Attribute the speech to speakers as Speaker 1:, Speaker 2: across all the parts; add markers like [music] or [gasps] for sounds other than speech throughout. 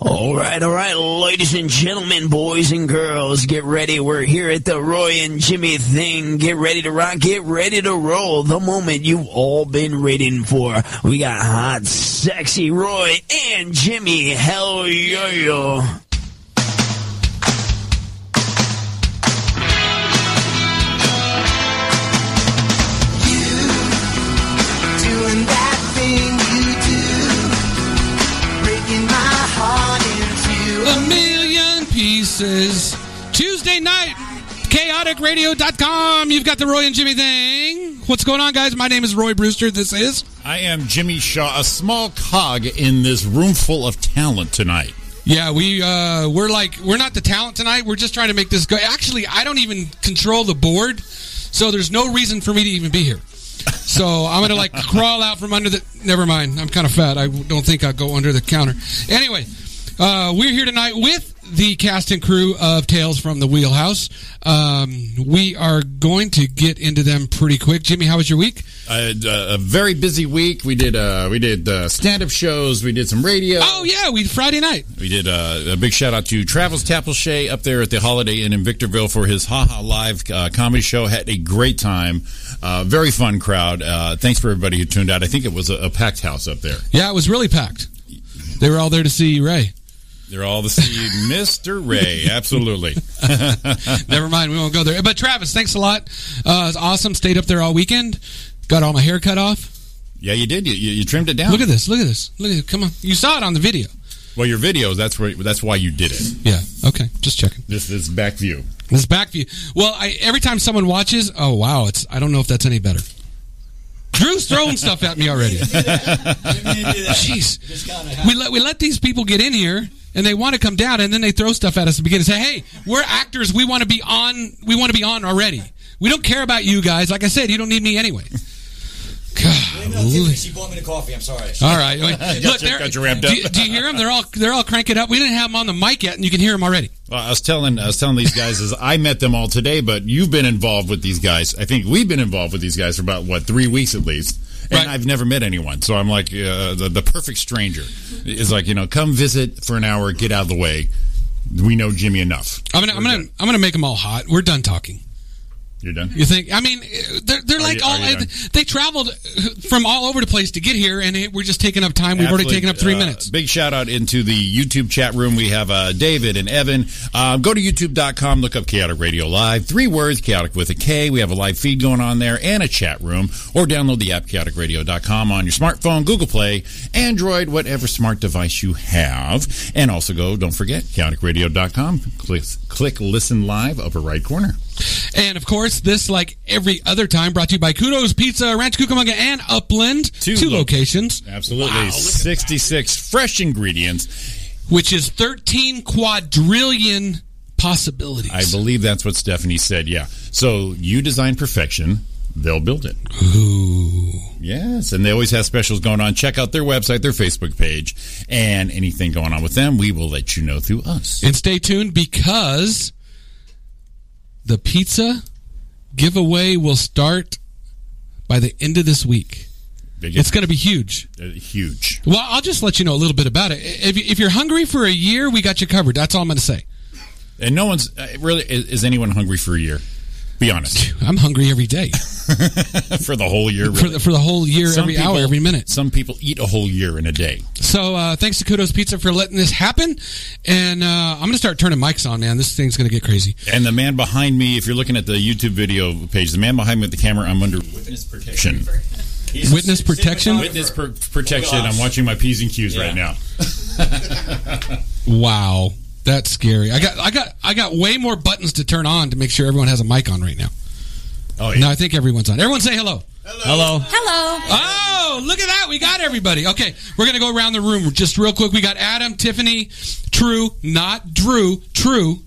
Speaker 1: Oh.
Speaker 2: All right, all right, ladies and gentlemen, boys and girls, get ready. We're here at the Roy and Jimmy thing. Get ready to rock, get ready to roll. The moment you've all been waiting for. We got hot, sexy Roy and Jimmy. Hell yo yo.
Speaker 3: Doing that thing you do, breaking my heart into
Speaker 1: a million pieces. Tuesday night, chaoticradio.com. You've got the Roy and Jimmy thing. What's going on, guys? My name is Roy Brewster. This is.
Speaker 4: I am Jimmy Shaw, a small cog in this room full of talent tonight.
Speaker 1: Yeah, we uh, we're like we're not the talent tonight. We're just trying to make this go. Actually, I don't even control the board, so there's no reason for me to even be here. So I'm gonna like crawl out from under the. Never mind. I'm kind of fat. I don't think I go under the counter. Anyway, uh, we're here tonight with the cast and crew of Tales from the Wheelhouse. Um, we are going to get into them pretty quick. Jimmy, how was your week?
Speaker 4: Uh, a very busy week. We did uh, we did uh, stand up shows. We did some radio.
Speaker 1: Oh yeah, we Friday night.
Speaker 4: We did uh, a big shout out to Travels Tapleshay up there at the Holiday Inn in Victorville for his Ha Ha Live uh, comedy show. Had a great time. Uh, very fun crowd. Uh, thanks for everybody who tuned out. I think it was a, a packed house up there.
Speaker 1: Yeah, it was really packed. They were all there to see Ray.
Speaker 4: They're all the see [laughs] Mr. Ray. Absolutely.
Speaker 1: [laughs] Never mind, we won't go there. But Travis, thanks a lot. Uh, it's awesome. Stayed up there all weekend. Got all my hair cut off.
Speaker 4: Yeah, you did. You, you, you trimmed it down.
Speaker 1: Look at this. Look at this. Look at it. Come on. You saw it on the video.
Speaker 4: Well, your videos. That's where. That's why you did it.
Speaker 1: Yeah. Okay. Just checking.
Speaker 4: This this back view.
Speaker 1: This back view. Well, I, every time someone watches, oh wow, it's. I don't know if that's any better. Drew's throwing stuff at me already. Jeez. We let we let these people get in here and they want to come down and then they throw stuff at us at the beginning and say, Hey, we're actors, we want to be on we want to be on already. We don't care about you guys. Like I said, you don't need me
Speaker 4: [laughs]
Speaker 1: anyway. Golly.
Speaker 5: She bought me the coffee. I'm sorry.
Speaker 1: All right.
Speaker 5: [laughs]
Speaker 1: Look,
Speaker 4: Got you-
Speaker 1: they're-
Speaker 4: got you ramped
Speaker 1: Do,
Speaker 4: up.
Speaker 1: do you hear them? They're all they're all cranking up. We didn't have them on the mic yet, and you can hear them already.
Speaker 4: Well, I was telling I was telling these guys is I met them all today, but you've been involved with these guys. I think we've been involved with these guys for about what three weeks at least, and
Speaker 1: Right.
Speaker 4: I've never met anyone. So I'm like uh, the, the perfect stranger. Is like you know, come visit for an hour, get out of the way. We know Jimmy enough.
Speaker 1: I'm gonna I'm gonna I'm gonna make them all hot. We're done talking.
Speaker 4: You're done.
Speaker 1: You think? I mean, they're, they're like
Speaker 4: you-
Speaker 1: all
Speaker 4: are you done?
Speaker 1: they traveled from all over the place to get here, and it, we're just taking up time. We've already
Speaker 4: Absolutely.
Speaker 1: taken up three
Speaker 4: Uh,
Speaker 1: minutes.
Speaker 4: Big shout out into the YouTube chat room. We have uh, David and Evan. Uh, go to youtube.com, look up Chaotic Radio Live. Three words, chaotic with a K. We have a live feed going on there and a chat room. Or download the app, chaoticradio.com, on your smartphone, Google Play, Android, whatever smart device you have. And also go, don't forget, chaoticradio.com. Click, click listen live, upper right corner.
Speaker 1: And of course, this like every other time, brought to you by Kudos Pizza, Ranch Cucamonga, and Upland, two,
Speaker 4: Two lo-
Speaker 1: locations,
Speaker 4: Absolutely. 66 fresh ingredients.
Speaker 1: which is thirteen quadrillion possibilities.
Speaker 4: I believe that's what Stephanie said. Yeah. So you design perfection, they'll build it.
Speaker 1: Ooh.
Speaker 4: Yes, and they always have specials going on. Check out their website, their Facebook page, and anything going on with them, we will let you know through us.
Speaker 1: And stay tuned because the pizza giveaway will start by the end of this week.
Speaker 4: They
Speaker 1: It's
Speaker 4: get
Speaker 1: going to be huge.
Speaker 4: uh, huge.
Speaker 1: Well, I'll just let you know a little bit about it. If, if you're hungry for a year, we got you covered. That's all I'm going to say.
Speaker 4: And no one's uh, really is, is anyone hungry for a year? Be honest,
Speaker 1: I'm hungry every day
Speaker 4: [laughs] for the whole year.
Speaker 1: for
Speaker 4: Really.
Speaker 1: the, for the whole year, every hour, every minute.
Speaker 4: Some people eat a whole year in a day.
Speaker 1: So uh, thanks to Kudos Pizza for letting this happen. And uh, I'm going to start turning mics on, man. This thing's going to get crazy.
Speaker 4: And the man behind me, if you're looking at the YouTube video page, the man behind me at the camera, I'm under witness protection.
Speaker 1: Witness protection.
Speaker 4: Witness per- protection. I'm watching my p's and q's right now.
Speaker 1: Wow, that's scary. I got I got I got way more buttons to turn on to make sure everyone has a mic on right now.
Speaker 4: Oh
Speaker 1: No, I think everyone's on. Everyone say hello.
Speaker 4: Hello.
Speaker 6: Hello.
Speaker 1: Oh, look at that. We got everybody. Okay, we're going to go around the room just real quick. We got Adam, Tiffany, True, not Drew, True.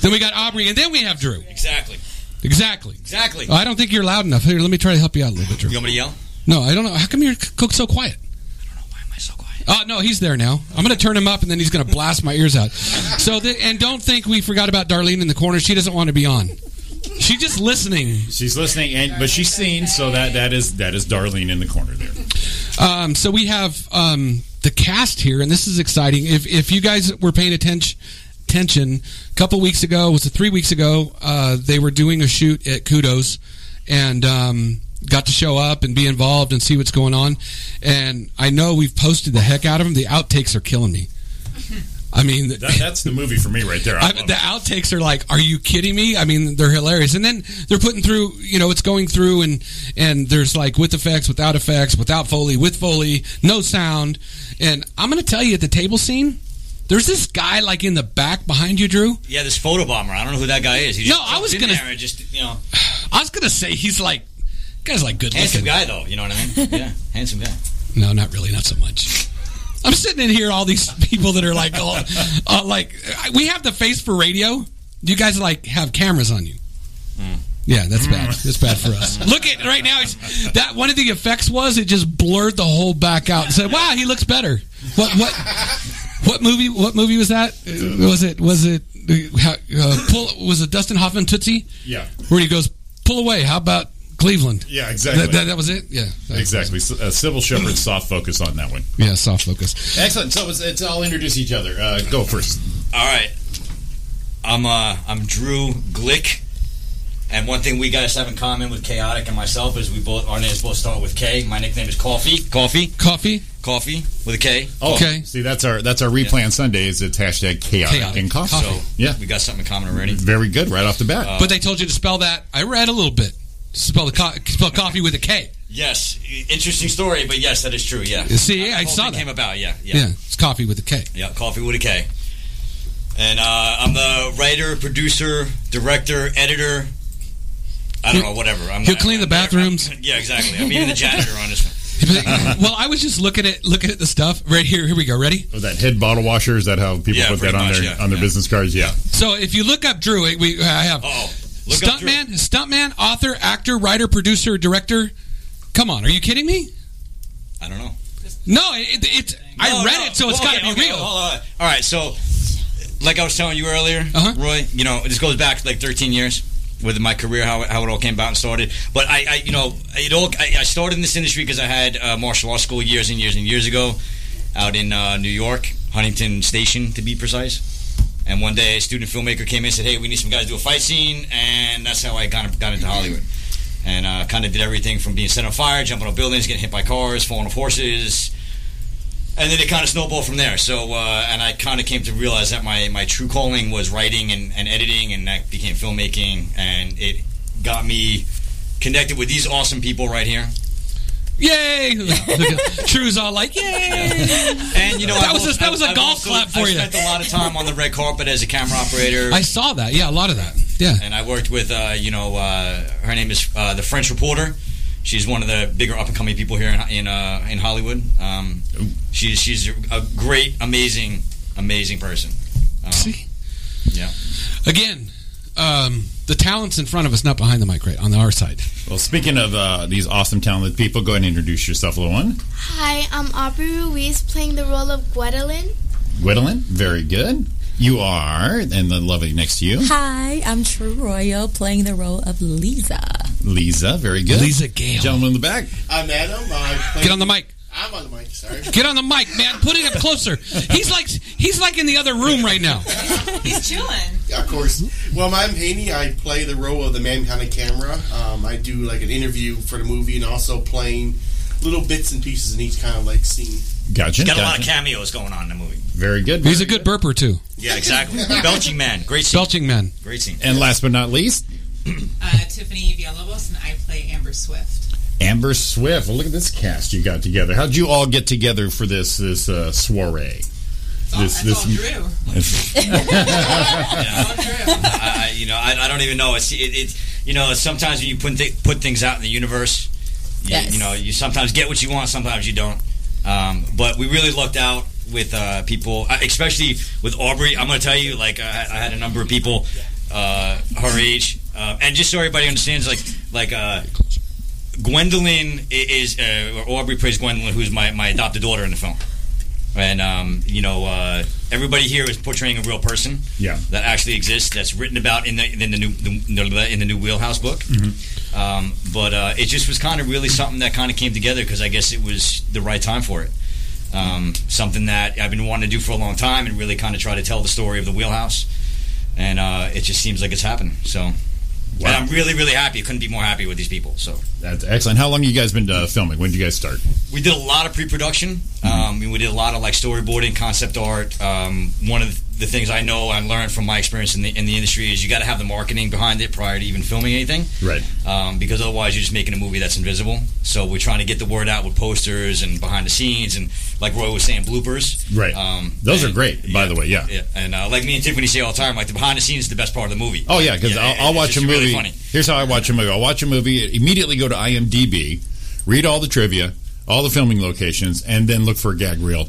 Speaker 1: then we got Aubrey, and then we have Drew.
Speaker 5: Exactly.
Speaker 1: Exactly. Oh,
Speaker 5: Exactly.
Speaker 1: I don't think you're loud enough. Here, let me try to help you out a little bit,
Speaker 5: you
Speaker 1: Drew.
Speaker 5: want me to yell?
Speaker 1: No, I don't know. How come you're cooked so quiet?
Speaker 5: Why am I so quiet?
Speaker 1: Oh, no, he's there now. I'm going to turn him up, and then he's going to blast my ears out. So, the, and don't think we forgot about Darlene in the corner. She doesn't want to be on. [laughs] She's just listening.
Speaker 4: She's listening, and but she's seen, so that that is that is Darlene in the corner there.
Speaker 1: Um, so we have um, the cast here, and this is exciting. If if you guys were paying attention. Attention. A couple weeks ago, was it three weeks ago? Uh, they were doing a shoot at Kudos, and um, got to show up and be involved and see what's going on. And I know we've posted the heck out of them. The outtakes are killing me. I mean,
Speaker 4: That, that's the movie for me right there.
Speaker 1: I,
Speaker 4: I love
Speaker 1: the
Speaker 4: it.
Speaker 1: outtakes are like, are you kidding me? I mean, they're hilarious. And then they're putting through, you know, it's going through and and there's like with effects, without effects, without foley, with foley, no sound. And I'm gonna tell you at the table scene, there's this guy like in the back behind you, Drew.
Speaker 5: Yeah, this photobomber. I don't know who that guy is. He just
Speaker 1: No, I
Speaker 5: jumped
Speaker 1: was
Speaker 5: in
Speaker 1: gonna-
Speaker 5: there and just you know,
Speaker 1: [sighs] I was gonna say he's like, guy's like good
Speaker 5: handsome
Speaker 1: looking.
Speaker 5: guy though. You know what I
Speaker 1: [laughs]
Speaker 5: mean? Yeah, handsome guy.
Speaker 1: No, not really, not so much. I'm sitting in here, all these [laughs] people that are like, all, uh, like we have the face for radio. You guys like have cameras on you. Mm. Yeah, that's bad. That's bad for us. Look at right now. It's, that one of the effects was it just blurred the whole back out and said, "Wow, he looks better." What what what movie? What movie was that? Uh, Was it was it uh, how- uh, pull? Was it Dustin Hoffman Tootsie?
Speaker 4: Yeah.
Speaker 1: where he goes, "Pull away." How about Cleveland?
Speaker 4: Yeah, exactly.
Speaker 1: That, that, that was it. Yeah, that-
Speaker 4: exactly. S- Uh, Sybil Shepherd's soft focus on that one.
Speaker 1: Yeah, soft focus.
Speaker 4: Excellent. So it's, it's I'll introduce each other. Uh, go first.
Speaker 5: All right, I'm uh, I'm Drew Glick, and one thing we guys have in common with Chaotic and myself is we both our names both start with K. My nickname is Coffee. Coffee.
Speaker 1: Coffee.
Speaker 5: Coffee with a K.
Speaker 4: Oh,
Speaker 1: Okay.
Speaker 4: See, that's our that's our replan Sundays. It's hashtag chaotic,
Speaker 1: Chaotic.
Speaker 4: and coffee.
Speaker 1: Coffee.
Speaker 5: So
Speaker 4: Yeah.
Speaker 5: we got something in common already.
Speaker 4: Very good, right off the bat.
Speaker 1: but they told you to spell that. I read a little bit. Spell the co- spell coffee with a K.
Speaker 5: Yes, interesting story, but yes, that is true. Yeah.
Speaker 1: See,
Speaker 5: How
Speaker 1: I
Speaker 5: the whole
Speaker 1: saw
Speaker 5: thing
Speaker 1: that.
Speaker 5: Came about. Yeah, yeah.
Speaker 1: Yeah. it's coffee with a K.
Speaker 5: Yeah, Coffee with a K. And uh, I'm the writer, producer, director, editor. I don't know, whatever. I'm,
Speaker 1: He'll clean the
Speaker 5: I'm-
Speaker 1: bathrooms.
Speaker 5: [laughs] yeah, exactly. I'm even the janitor on this one.
Speaker 1: [laughs] well, I was just looking at looking at the stuff right here. Here we go. Ready?
Speaker 4: Was that head bottle washer? Is that how people
Speaker 5: Yeah,
Speaker 4: put that
Speaker 5: pretty
Speaker 4: on
Speaker 5: much,
Speaker 4: their
Speaker 5: yeah,
Speaker 4: on their
Speaker 5: yeah.
Speaker 4: business cards? Yeah.
Speaker 1: So if you look up Drew, it- we I have
Speaker 5: Oh, look up Drew.
Speaker 1: stuntman, stuntman, author, actor, writer, producer, director. Come on, are you kidding me?
Speaker 5: I don't know.
Speaker 1: No, it, it's I
Speaker 5: No,
Speaker 1: read
Speaker 5: no.
Speaker 1: it, so it's
Speaker 5: Well,
Speaker 1: got to
Speaker 5: okay,
Speaker 1: be
Speaker 5: okay,
Speaker 1: real.
Speaker 5: hold on. All right, so like I was telling you earlier,
Speaker 1: Uh-huh.
Speaker 5: Roy, you know, this goes back like 13 years with my career, how, it- how it all came about and started. But I, I you know, it all I, I started in this industry because I had uh, martial arts school years and years and years ago, out in uh, New York, Huntington Station to be precise. And one day, a student filmmaker came in and said, "Hey, we need some guys to do a fight scene," and that's how I kind of got into Hollywood. And uh, kind of did everything from being set on fire, jumping on buildings, getting hit by cars, falling off horses, and then it kind of snowballed from there. So, uh, and I kind of came to realize that my, my true calling was writing and, and editing, and that became filmmaking, and it got me connected with these awesome people right here.
Speaker 1: Yay! [laughs] Drew's all like, yay!
Speaker 5: And you know,
Speaker 1: That
Speaker 5: I've
Speaker 1: was a-
Speaker 5: also-
Speaker 1: that was a
Speaker 5: I've
Speaker 1: golf
Speaker 5: also-
Speaker 1: clap for
Speaker 5: I've
Speaker 1: you.
Speaker 5: Spent a lot of time on the red carpet as a camera operator.
Speaker 1: I saw that. Yeah, a lot of that. Yeah.
Speaker 5: and I worked with, uh, you know, uh, her name is uh, the French reporter. She's one of the bigger up and coming people here in in, uh, in Hollywood. Um, she's she's a great, amazing, amazing person. Um,
Speaker 1: See?
Speaker 5: Yeah.
Speaker 1: Again, um, the talent's in front of us, not behind the mic, right? On the our side.
Speaker 4: Well, speaking of uh, these awesome talented people, go ahead and introduce yourself, little one.
Speaker 6: Hi, I'm Aubrey Ruiz playing the role of Gwendolyn.
Speaker 4: Gwendolyn, very good. You are, and the lovely next to you,
Speaker 7: Hi, I'm True Royal playing the role of Lisa.
Speaker 4: Lisa, very good.
Speaker 1: Lisa Gale.
Speaker 4: gentleman in the back.
Speaker 8: I'm Adam. I play,
Speaker 1: Get on the mic.
Speaker 8: I'm on the mic. Sorry.
Speaker 1: Get on the mic, man. Put it up closer. He's like he's like in the other room right now.
Speaker 9: [laughs] He's chilling.
Speaker 8: of course. Well, I'm Haney. I play the role of the man behind the camera. Um, I do like an interview for the movie and also playing little bits and pieces in each kind of like scene.
Speaker 4: Gotcha.
Speaker 5: Got a lot of
Speaker 4: gotcha.
Speaker 5: cameos going on in the movie.
Speaker 4: Very good.
Speaker 1: He's a
Speaker 4: very
Speaker 1: good burper too.
Speaker 5: Yeah, exactly. [laughs] Belching man, great scene.
Speaker 1: Belching man.
Speaker 5: great scene.
Speaker 4: And last but not least,
Speaker 9: Uh, Tiffany Villalobos, and I play Amber Swift.
Speaker 4: Amber Swift. Well, look at this cast you got together. How'd you all get together for this this uh, soiree?
Speaker 9: It's all,
Speaker 4: This-
Speaker 9: that's
Speaker 4: this-
Speaker 9: all
Speaker 4: [laughs]
Speaker 9: Drew. That's all Drew.
Speaker 5: I, I, you know, I, I don't even know. It's it, it's you know, sometimes when you put th- put things out in the universe, you,
Speaker 7: Yes.
Speaker 5: you know, you sometimes get what you want, sometimes you don't. Um, but we really lucked out with uh, people, uh, especially with Aubrey. I'm going to tell you, like I, I had a number of people uh, her age, uh, and just so everybody understands, like like. Uh, Gwendolyn i- is uh, or Aubrey plays Gwendolyn, who's my, my adopted daughter in the film, and um, you know uh, everybody here is portraying a real person
Speaker 4: Yeah.
Speaker 5: that actually exists that's written about in the in the new the, in the new wheelhouse book.
Speaker 4: Mm-hmm.
Speaker 5: Um, but uh, it just was kind of really something that kind of came together because I guess it was the right time for it. Um, something that I've been wanting to do for a long time and really kind of try to tell the story of the wheelhouse. And uh, it just seems like it's happening. So, and
Speaker 4: Wow.
Speaker 5: I'm really, really happy. Couldn't be more happy with these people. So,
Speaker 4: That's excellent. How long you guys been uh, filming? When did you guys start?
Speaker 5: we did a lot of pre-production.
Speaker 4: Mm-hmm.
Speaker 5: Um, we did a lot of like storyboarding, concept art. Um, one of the things I know and learned from my experience in the in the industry is you got to have the marketing behind it prior to even filming anything,
Speaker 4: Right.
Speaker 5: um, because otherwise you're just making a movie that's invisible. So we're trying to get the word out with posters and behind the scenes and like Roy was saying, bloopers.
Speaker 4: Right.
Speaker 5: Um,
Speaker 4: Those are
Speaker 5: and-
Speaker 4: great, by the way. Yeah.
Speaker 5: Yeah, and uh, like me and Tiffany say all the time, like the behind the scenes is the best part of the movie.
Speaker 4: Oh yeah, because
Speaker 5: it-
Speaker 4: I'll, I'll
Speaker 5: it's
Speaker 4: watch a
Speaker 5: just
Speaker 4: movie.
Speaker 5: really funny.
Speaker 4: Here's how I watch a movie. I'll watch a movie, immediately go to IMDb, read all the trivia, all the filming locations, and then look for a
Speaker 5: [coughs]
Speaker 4: gag reel.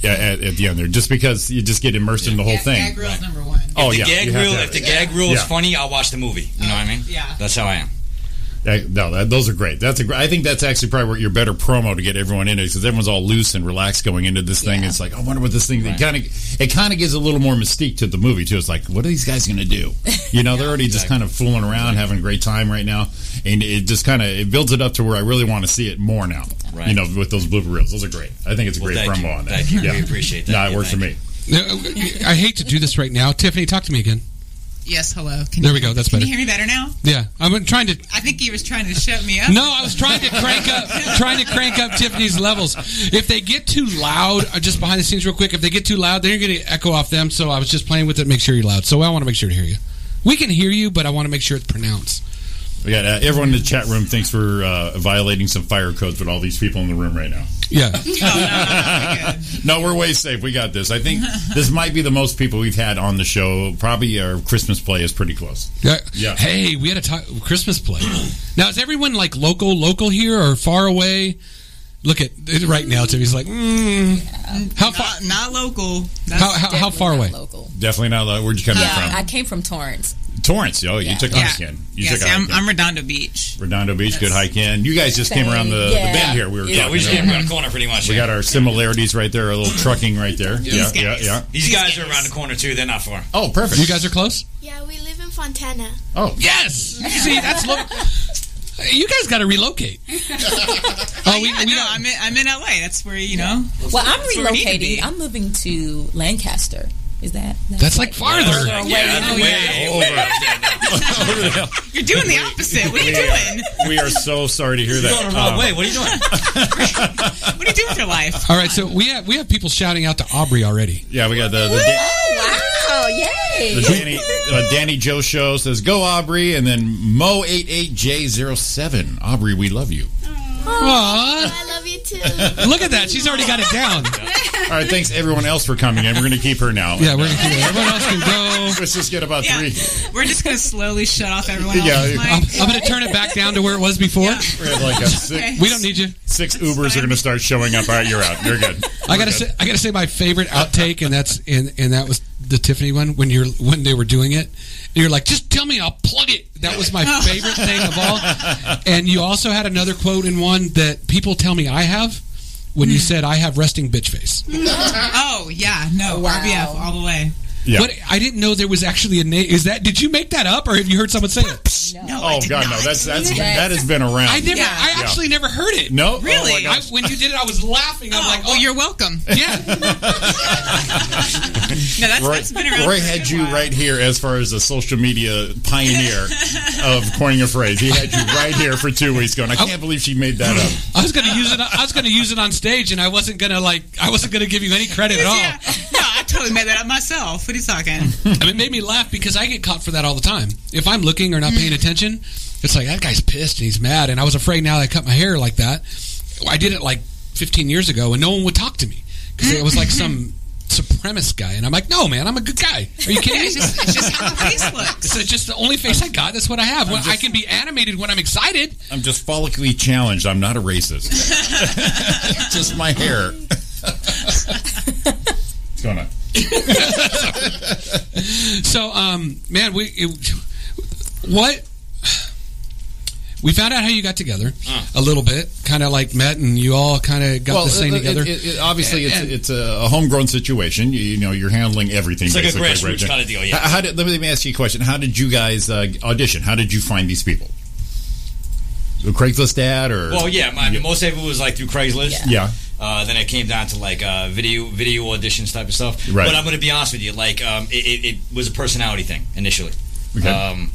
Speaker 4: Yeah, at, at the end there, just because you just get immersed in the whole
Speaker 9: Gag-
Speaker 4: thing.
Speaker 9: Gag reel's number one.
Speaker 4: oh
Speaker 5: the
Speaker 4: yeah,
Speaker 5: gag
Speaker 4: you have to
Speaker 5: reel.
Speaker 4: have
Speaker 5: If the
Speaker 4: it.
Speaker 5: gag reel is
Speaker 4: Yeah.
Speaker 5: funny, I'll watch the movie. You know what I mean?
Speaker 9: Yeah.
Speaker 5: That's how I am.
Speaker 4: Uh, no, that, those are great. That's a gr- I think that's actually probably where your better promo to get everyone in it because everyone's all loose and relaxed going into this thing.
Speaker 7: Yeah.
Speaker 4: It's like I wonder what this thing.
Speaker 5: Right.
Speaker 4: It kind of it kind of gives a little more mystique to the movie too. It's like what are these guys going to do? You
Speaker 5: [laughs]
Speaker 4: know, they're already just
Speaker 5: exactly.
Speaker 4: kind of fooling around, having a great time right now, and it just kind of it builds it up to where I really want to see it more now.
Speaker 5: Right.
Speaker 4: You know, with those blooper reels, those are great. I think it's a
Speaker 5: Well,
Speaker 4: great
Speaker 5: thank
Speaker 4: promo
Speaker 5: you.
Speaker 4: on that.
Speaker 5: Thank you. We appreciate that.
Speaker 4: No, it
Speaker 5: Yeah,
Speaker 4: worked for
Speaker 5: thank
Speaker 4: me.
Speaker 1: No, Uh, I hate to do this right now. Tiffany, talk to me again.
Speaker 9: Yes, hello. Can
Speaker 1: There
Speaker 9: you
Speaker 1: we go,
Speaker 9: hear-
Speaker 1: that's
Speaker 9: can
Speaker 1: better.
Speaker 9: you hear me better now?
Speaker 1: Yeah, I'm trying to.
Speaker 9: I think he was trying to shut me up.
Speaker 1: No, I was trying to
Speaker 9: [laughs]
Speaker 1: crank up, trying to crank up Tiffany's levels. If they get too loud, uh, just behind the scenes, real quick. If they get too loud, then you're going to echo off them. So I was just playing with it. Make sure you're loud. So I want to make sure to hear you. We can hear you, but I want to make sure it's pronounced.
Speaker 4: We got uh, everyone in the chat room thinks we're uh, violating some fire codes with all these people in the room right now.
Speaker 1: Yeah.
Speaker 4: [laughs] no, we're way safe. We got this. I think this might be the most people we've had on the show. Probably our Christmas play is pretty close.
Speaker 1: Yeah.
Speaker 4: Yeah.
Speaker 1: Hey, we had a ti- Christmas play. now is everyone like local, local here or far away? Look at it right now. Tiffany's like, mm. how far?
Speaker 9: not, not local. That's,
Speaker 1: How, how, how
Speaker 7: Definitely
Speaker 1: far
Speaker 7: not
Speaker 1: away?
Speaker 7: Local.
Speaker 4: Definitely not. Like, where'd you come
Speaker 7: Yeah,
Speaker 4: from?
Speaker 7: I came from Torrance.
Speaker 4: Torrance. Oh, you
Speaker 7: Yeah.
Speaker 4: took a
Speaker 9: yeah.
Speaker 4: hike in. You
Speaker 9: yeah,
Speaker 4: took
Speaker 9: see,
Speaker 4: a hike
Speaker 9: I'm,
Speaker 4: in.
Speaker 9: I'm Redondo Beach.
Speaker 4: Redondo Beach. Good hike in. You guys just came around the, the
Speaker 7: Yeah.
Speaker 4: bend here. We were
Speaker 5: Yeah,
Speaker 4: talking.
Speaker 5: we just
Speaker 4: about.
Speaker 5: came around the corner pretty much.
Speaker 4: We
Speaker 5: yeah.
Speaker 4: got our similarities right there. A little trucking right there. Yeah,
Speaker 9: These
Speaker 4: yeah,
Speaker 9: guys.
Speaker 4: yeah.
Speaker 5: These
Speaker 9: These
Speaker 5: guys are
Speaker 9: guys.
Speaker 5: around the corner too. They're not far.
Speaker 4: Oh, perfect.
Speaker 1: You guys are close.
Speaker 6: Yeah, we live in Fontana.
Speaker 4: Oh,
Speaker 1: Yes. See, that's
Speaker 5: [laughs]
Speaker 1: lo- you guys got to relocate. oh, we,
Speaker 9: Yeah,
Speaker 1: we
Speaker 9: no,
Speaker 1: got-
Speaker 9: I'm in, I'm in LA. That's where you know.
Speaker 7: Well, I'm
Speaker 9: where we need to be.
Speaker 7: relocating. I'm moving to Lancaster. Is that?
Speaker 1: That's like farther.
Speaker 7: Further away.
Speaker 5: Yeah,
Speaker 9: Oh,
Speaker 5: that's way
Speaker 9: yeah.
Speaker 5: over.
Speaker 4: [laughs] over the hill.
Speaker 9: You're doing the opposite. What are you doing?
Speaker 4: We are so sorry to hear
Speaker 5: You're going
Speaker 4: that.
Speaker 5: the wrong
Speaker 4: Um,
Speaker 5: way. What are you
Speaker 4: [laughs]
Speaker 5: doing?
Speaker 9: What are you doing with your life?
Speaker 1: All right, so we have we have people shouting out to Aubrey already.
Speaker 4: yeah, we got the, the da-
Speaker 7: Oh wow!
Speaker 4: The
Speaker 7: Yay!
Speaker 4: Danny, uh, Danny Joe show says, "Go Aubrey," and then Mo88J07. Aubrey, we love you.
Speaker 9: Oh,
Speaker 1: Aw,
Speaker 6: I love you too.
Speaker 1: [laughs] look at that. She's already got it down.
Speaker 4: All right, thanks everyone else for coming in. We're going to keep her now.
Speaker 1: Yeah, we're gonna do that. Everyone else can
Speaker 8: [laughs]
Speaker 1: go.
Speaker 4: Let's just get about
Speaker 9: Yeah.
Speaker 4: three.
Speaker 9: We're just gonna slowly shut off everyone
Speaker 4: Yeah,
Speaker 9: else's
Speaker 4: yeah.
Speaker 9: mic.
Speaker 1: I'm, I'm gonna turn it back down to where it was before.
Speaker 9: Yeah.
Speaker 4: We're at like a six,
Speaker 9: Okay.
Speaker 1: We don't need you.
Speaker 4: six Ubers are going to start showing up. All right, you're out. You're good.
Speaker 1: I gotta [laughs] say, I gotta say my favorite outtake, and that's and and that was the Tiffany one when you're when they were doing it. You're like, just tell me, I'll plug it.
Speaker 9: [laughs]
Speaker 1: That was my favorite thing of all. And you also had another quote in one that people tell me I have when
Speaker 9: Hmm.
Speaker 1: you said I have resting bitch face.
Speaker 9: Oh yeah, no
Speaker 7: Wow.
Speaker 9: RBF all the way.
Speaker 4: Yeah.
Speaker 1: But I didn't know there was actually a name. Is that did you make that up or have you heard someone say it?
Speaker 9: No, I
Speaker 4: Oh
Speaker 9: did
Speaker 4: God,
Speaker 9: not.
Speaker 4: no. That's that's
Speaker 7: Yes.
Speaker 4: that has been around.
Speaker 1: I never.
Speaker 9: Yeah.
Speaker 1: I actually never heard it.
Speaker 4: No.
Speaker 9: Really?
Speaker 4: Oh, my
Speaker 1: I,
Speaker 4: gosh.
Speaker 1: when you did it, I was laughing. I'm
Speaker 9: Oh,
Speaker 1: like,
Speaker 9: well, you're [laughs] welcome. No,
Speaker 1: yeah.
Speaker 9: that's,
Speaker 4: Roy,
Speaker 9: that's been around.
Speaker 4: Roy
Speaker 9: for a
Speaker 4: had
Speaker 9: good
Speaker 4: you
Speaker 9: while.
Speaker 4: right here as far as a social media
Speaker 9: [laughs]
Speaker 4: pioneer of coining a phrase. He had you right here for two weeks going, I
Speaker 1: Oh.
Speaker 4: can't believe she made that
Speaker 1: [clears throat]
Speaker 4: up.
Speaker 1: I was gonna use it. I was gonna use it on stage, and I wasn't gonna like. I wasn't gonna give you any credit at all.
Speaker 9: Yeah. No, I totally made that up myself. What are you talking?
Speaker 4: [laughs]
Speaker 1: I mean, it made me laugh because I get caught for that all the time. If I'm looking or not
Speaker 9: Mm.
Speaker 1: paying attention, it's like that guy's pissed and he's mad. And I was afraid now that I cut my hair like that. I did it like 15 years ago, and no one would talk to me because it was like
Speaker 9: [laughs]
Speaker 1: some supremacist guy. And I'm like, no, man, I'm a good guy. Are you kidding
Speaker 9: [laughs]
Speaker 1: me?
Speaker 9: It's just, it's just how the
Speaker 1: [laughs]
Speaker 9: face
Speaker 1: It's
Speaker 9: looks.
Speaker 1: like just the only face I got. That's what I have. When I can be animated when
Speaker 9: [laughs]
Speaker 1: I'm excited. [laughs]
Speaker 4: I'm just follically challenged. I'm not a racist. It's [laughs] just my hair. What's going on?
Speaker 1: [laughs] So, um, man, we it, what we found out how you got together a little bit, kind of like met, and you all kind of got this thing
Speaker 4: uh, it-
Speaker 1: together.
Speaker 4: it- it- it- obviously, it's,
Speaker 1: And-
Speaker 4: it's a, a homegrown situation. You, you know, you're handling everything.
Speaker 5: It's like a
Speaker 4: basically,
Speaker 5: grassroots
Speaker 4: right?
Speaker 5: kinda deal, yeah.
Speaker 4: How, how did, let me ask you a question. How did you guys uh, audition? How did you find these people? a Craigslist ad or?
Speaker 5: Well, yeah, my, most of it was like through Craigslist.
Speaker 7: Yeah.
Speaker 4: yeah.
Speaker 5: Uh, then it came down to like uh, video video auditions type of stuff.
Speaker 4: Right.
Speaker 5: But I'm going to be honest with you, like um, it, it, it was a personality thing initially.
Speaker 4: [laughs] Okay.
Speaker 5: Um,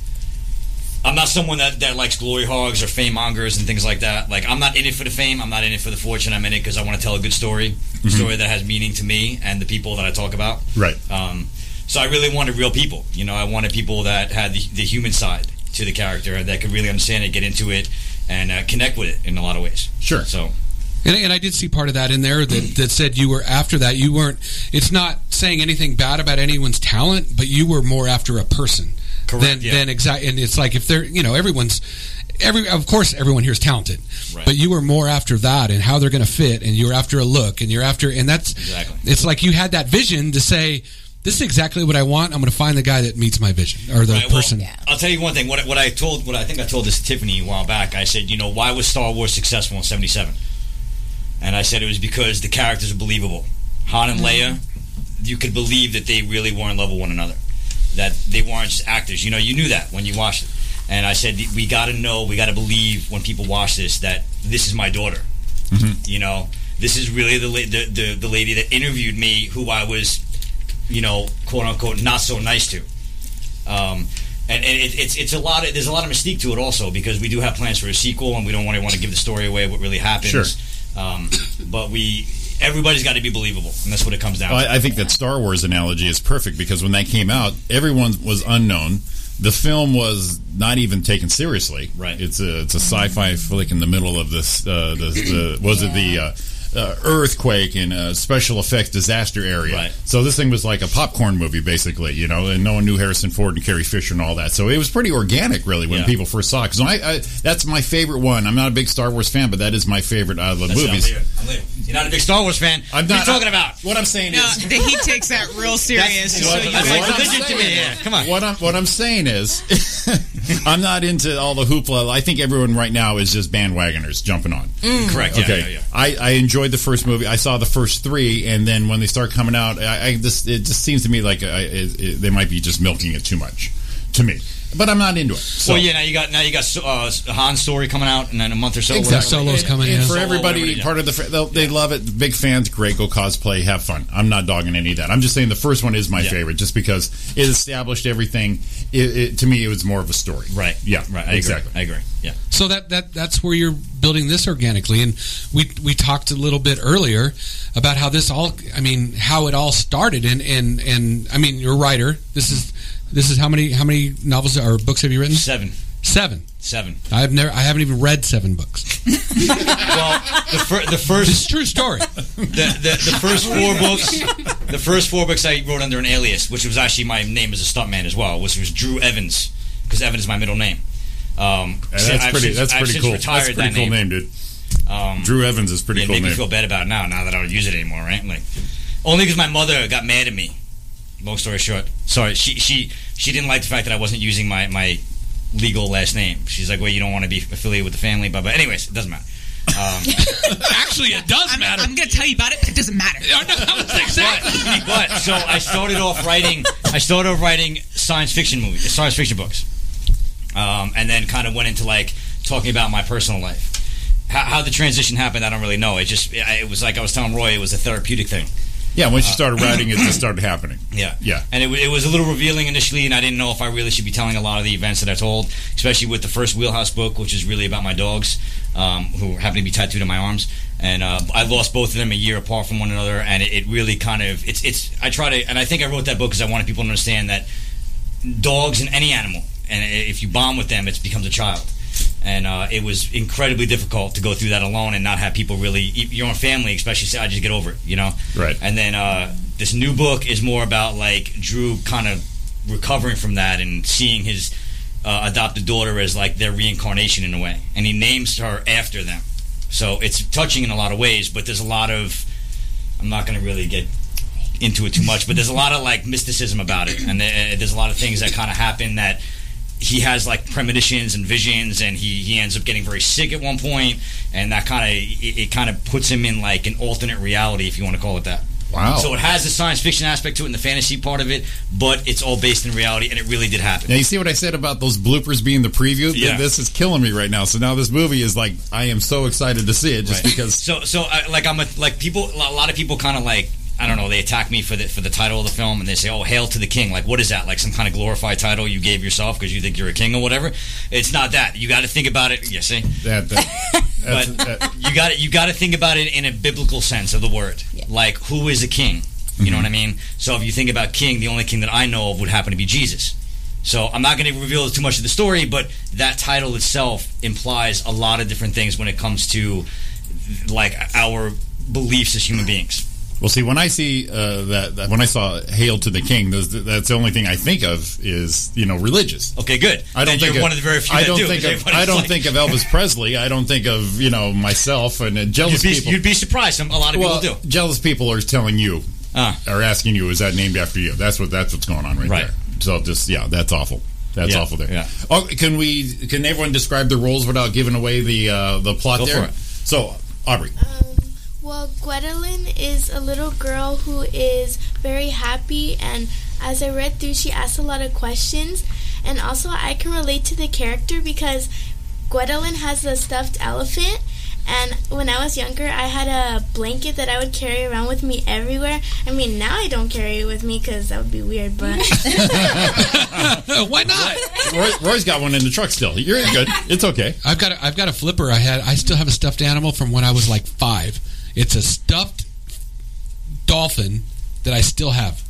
Speaker 5: I'm not someone that, that likes glory hogs or fame mongers and things like that. Like I'm not in it for the fame. I'm not in it for the fortune. I'm in it because I want to tell a good story, a story that has meaning to me and the people that I talk about.
Speaker 4: Mm-hmm. Right.
Speaker 5: Um, so I really wanted real people. You know, I wanted people that had the, the human side to the character that could really understand it, get into it, and uh, connect with it in a lot of ways.
Speaker 4: Sure.
Speaker 5: So
Speaker 1: And, and I did see part of that in there that, that said you were after that. You weren't. It's not saying anything bad about anyone's talent, but you were more after a person
Speaker 5: Correct,
Speaker 1: than
Speaker 5: yeah.
Speaker 1: than exact. And it's like if they're you know everyone's every of course everyone here is talented,
Speaker 5: Right.
Speaker 1: but you were more after that and how they're going to fit, and you're after a look, and you're after and that's
Speaker 5: Exactly.
Speaker 1: It's like you had that vision to say. This is exactly what I want. I'm going to find the guy that meets my vision or the
Speaker 5: Right, well,
Speaker 1: person.
Speaker 7: Yeah.
Speaker 5: I'll tell you one thing. What, what I told, what I think I told this to Tiffany a while back. I said, you know, why was Star Wars successful in '77? And I said it was because the characters were believable. Han and Leia, you could believe that they really were in love with one another. That they weren't just actors. You know, you knew that when you watched it. And I said, we got to know, we got to believe when people watch this that this is my daughter.
Speaker 4: Mm-hmm.
Speaker 5: You know, this is really the, la- the the the lady that interviewed me, who I was, you know, quote unquote, not so nice to. Um, and and it, it's it's a lot. Of, there's a lot of mystique to it also because we do have plans for a sequel, and we don't want to want to give the story away. What really happens?
Speaker 4: Sure.
Speaker 5: Um, but we everybody's got to be believable, and that's what it comes down to.
Speaker 4: Oh, I, I think that Star Wars analogy is perfect because when that came out, everyone was unknown. The film was not even taken seriously.
Speaker 5: Right.
Speaker 4: It's a it's a sci-fi flick in the middle of this. Uh, the, the was it the uh, uh, earthquake and uh, special effects disaster area.
Speaker 5: Right.
Speaker 4: So this thing was like a popcorn movie, basically. You know, and no one knew Harrison Ford and Carrie Fisher and all that. So it was pretty organic, really, when
Speaker 5: Yeah.
Speaker 4: people first saw it. Because I, I that's my favorite one. I'm not a big Star Wars fan, but that is my favorite out of the
Speaker 5: That's it. I'm
Speaker 4: movies.
Speaker 5: leaving. I'm leaving. You're not a big Star Wars fan.
Speaker 4: I'm
Speaker 5: What are
Speaker 4: not
Speaker 5: you talking about.
Speaker 4: What I'm saying
Speaker 9: No,
Speaker 4: is
Speaker 9: th- he takes [laughs] that real serious.
Speaker 5: That's-
Speaker 9: so you
Speaker 5: that's
Speaker 9: like
Speaker 5: what I'm
Speaker 9: religion to
Speaker 5: saying.
Speaker 9: me. Yeah, come on.
Speaker 4: What I'm what I'm saying is, [laughs] I'm not into all the hoopla. I think everyone right now is just bandwagoners jumping on.
Speaker 5: Correct. Yeah,
Speaker 4: Okay,
Speaker 5: yeah, yeah.
Speaker 4: I, I enjoyed the first movie. I saw the first three, and then when they start coming out, I, I just it just seems to me like I, it, it, they might be just milking it too much, to me. But I'm not into it. So
Speaker 5: well, yeah. Now you got now you got uh, Han's story coming out, and then a month or so.
Speaker 4: Exactly.
Speaker 5: whatever.
Speaker 1: Solo's coming
Speaker 4: And
Speaker 1: in.
Speaker 4: for
Speaker 5: Solo, whatever it
Speaker 4: everybody,
Speaker 5: is.
Speaker 4: part of the fr- they'll- they love it. Big fans, great. Go cosplay, have fun. I'm not dogging any of that. I'm just saying the first one is my
Speaker 5: Yeah.
Speaker 4: favorite, just because it established everything. It, it, to me, it was more of a story.
Speaker 5: Right.
Speaker 4: Yeah.
Speaker 5: Right. I
Speaker 4: exactly.
Speaker 5: Agree. I agree. Yeah.
Speaker 1: So that, that that's where you're building this organically, and we we talked a little bit earlier about how this all, I mean, how it all started, and and and I mean, you're a writer. This is this is how many how many novels or books have you written?
Speaker 5: Seven.
Speaker 1: Seven.
Speaker 5: Seven.
Speaker 1: I've never I haven't even read seven books.
Speaker 5: Well, the, fir- the
Speaker 1: It's
Speaker 5: first
Speaker 1: a true story.
Speaker 5: the, the, the first four books, the first four books I wrote under an alias, which was actually my name as a stuntman as well, which was Drew Evans, because Evans is my middle name. Um,
Speaker 4: And
Speaker 5: since-
Speaker 4: that's
Speaker 5: I've
Speaker 4: pretty.
Speaker 5: since-
Speaker 4: that's
Speaker 5: I've
Speaker 4: pretty
Speaker 5: since
Speaker 4: cool.
Speaker 5: Retired
Speaker 4: That's a pretty
Speaker 5: that
Speaker 4: cool
Speaker 5: name.
Speaker 4: name, dude.
Speaker 5: Um,
Speaker 4: Drew Evans is a pretty
Speaker 5: yeah, it
Speaker 4: cool
Speaker 5: made me
Speaker 4: name.
Speaker 5: feel bad about it now. Now that I don't use it anymore, right? Like, only because my mother got mad at me. Long story short, sorry. She she she didn't like the fact that I wasn't using my my legal last name. She's like, well, you don't want to be affiliated with the family, but but anyways, it doesn't matter. Um,
Speaker 1: Actually, it does
Speaker 9: I'm, I'm going to tell you about it, but it doesn't matter.
Speaker 5: but, but so I started off writing. I started off writing science fiction movies, science fiction books, um, and then kind of went into like talking about my personal life. How, how the transition happened, I don't really know. It just I- it was like I was telling Roy, it was a therapeutic thing.
Speaker 4: yeah.
Speaker 5: Uh,
Speaker 4: Once you started writing,
Speaker 5: [clears throat]
Speaker 4: it just started happening.
Speaker 5: Yeah,
Speaker 4: Yeah.
Speaker 5: And it, wa- it was a little revealing initially, and I didn't know if I really should be telling a lot of the events that I told, especially with the first Wheelhouse book, which is really about my dogs, um, who happen to be tattooed on my arms. And uh, I lost both of them a year apart from one another, and it, it really kind of it's it's I try to, and I think I wrote that book because I wanted people to understand that dogs and any animal, and i- if you bond with them, it becomes a child. And uh, it was incredibly difficult to go through that alone and not have people really your own family, especially say, "I just get over it," you know.
Speaker 4: Right.
Speaker 5: And then uh, this new book is more about like Drew kind of recovering from that and seeing his uh, adopted daughter as like their reincarnation in a way, and he names her after them. So it's touching in a lot of ways, but there's a lot of I'm not going to really get into it too much, but there's a lot of like mysticism about it, and there- there's a lot of things that kind of happen that he has like premonitions and visions, and he he ends up getting very sick at one point, and that kind of it, it kind of puts him in like an alternate reality, if you want to call it that.
Speaker 4: Wow.
Speaker 5: So it has the science fiction aspect to it and the fantasy part of it, but it's all based in reality, and it really did happen.
Speaker 4: Now you see what I said about those bloopers being the preview.
Speaker 5: Yeah.
Speaker 4: This is killing me right now. So now this movie is like I am so excited to see it just
Speaker 5: Right.
Speaker 4: because
Speaker 5: So, so I, like I'm a, like people. A lot of people kind of like I don't know. They attack me for the for the title of the film, and they say, "Oh, hail to the king!" Like, what is that? Like some kind of glorified title you gave yourself because you think you're a king or whatever. It's not that. You got to think about it. You see, [laughs]
Speaker 4: that, that, that's,
Speaker 5: But-
Speaker 4: that-
Speaker 5: [laughs] you got to you got to think about it in a biblical sense of the word. Like, who is a king? You
Speaker 4: Mm-hmm.
Speaker 5: know what I mean? So, if you think about king, the only king that I know of would happen to be Jesus. So, I'm not going to reveal too much of the story, but that title itself implies a lot of different things when it comes to like our beliefs as human beings.
Speaker 4: well, see when I see uh, that, that when I saw "Hail to the King," those, that's the only thing I think of is you know religious.
Speaker 5: Okay, good.
Speaker 4: I don't
Speaker 5: Then
Speaker 4: think
Speaker 5: you're
Speaker 4: of,
Speaker 5: one of the very few
Speaker 4: I
Speaker 5: that
Speaker 4: don't
Speaker 5: do,
Speaker 4: think
Speaker 5: 'cause
Speaker 4: of,
Speaker 5: everybody's
Speaker 4: I don't
Speaker 5: like-
Speaker 4: think of Elvis Presley. I don't think of you know myself and uh, jealous
Speaker 5: You'd be,
Speaker 4: people.
Speaker 5: you'd be surprised. Some, a lot of
Speaker 4: well,
Speaker 5: people do.
Speaker 4: jealous people are telling you
Speaker 5: Ah.
Speaker 4: are asking you is that named after you? That's what that's what's going on right,
Speaker 5: Right.
Speaker 4: there. So just yeah, that's awful. That's
Speaker 5: Yeah,
Speaker 4: awful there.
Speaker 5: yeah.
Speaker 4: Oh, can we? Can everyone describe the roles without giving away the uh, the plot
Speaker 5: Go
Speaker 4: there?
Speaker 5: for it.
Speaker 4: So Aubrey,
Speaker 6: Um, well, Gwendolyn is a little girl who is very happy, and as I read through, she asks a lot of questions. And also, I can relate to the character because Gwendolyn has a stuffed elephant. And when I was younger, I had a blanket that I would carry around with me everywhere. I mean, now I don't carry it with me because that would be weird, but.
Speaker 1: [laughs] Why not?
Speaker 4: Roy, Roy's got one in the truck still. You're good. It's okay.
Speaker 1: I've got a, I've got a flipper. I had I still have a stuffed animal from when I was like five. It's a stuffed dolphin that I still have.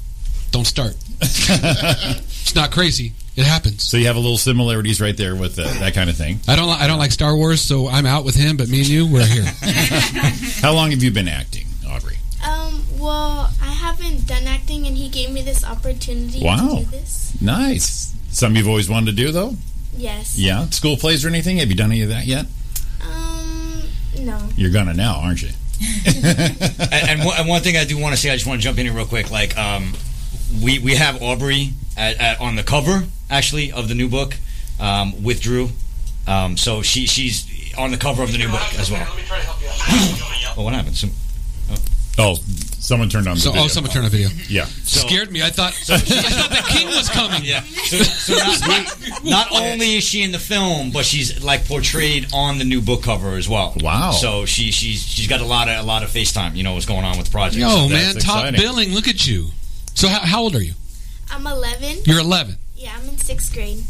Speaker 1: Don't start. it's not crazy. It happens.
Speaker 4: So you have a little similarities right there with uh, that kind of
Speaker 6: [laughs]
Speaker 4: thing.
Speaker 1: I don't li- I don't like Star Wars, so I'm out with him. But me and you, we're
Speaker 5: [laughs]
Speaker 1: here.
Speaker 4: How long have you been acting, Aubrey?
Speaker 6: Um, well, I haven't done acting, and he gave me this opportunity
Speaker 4: Wow.
Speaker 6: to do this.
Speaker 4: Nice. Something you've always wanted to do though.
Speaker 6: Yes.
Speaker 4: Yeah. School plays or anything? Have you done any of that yet?
Speaker 6: Um, no.
Speaker 4: You're gonna now, aren't you?
Speaker 5: and, and, one, and one thing I do want to say, I just want to jump in here real quick. Like, um, we we have Aubrey at, at, on the cover actually of the new book um, with Drew. Um, so she she's on the cover of the new book as well.
Speaker 10: me try to help you out.
Speaker 5: Well, what happened? So,
Speaker 4: Oh, someone turned on. The
Speaker 1: So
Speaker 4: video.
Speaker 1: oh, someone turn a video.
Speaker 4: Yeah.
Speaker 5: so-
Speaker 1: Scared me. I thought [laughs] I thought the king was coming.
Speaker 5: Yeah. So,
Speaker 1: [laughs]
Speaker 5: so not, not, not only is she in the film, but she's like portrayed on the new book cover as well.
Speaker 4: Wow.
Speaker 5: So she she's she's got a lot of a lot of FaceTime. You know what's going on with the project.
Speaker 1: Yo, man, top
Speaker 4: exciting.
Speaker 1: billing. Look at you. So how, how old are you?
Speaker 6: I'm 11.
Speaker 1: You're 11.
Speaker 6: Yeah, I'm in sixth grade.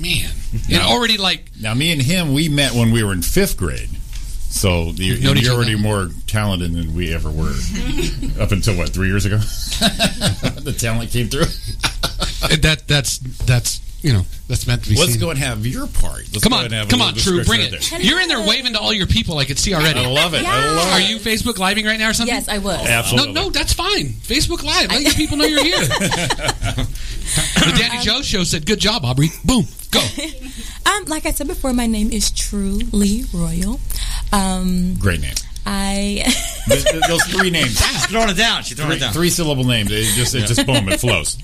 Speaker 1: Man, and already like
Speaker 4: Now, me and him, we met when we were in fifth grade. So you,
Speaker 1: Known each
Speaker 4: you're already
Speaker 1: other.
Speaker 4: more talented than we ever
Speaker 1: [laughs]
Speaker 4: were. Up until what, three years ago? the talent came
Speaker 1: [laughs]
Speaker 4: through.
Speaker 1: that. That's that's you know that's meant to be.
Speaker 4: Let's
Speaker 1: seen.
Speaker 4: go and have your part. Let's
Speaker 1: Come
Speaker 4: go
Speaker 1: on,
Speaker 4: and have a
Speaker 1: come
Speaker 4: little
Speaker 1: on, True,
Speaker 4: description
Speaker 1: bring
Speaker 4: right
Speaker 1: it.
Speaker 4: there.
Speaker 1: [laughs] You're in there waving to all your people like it's see already.
Speaker 4: I love it. I love
Speaker 1: Are you Facebook living right now or something?
Speaker 7: Yes, I was.
Speaker 1: No,
Speaker 4: Absolutely.
Speaker 1: no, that's fine. Facebook Live. Let your people know you're
Speaker 4: [laughs]
Speaker 1: here. the Danny Joe Show said, "Good job, Aubrey." Boom, go.
Speaker 7: Um, like I said before, my name is Truly Royal. Um,
Speaker 4: Great name.
Speaker 7: I
Speaker 4: Th- th- Those three names.
Speaker 5: She's throwing it down. She's throwing
Speaker 4: Three,
Speaker 5: it down.
Speaker 4: three syllable names. It just, it just boom,
Speaker 1: [laughs]
Speaker 4: it flows.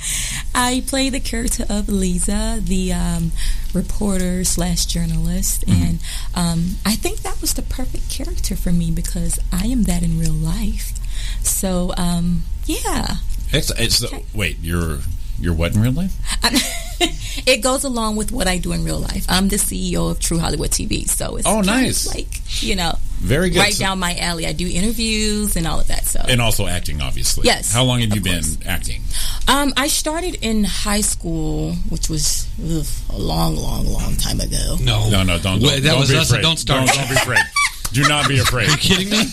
Speaker 7: [laughs] I play the character of Lisa, the um, reporter slash journalist, and um, I think that was the perfect character for me because I am that in real life. So um, yeah,
Speaker 4: It's, it's,
Speaker 1: uh,
Speaker 4: wait, you're you're what in real life?
Speaker 7: it goes along with what I do in real life. I'm the CEO of True Hollywood TV, so it's
Speaker 4: Oh,
Speaker 7: kind of
Speaker 4: nice.
Speaker 7: like you know,
Speaker 4: Very good.
Speaker 7: right
Speaker 4: So-
Speaker 7: down my alley. I do interviews and all of that. So
Speaker 4: And also acting, obviously.
Speaker 7: Yes,
Speaker 4: How long have
Speaker 7: of
Speaker 4: you been
Speaker 7: course.
Speaker 4: acting?
Speaker 7: Um, I started in high school, which was ugh, a long, long, long time ago.
Speaker 1: No,
Speaker 4: No, no, don't.
Speaker 1: Wait,
Speaker 4: don't-
Speaker 1: that
Speaker 4: don't
Speaker 1: was
Speaker 4: be
Speaker 1: us.
Speaker 4: Afraid.
Speaker 1: Don't start.
Speaker 4: Don't, don't
Speaker 1: [laughs]
Speaker 4: be afraid. Do not be afraid.
Speaker 1: Are you kidding me?
Speaker 4: [laughs]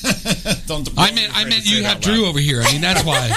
Speaker 4: Don't- don't
Speaker 1: I
Speaker 4: be
Speaker 1: meant I
Speaker 4: afraid
Speaker 1: meant
Speaker 4: to say
Speaker 1: you
Speaker 4: it
Speaker 1: have
Speaker 4: out loud.
Speaker 1: Drew over here. I mean that's
Speaker 4: [laughs]
Speaker 1: why,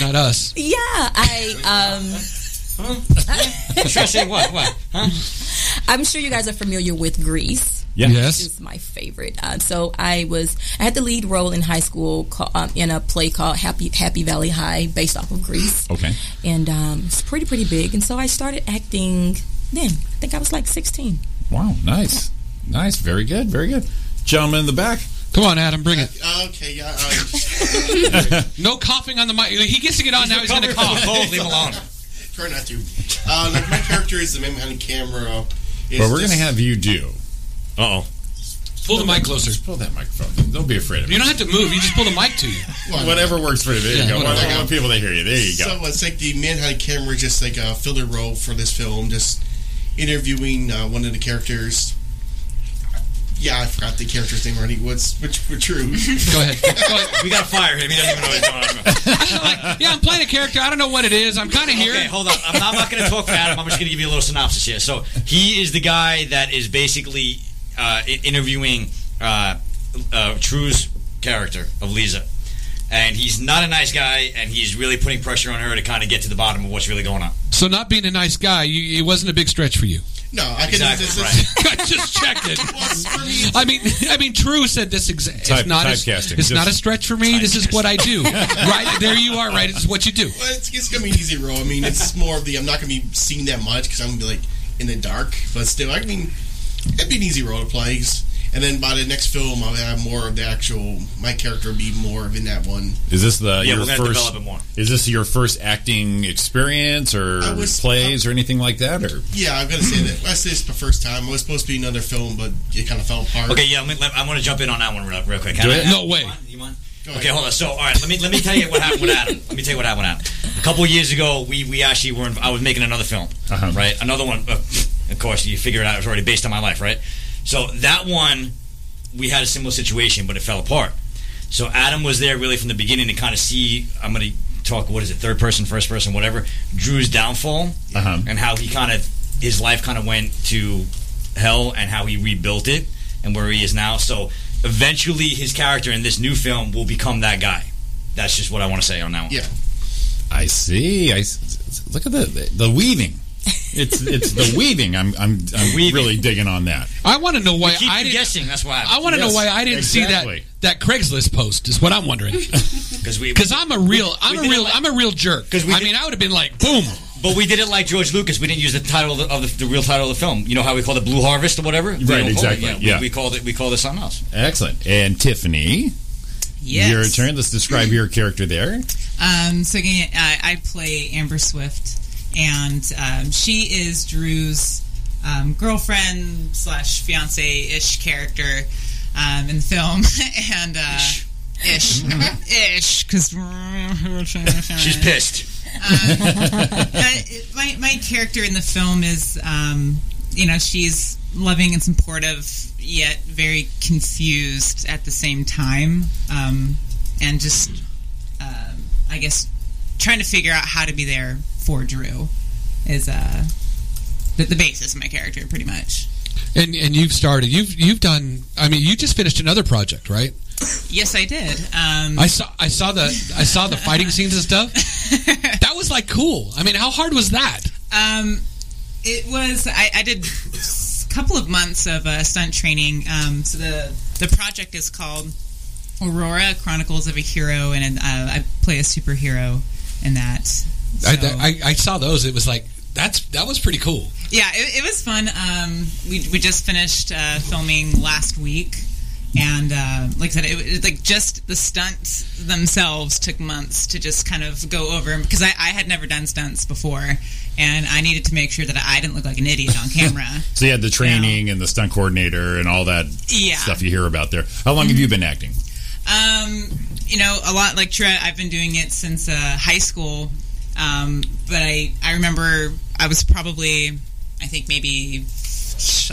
Speaker 1: not us.
Speaker 7: Yeah, I um,
Speaker 5: Should I say what? What? Huh?
Speaker 7: [laughs] I'm sure you guys are familiar with Grease.
Speaker 4: Yeah.
Speaker 1: Yes.
Speaker 7: Is my favorite. Uh, so I was I had the lead role in high school ca- um, in a play called Happy Happy Valley High, based off of Grease,
Speaker 4: Okay.
Speaker 7: and um, it's pretty pretty big. And so I started acting then. I think I was like 16.
Speaker 4: Wow. Nice. Nice. Very good. Very good. Gentleman in the back.
Speaker 1: Come on, Adam, bring it.
Speaker 8: Okay, yeah. I,
Speaker 1: [laughs] No coughing on the mic. He gets to get on now. He's going to
Speaker 5: Cover from a
Speaker 1: cough.
Speaker 5: cold, leave him alone.
Speaker 8: [laughs] Try not to. Uh, like my character is the man behind the camera. Is
Speaker 4: But we're
Speaker 8: just-
Speaker 4: gonna have you do.
Speaker 5: Uh oh.
Speaker 1: Pull the mic closer.
Speaker 4: Just pull that microphone. Don't be afraid of
Speaker 1: You
Speaker 4: it.
Speaker 1: don't have to move. You just pull the mic to you.
Speaker 4: Whatever works for you. There
Speaker 1: Yeah,
Speaker 4: you go.
Speaker 1: whatever.
Speaker 4: Whatever. want people to hear you. There you
Speaker 8: So uh,
Speaker 4: go.
Speaker 8: it's like the Manhunt camera, just like a filler role for this film, just interviewing uh, one of the characters. Yeah, I forgot the character's name already. What's which? Which true?
Speaker 1: Go
Speaker 8: [laughs]
Speaker 1: ahead. Go ahead.
Speaker 5: We gotta fire him. He doesn't even know what's going on.
Speaker 1: Like, yeah, [laughs] I'm playing a character. I don't know what it is. I'm kind of here.
Speaker 5: Okay, hold on. I'm not, I'm not going to talk for Adam. I'm just going to give you a little synopsis here. So he is the guy that is basically uh, i- interviewing uh, uh, True's character of Lisa, and he's not a nice guy, and he's really putting pressure on her to kind of get to the bottom of what's really going on.
Speaker 1: So not being a nice guy, you, it wasn't a big stretch for you.
Speaker 8: No, I can.
Speaker 5: Exactly
Speaker 8: this,
Speaker 5: right.
Speaker 1: I just checked it.
Speaker 8: this- for me,
Speaker 1: I mean, I mean, True said this. Exa-
Speaker 4: Type-
Speaker 1: it's not a,
Speaker 4: typecasting.
Speaker 1: It's not a
Speaker 4: Just-
Speaker 1: stretch for me. This is what I do. [laughs] right there, you are. Right, it's what you do.
Speaker 8: well, it's, it's gonna be an easy role. I mean, it's more of the I'm not gonna be seeing that much because I'm gonna be like in the dark. But still, I mean, it'd be an easy role to play. And then by the next film, I'll have more of the actual. My character will be more of in that one.
Speaker 4: Is this
Speaker 5: Yeah,
Speaker 4: the your
Speaker 5: we're going to
Speaker 4: first?
Speaker 5: develop it more.
Speaker 4: Is this your first acting experience or
Speaker 8: I was-
Speaker 4: plays or anything like that? Or
Speaker 8: Yeah, I'm gonna say that. I say it's the first time. It was supposed to be another film, but it kind of fell apart.
Speaker 5: Okay, yeah, let me, let, I want to jump in on that one real, real quick. Can
Speaker 4: Do
Speaker 5: I-
Speaker 4: it.
Speaker 1: No way.
Speaker 5: You mind? You mind?
Speaker 8: Go
Speaker 5: Okay,
Speaker 8: ahead.
Speaker 5: hold on. So, all right, let me let me tell you what happened with Adam. Let me tell you what happened with Adam. A couple of years ago, we we actually were. In, I was making another film,
Speaker 4: Uh-huh.
Speaker 5: right? Another one. Uh, of course, you figure it out. It was already based on my life, right? So that one, we had a similar situation, but it fell apart. So Adam was there really from the beginning to kind of see. I'm going to talk. What is it? Third person, first person, whatever. Drew's downfall
Speaker 4: Uh-huh.
Speaker 5: and how he kind of his life kind of went to hell and how he rebuilt it and where he is now. So eventually, his character in this new film will become that guy. That's just what I want to say on that one.
Speaker 8: Yeah.
Speaker 4: I see. I s- look at the the weaving. It's it's the weaving. I'm I'm, I'm
Speaker 5: Weaving.
Speaker 4: really digging on that.
Speaker 1: I want to know why
Speaker 5: Keep
Speaker 1: I
Speaker 5: you
Speaker 1: didn't.
Speaker 5: guessing. That's why
Speaker 1: I want to know
Speaker 4: Yes,
Speaker 1: why I didn't
Speaker 4: exactly.
Speaker 1: see that that Craigslist post. Is what I'm wondering.
Speaker 5: because we
Speaker 1: Because I'm a real, I'm
Speaker 5: We
Speaker 1: a
Speaker 5: did it
Speaker 1: real,
Speaker 5: like-
Speaker 1: I'm a real jerk.
Speaker 5: 'Cause we
Speaker 1: I
Speaker 5: did-
Speaker 1: mean, I would have been like, boom.
Speaker 5: but we did it like George Lucas. We didn't use the title of the, of the, the real title of the film. You know how we call it Blue Harvest or whatever. We don't call it-
Speaker 4: exactly,
Speaker 5: Yeah, we-
Speaker 4: yeah.
Speaker 5: We, called it. We called it something else.
Speaker 4: Excellent. And Tiffany,
Speaker 9: Yes.
Speaker 4: your turn. Let's describe your character there.
Speaker 9: Um, so again, I, I play Amber Swift, and um, she is Drew's um, girlfriend slash fiance ish character um, in the film, [laughs] and uh, ish [laughs] Mm-hmm. ish [laughs] because
Speaker 5: She's
Speaker 9: she's
Speaker 5: pissed.
Speaker 9: Um, uh, [laughs] my, my character in the film is, um, you know, she's loving and supportive, yet very confused at the same time, um, and just, um I guess, trying to figure out how to be there for Drew is uh, the, the basis of my character, pretty much.
Speaker 1: And and you've started. You've you've done. I mean, you just finished another project, right?
Speaker 9: Yes, I did. Um,
Speaker 1: I saw I saw the I saw the fighting scenes and stuff. That was like cool. I mean, how hard was that?
Speaker 9: Um, it was. I, I did a couple of months of uh, stunt training. Um, so the the project is called Aurora Chronicles of a Hero, and uh, I play a superhero in that. So,
Speaker 1: I, I I saw those. It was like that's that was pretty cool.
Speaker 9: yeah, it, it was fun. Um, we we just finished uh, filming last week. And uh, like I said, it, it like just the stunts themselves took months to just kind of go over because I, I had never done stunts before, and I needed to make sure that I didn't look like an idiot on camera.
Speaker 4: So you had the training and the stunt coordinator and all that
Speaker 9: Yeah.
Speaker 4: stuff you hear about there. How long have you been acting?
Speaker 9: Um, you know, a lot like Trent, I've been doing it since uh, high school. Um, but I, I remember I was probably, I think maybe,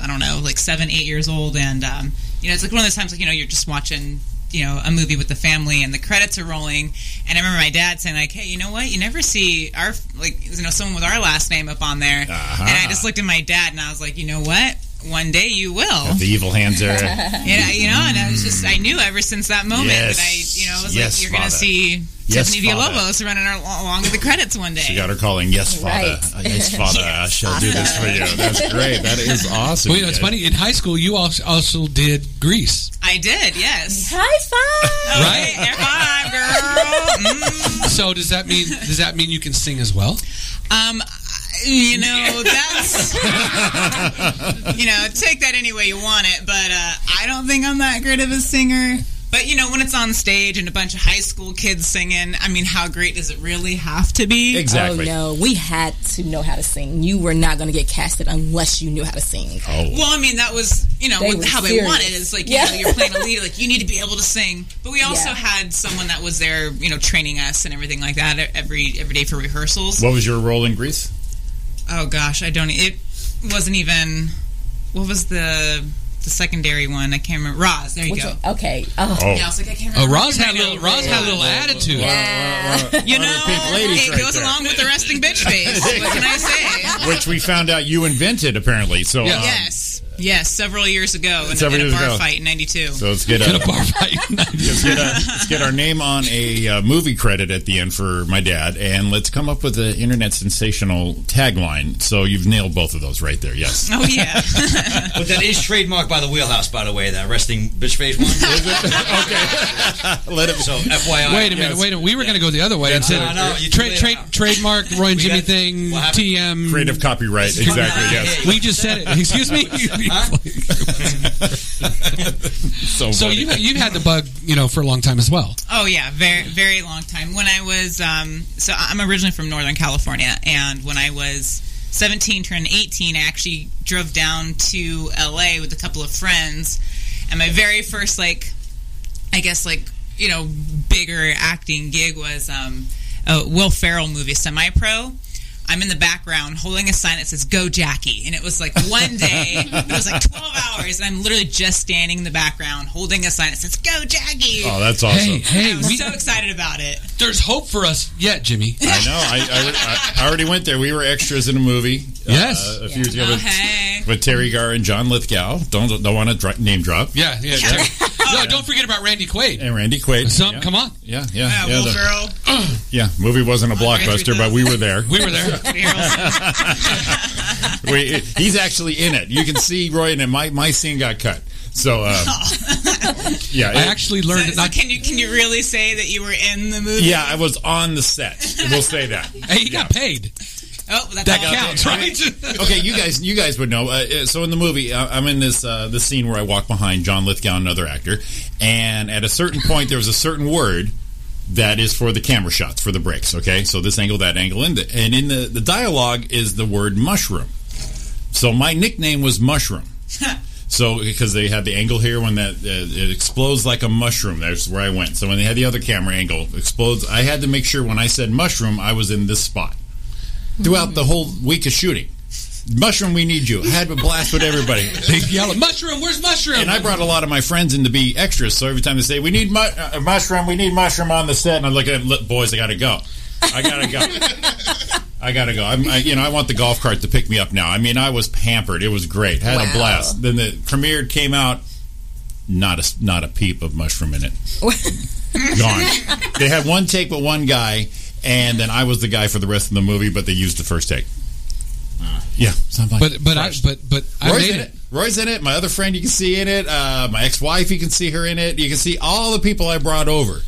Speaker 9: I don't know, like seven, eight years old. And, um, you know, it's like one of those times, like, you know, you're just watching, you know, a movie with the family and the credits are rolling. And I remember my dad saying, like, hey, you know what? You never see our, like, you know, someone with our last name up on there.
Speaker 4: Uh-huh.
Speaker 9: And I just looked at my dad and I was like, you know what? One day you will.
Speaker 4: The evil hands are.
Speaker 9: [laughs] Yeah, you know, and I was just, I knew ever since that moment
Speaker 4: Yes.
Speaker 9: that I, you know, I was
Speaker 4: Yes,
Speaker 9: like, you're going to
Speaker 4: Father.
Speaker 9: see
Speaker 4: Yes,
Speaker 9: Tiffany
Speaker 4: Father.
Speaker 9: Villalobos running ar- along with the credits one day.
Speaker 4: She got her calling. Yes, father.
Speaker 7: Right.
Speaker 4: Uh,
Speaker 1: [laughs]
Speaker 4: Yes, father. I shall do this for you. That's great. That is awesome.
Speaker 1: Well, you know, it's
Speaker 4: guys.
Speaker 1: funny. In high school, you also also did Grease.
Speaker 9: I did, yes.
Speaker 7: High five!
Speaker 1: Right?
Speaker 9: Okay, [laughs] air five, girl. Mm.
Speaker 1: So does that mean does that mean you can sing as well?
Speaker 9: Um, you know,
Speaker 4: [laughs]
Speaker 9: that's, you know, take that any way you want it, but uh, I don't think I'm that great of a singer. But you know, when it's on stage and a bunch of high school kids singing, I mean, how great does it really have to be?
Speaker 4: Exactly.
Speaker 7: Oh no, we had to know how to sing. You were not going to get casted unless you knew how to sing.
Speaker 4: Oh.
Speaker 9: Well, I mean, that was you know
Speaker 7: They
Speaker 9: what-
Speaker 7: were
Speaker 9: how they
Speaker 7: serious.
Speaker 9: wanted. It's like you
Speaker 7: Yeah.
Speaker 9: know, you're playing a lead, like you need to be able to sing. But we also
Speaker 7: Yeah.
Speaker 9: had someone that was there, you know, training us and everything like that every every day for rehearsals.
Speaker 4: What was your role in Greece?
Speaker 9: Oh gosh, I don't. It wasn't even. What was the the secondary one? I can't remember. Roz, there you
Speaker 7: Which
Speaker 9: go.
Speaker 7: one- okay. Oh,
Speaker 4: Oh.
Speaker 9: Yeah, I was like, I can't
Speaker 1: Oh,
Speaker 9: remember.
Speaker 1: Roz had a
Speaker 9: right
Speaker 1: little,
Speaker 9: now.
Speaker 1: Roz had a little attitude.
Speaker 9: You know,
Speaker 4: ladies
Speaker 9: it
Speaker 4: right
Speaker 9: goes
Speaker 4: there.
Speaker 9: along with the resting bitch face. what can
Speaker 4: [laughs]
Speaker 9: I say?
Speaker 4: Which we found out you invented, apparently. So, um,
Speaker 9: yes, yes, several years ago in,
Speaker 4: Several
Speaker 9: in a
Speaker 4: years
Speaker 9: bar
Speaker 4: ago.
Speaker 9: fight in '92.
Speaker 4: so let's get
Speaker 1: In a
Speaker 4: a,
Speaker 1: bar fight.
Speaker 4: let's get, a, let's get our name on a uh, movie credit at the end for my dad, and let's come up with an internet sensational tagline. So you've nailed both of those right there. Yes.
Speaker 9: oh yeah.
Speaker 5: But that is trademarked by the wheelhouse, by the way, that resting bitch face
Speaker 4: [laughs]
Speaker 5: one.
Speaker 4: Let it.
Speaker 5: [laughs] so, FYI.
Speaker 1: Wait a minute, wait a minute. We were going to go the other way and said
Speaker 5: no, no, you
Speaker 1: tra-
Speaker 5: do it
Speaker 1: tra-
Speaker 5: now.
Speaker 1: trademark Roy and
Speaker 5: We
Speaker 1: Jimmy
Speaker 5: got-
Speaker 1: thing,
Speaker 5: what happened?
Speaker 1: TM.
Speaker 4: Creative copyright. Exactly. Yes.
Speaker 1: We just said it. Excuse me.
Speaker 4: [laughs] So,
Speaker 1: so
Speaker 4: funny.
Speaker 1: you you've had the bug, you know, for a long time as well.
Speaker 9: Oh yeah, very very long time. When I was um, so I- I'm originally from Northern California, and when I was 17, turned 18, I actually drove down to LA with a couple of friends, and my very first like, I guess like you know bigger acting gig was um, a Will Ferrell movie, Semi Pro. I'm in the background holding a sign that says "Go Jackie," and it was like one day, it was like 12 hours, and I'm literally just standing in the background holding a sign that says "Go Jackie."
Speaker 4: Oh, that's
Speaker 1: Hey,
Speaker 4: awesome.
Speaker 1: hey,
Speaker 9: I'm
Speaker 1: we,
Speaker 9: so excited about
Speaker 4: [laughs]
Speaker 9: it.
Speaker 1: there's hope for us yet, Jimmy.
Speaker 4: I know. I, I, I already went there. We were extras in a movie.
Speaker 1: Yes.
Speaker 4: Uh, a few years ago.
Speaker 9: Oh,
Speaker 4: with-
Speaker 9: hey.
Speaker 4: With Terry Garr and John Lithgow. Don't don't want to dr- name drop.
Speaker 1: Yeah, yeah. No, don't forget about Randy Quaid.
Speaker 4: And Randy Quaid.
Speaker 1: Some,
Speaker 4: yeah.
Speaker 1: come on,
Speaker 4: Yeah, yeah,
Speaker 9: Uh,
Speaker 4: yeah.
Speaker 9: Will
Speaker 4: the-
Speaker 9: Ferrell.
Speaker 4: yeah, movie wasn't a
Speaker 9: Andre
Speaker 4: blockbuster, but we were there.
Speaker 1: [clears throat] we were there.
Speaker 4: [laughs] we, he's actually in it. You can see Roy in it. My my scene got cut. So
Speaker 9: [laughs]
Speaker 4: uh, yeah,
Speaker 1: I
Speaker 4: it-
Speaker 1: actually learned that
Speaker 9: So
Speaker 1: not.
Speaker 9: can you can you really say that you were in the movie?
Speaker 4: yeah, I was on the set. We'll say that.
Speaker 1: Hey, he got paid.
Speaker 9: Oh, that's
Speaker 1: That
Speaker 9: all.
Speaker 1: counts, right?
Speaker 4: [laughs] okay, you guys, you guys would know. Uh, uh, so in the movie, uh, I'm in this uh, this scene where I walk behind John Lithgow, another actor, and at a certain point, there was a certain word that is for the camera shots for the breaks. Okay, so this angle, that angle, and the, and in the the dialogue is the word mushroom. So my nickname was mushroom. So, because they had the angle here when that uh, it explodes like a mushroom, that's where I went. So when they had the other camera angle explodes, I had to make sure when I said mushroom, I was in this spot throughout the whole week of shooting. Mushroom, we need you. I had a blast with everybody.
Speaker 1: They yell, "Mushroom, where's mushroom?"
Speaker 4: And I brought a lot of my friends in to be extras, so every time they say, we need mu- uh, mushroom, we need mushroom on the set, and I look at them, look, boys, I gotta go. I gotta go. I gotta go. I'm, I, you know, I want the golf cart to pick me up now. I mean, I was pampered. It was great. Had a
Speaker 7: Wow.
Speaker 4: blast. Then the premiere came out. Not a not a peep of mushroom in it. Gone. They had one take, but one guy, and then I was the guy for the rest of the movie. But they used the first take. Yeah, so I'm
Speaker 1: [laughs]
Speaker 4: like,
Speaker 1: but but I
Speaker 4: crushed.
Speaker 1: but but Uh, I
Speaker 4: Roy's
Speaker 1: made
Speaker 4: in
Speaker 1: it.
Speaker 4: it. Roy's in it. My other friend, you can see in it. Uh, my ex-wife, you can see her in it. You can see all the people I
Speaker 1: [laughs]
Speaker 4: brought over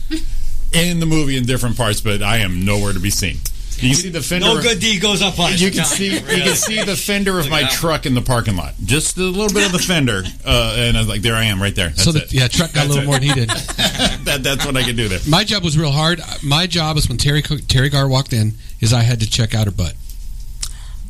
Speaker 4: in the movie in different parts, but I am nowhere to be seen. You can see the fender.
Speaker 5: No good deed goes up on us,
Speaker 4: You
Speaker 5: I'm
Speaker 4: can
Speaker 5: telling
Speaker 4: see you
Speaker 5: really.
Speaker 4: can see the fender of
Speaker 5: Look
Speaker 4: my
Speaker 5: at that
Speaker 4: truck in the parking lot. Just a little bit of the
Speaker 1: [laughs]
Speaker 4: fender, uh, and I was like, "There I am, right there." That's
Speaker 1: So the,
Speaker 4: it.
Speaker 1: yeah, truck got a
Speaker 4: That's
Speaker 1: little
Speaker 4: it.
Speaker 1: more than he did.
Speaker 4: [laughs] that, that's what I could do there.
Speaker 1: My job was real hard. My job was when Terry Cook- Terry Gar walked in, is I had to check out her butt.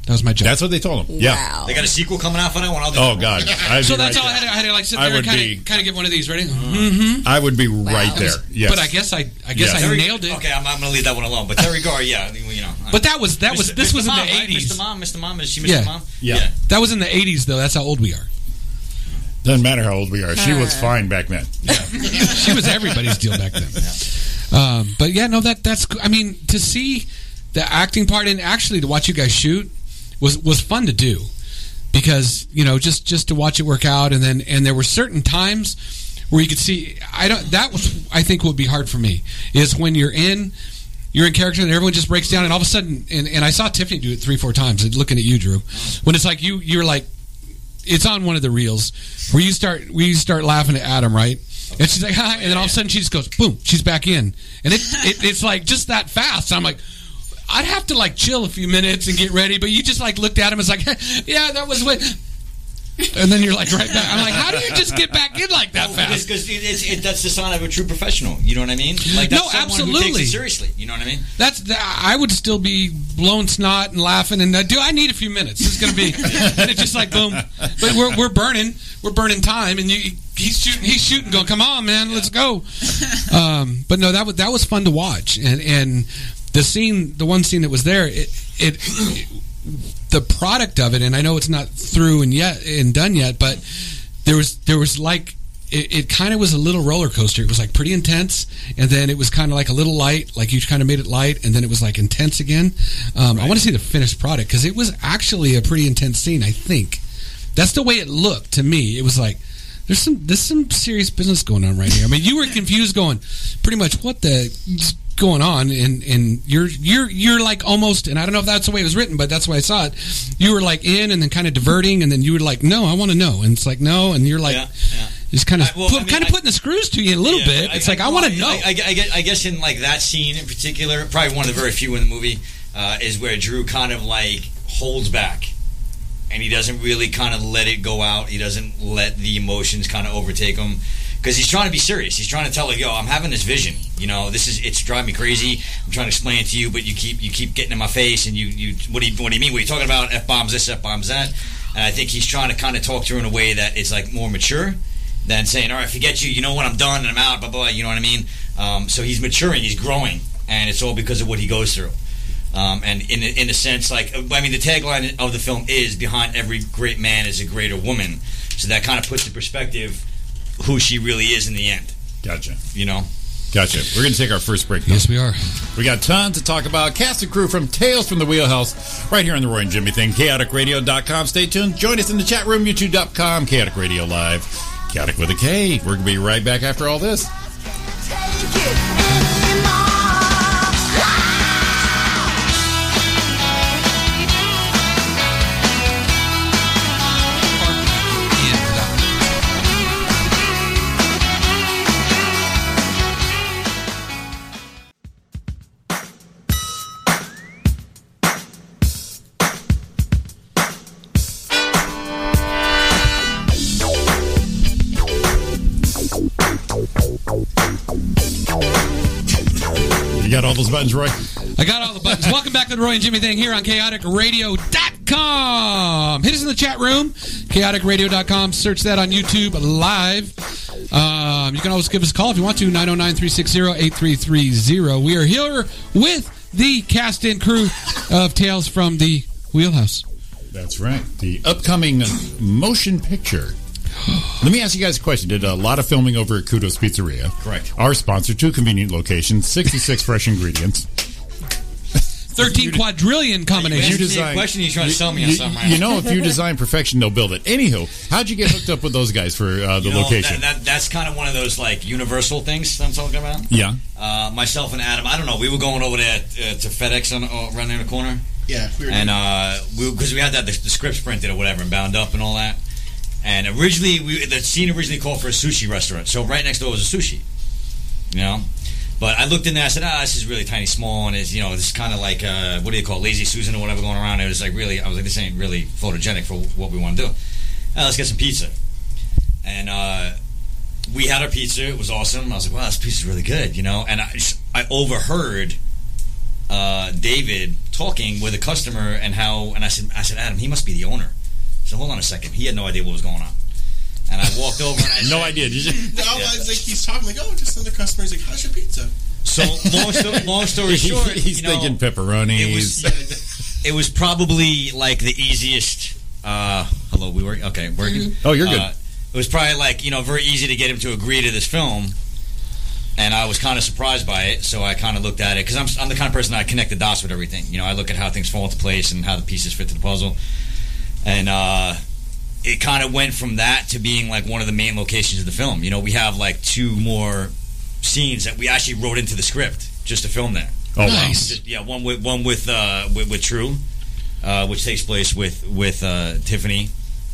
Speaker 1: That was my job.
Speaker 4: That's what they told him. Yeah.
Speaker 7: Wow.
Speaker 5: They got a sequel coming out for that one. I'll do
Speaker 4: Oh God. I'd
Speaker 1: so
Speaker 4: be
Speaker 1: that's
Speaker 4: right
Speaker 1: all I
Speaker 4: there.
Speaker 1: had, to, I had to like sit
Speaker 4: I
Speaker 1: there and
Speaker 4: would
Speaker 1: kind
Speaker 4: be-
Speaker 1: of kind of get one of these ready. Mm-hmm.
Speaker 4: I would be right there. Yes.
Speaker 1: But I guess I I guess
Speaker 4: Yes.
Speaker 1: I
Speaker 5: Terry-
Speaker 1: nailed it.
Speaker 5: Okay, I'm, I'm going to leave that one alone. But Terry Gar, yeah, you know.
Speaker 1: But that was that was this
Speaker 5: Mr.
Speaker 1: was in
Speaker 5: Mom,
Speaker 1: the
Speaker 5: right?
Speaker 1: eighties.
Speaker 5: Mr. Mom, Mr. Mom, is she Mr.
Speaker 1: Yeah.
Speaker 5: Mom?
Speaker 4: Yeah.
Speaker 1: That was in the eighties though. That's how old we are.
Speaker 4: doesn't matter how old we are. She was fine back then.
Speaker 1: She was everybody's deal back then. Um, but yeah, no, that that's. I mean, to see the acting part and actually to watch you guys shoot was was fun to do because you know just just to watch it work out and then and there were certain times where you could see. I don't. That was I think would be hard for me is when you're in. You're in character, and everyone just breaks down, and all of a sudden, and, and I saw Tiffany do it three, four times. and Looking at you, Drew, when it's like you, you're like, it's on one of the reels where you start, we start laughing at Adam, right? And she's like, [laughs] hi. And then all of a sudden she just goes, boom, she's back in. And it, it it's like just that fast. I'm like, I'd [laughs] have to like chill a few minutes and get ready. But you just like looked at him. It's like, yeah, that was what. and then you're like right back. I'm like, how do you just get back in like that
Speaker 5: Because
Speaker 1: fast?
Speaker 5: because it, it's- it, that's the sign of a true professional. You know what I mean? Like that's
Speaker 1: No,
Speaker 5: someone Who takes
Speaker 1: absolutely.
Speaker 5: it seriously. You know what I mean?
Speaker 1: That's the, I would still be blown snot and laughing and uh, do I need a few minutes? It's gonna be [laughs] and it's just like boom. But we're, we're burning we're burning time and you he's shooting he's shooting going come on man let's go. [laughs] Um, but no that was that was fun to watch and and the scene the one scene that was there it it the product of it, and I know it's not through and yet and done yet, but there was there was like it, it kind of was a little roller coaster. It was like pretty intense, and then it was kind of like a little light, like you kind of made it light, and then it was like intense again. Um, I want to see the finished product because it was actually a pretty intense scene. I think that's the way it looked to me. It was like. There's some there's some serious business going on right here. I mean, you were confused, going pretty much what the is going on, and and you're you're you're like almost, and I don't know if that's the way it was written, but that's the way I saw it. You were like in, and then kind of diverting, and then you were like, no, I want to know, and it's like no, and you're like
Speaker 5: Yeah, yeah.
Speaker 1: just kind of
Speaker 5: I- well, I mean,
Speaker 1: kind of
Speaker 5: I-
Speaker 1: putting the screws to you a little
Speaker 5: Yeah,
Speaker 1: bit. It's like I, want to know.
Speaker 5: I, I, I guess, I guess in like that scene in particular, probably one of the very few in the movie uh, is where Drew kind of like holds back, and he doesn't really kind of let it go out. He doesn't let the emotions kind of overtake him because he's trying to be serious. He's trying to tell like, yo, I'm having this vision. You know, this is it's driving me crazy. I'm trying to explain it to you, but you keep you keep getting in my face, and you you what do you what do you mean? What are you talking about? F bombs this, f bombs that. And I think he's trying to kind of talk to her in a way that is like more mature than saying, all right, forget you, you know what, I'm done and I'm out, blah, blah, blah, you know what I mean? Um, so he's maturing, he's growing, and it's all because of what he goes through. Um, and in, a- in a sense, like, uh, I mean, the tagline of the film is behind every great man is a greater woman. So that kind of puts in perspective who she really is in the end,
Speaker 4: Gotcha.
Speaker 5: you know?
Speaker 4: Gotcha. We're going to take our first break. now.
Speaker 1: yes, we are.
Speaker 4: We got tons to talk about. Cast and crew from Tales from the Wheelhouse right here on the Roy and Jimmy thing. ChaoticRadio.com. Stay tuned. Join us in the chat room, YouTube.com, Chaotic Radio Live. Chaotic with a K. We're going to be right back after all this. You got all those buttons, Roy?
Speaker 1: I got all the buttons. Welcome back to the Roy and Jimmy thing here on chaoticradio.com. Hit us in the chat room, chaoticradio.com. Search that on YouTube live. Um, you can always give us a call if you want to, 909 360 8330. We are here with the cast and crew of Tales from the Wheelhouse.
Speaker 4: That's right. The upcoming [clears throat] motion picture. Let me ask you guys a question. Did a lot of filming over at Kudos Pizzeria.
Speaker 5: Correct.
Speaker 4: Our sponsor, two convenient locations, 66 fresh ingredients.
Speaker 1: 13 quadrillion
Speaker 5: Answer
Speaker 1: combinations.
Speaker 5: the question you're trying to sell me on
Speaker 4: you,
Speaker 5: something.
Speaker 4: you know, if you design perfection, they'll build it. Anywho, how'd you get hooked up with those guys for uh, the
Speaker 5: You know,
Speaker 4: location?
Speaker 5: That, that, that's kind of one of those like universal things I'm talking about.
Speaker 4: yeah.
Speaker 5: Uh, myself and Adam, I don't know, we were going over there uh, to FedEx on, uh, around there in the corner.
Speaker 8: [laughs] Yeah, we were
Speaker 5: and uh, we because we had that the, the scripts printed or whatever and bound up and all that. And originally, we the scene originally called for a sushi restaurant, so right next door was a sushi, you know. But I looked in there, I said, ah, this is really tiny, small, and it's you know, this is kind of like uh, what do you call it, lazy Susan or whatever going around. It was like really, I was like, this ain't really photogenic for what we want to do. Uh, let's get some pizza, and uh, we had our pizza. It was awesome. I was like, wow, this pizza's really good, you know. And I, I overheard uh, David talking with a customer and how and I said I said Adam he must be the owner. So hold on a second. He had no idea what was going on. And I walked over and I
Speaker 4: [laughs] No
Speaker 5: said- [laughs]
Speaker 4: idea. Did you?
Speaker 8: [laughs] No, I was like, he's talking like, oh, just another customer. He's like, how's your pizza?
Speaker 5: So long story, long story short,
Speaker 4: [laughs] he's
Speaker 5: you know,
Speaker 4: thinking
Speaker 5: it
Speaker 4: pepperonis.
Speaker 5: was it was probably like the easiest. Uh, hello, we work. Okay, working.
Speaker 4: oh, you're good.
Speaker 5: Uh, it was probably like you know very easy to get him to agree to this film, and I was kind of surprised by it. So I kind of looked at it because I'm, I'm the kind of person I connect the dots with everything. You know, I look at how things fall into place and how the pieces fit to the puzzle, and uh, it kind of went from that to being like one of the main locations of the film. You know, we have like two more scenes that we actually wrote into the script just to film there.
Speaker 4: oh,
Speaker 1: nice.
Speaker 5: Just- yeah, one with one with uh, with, with True, uh, which takes place with with uh, Tiffany.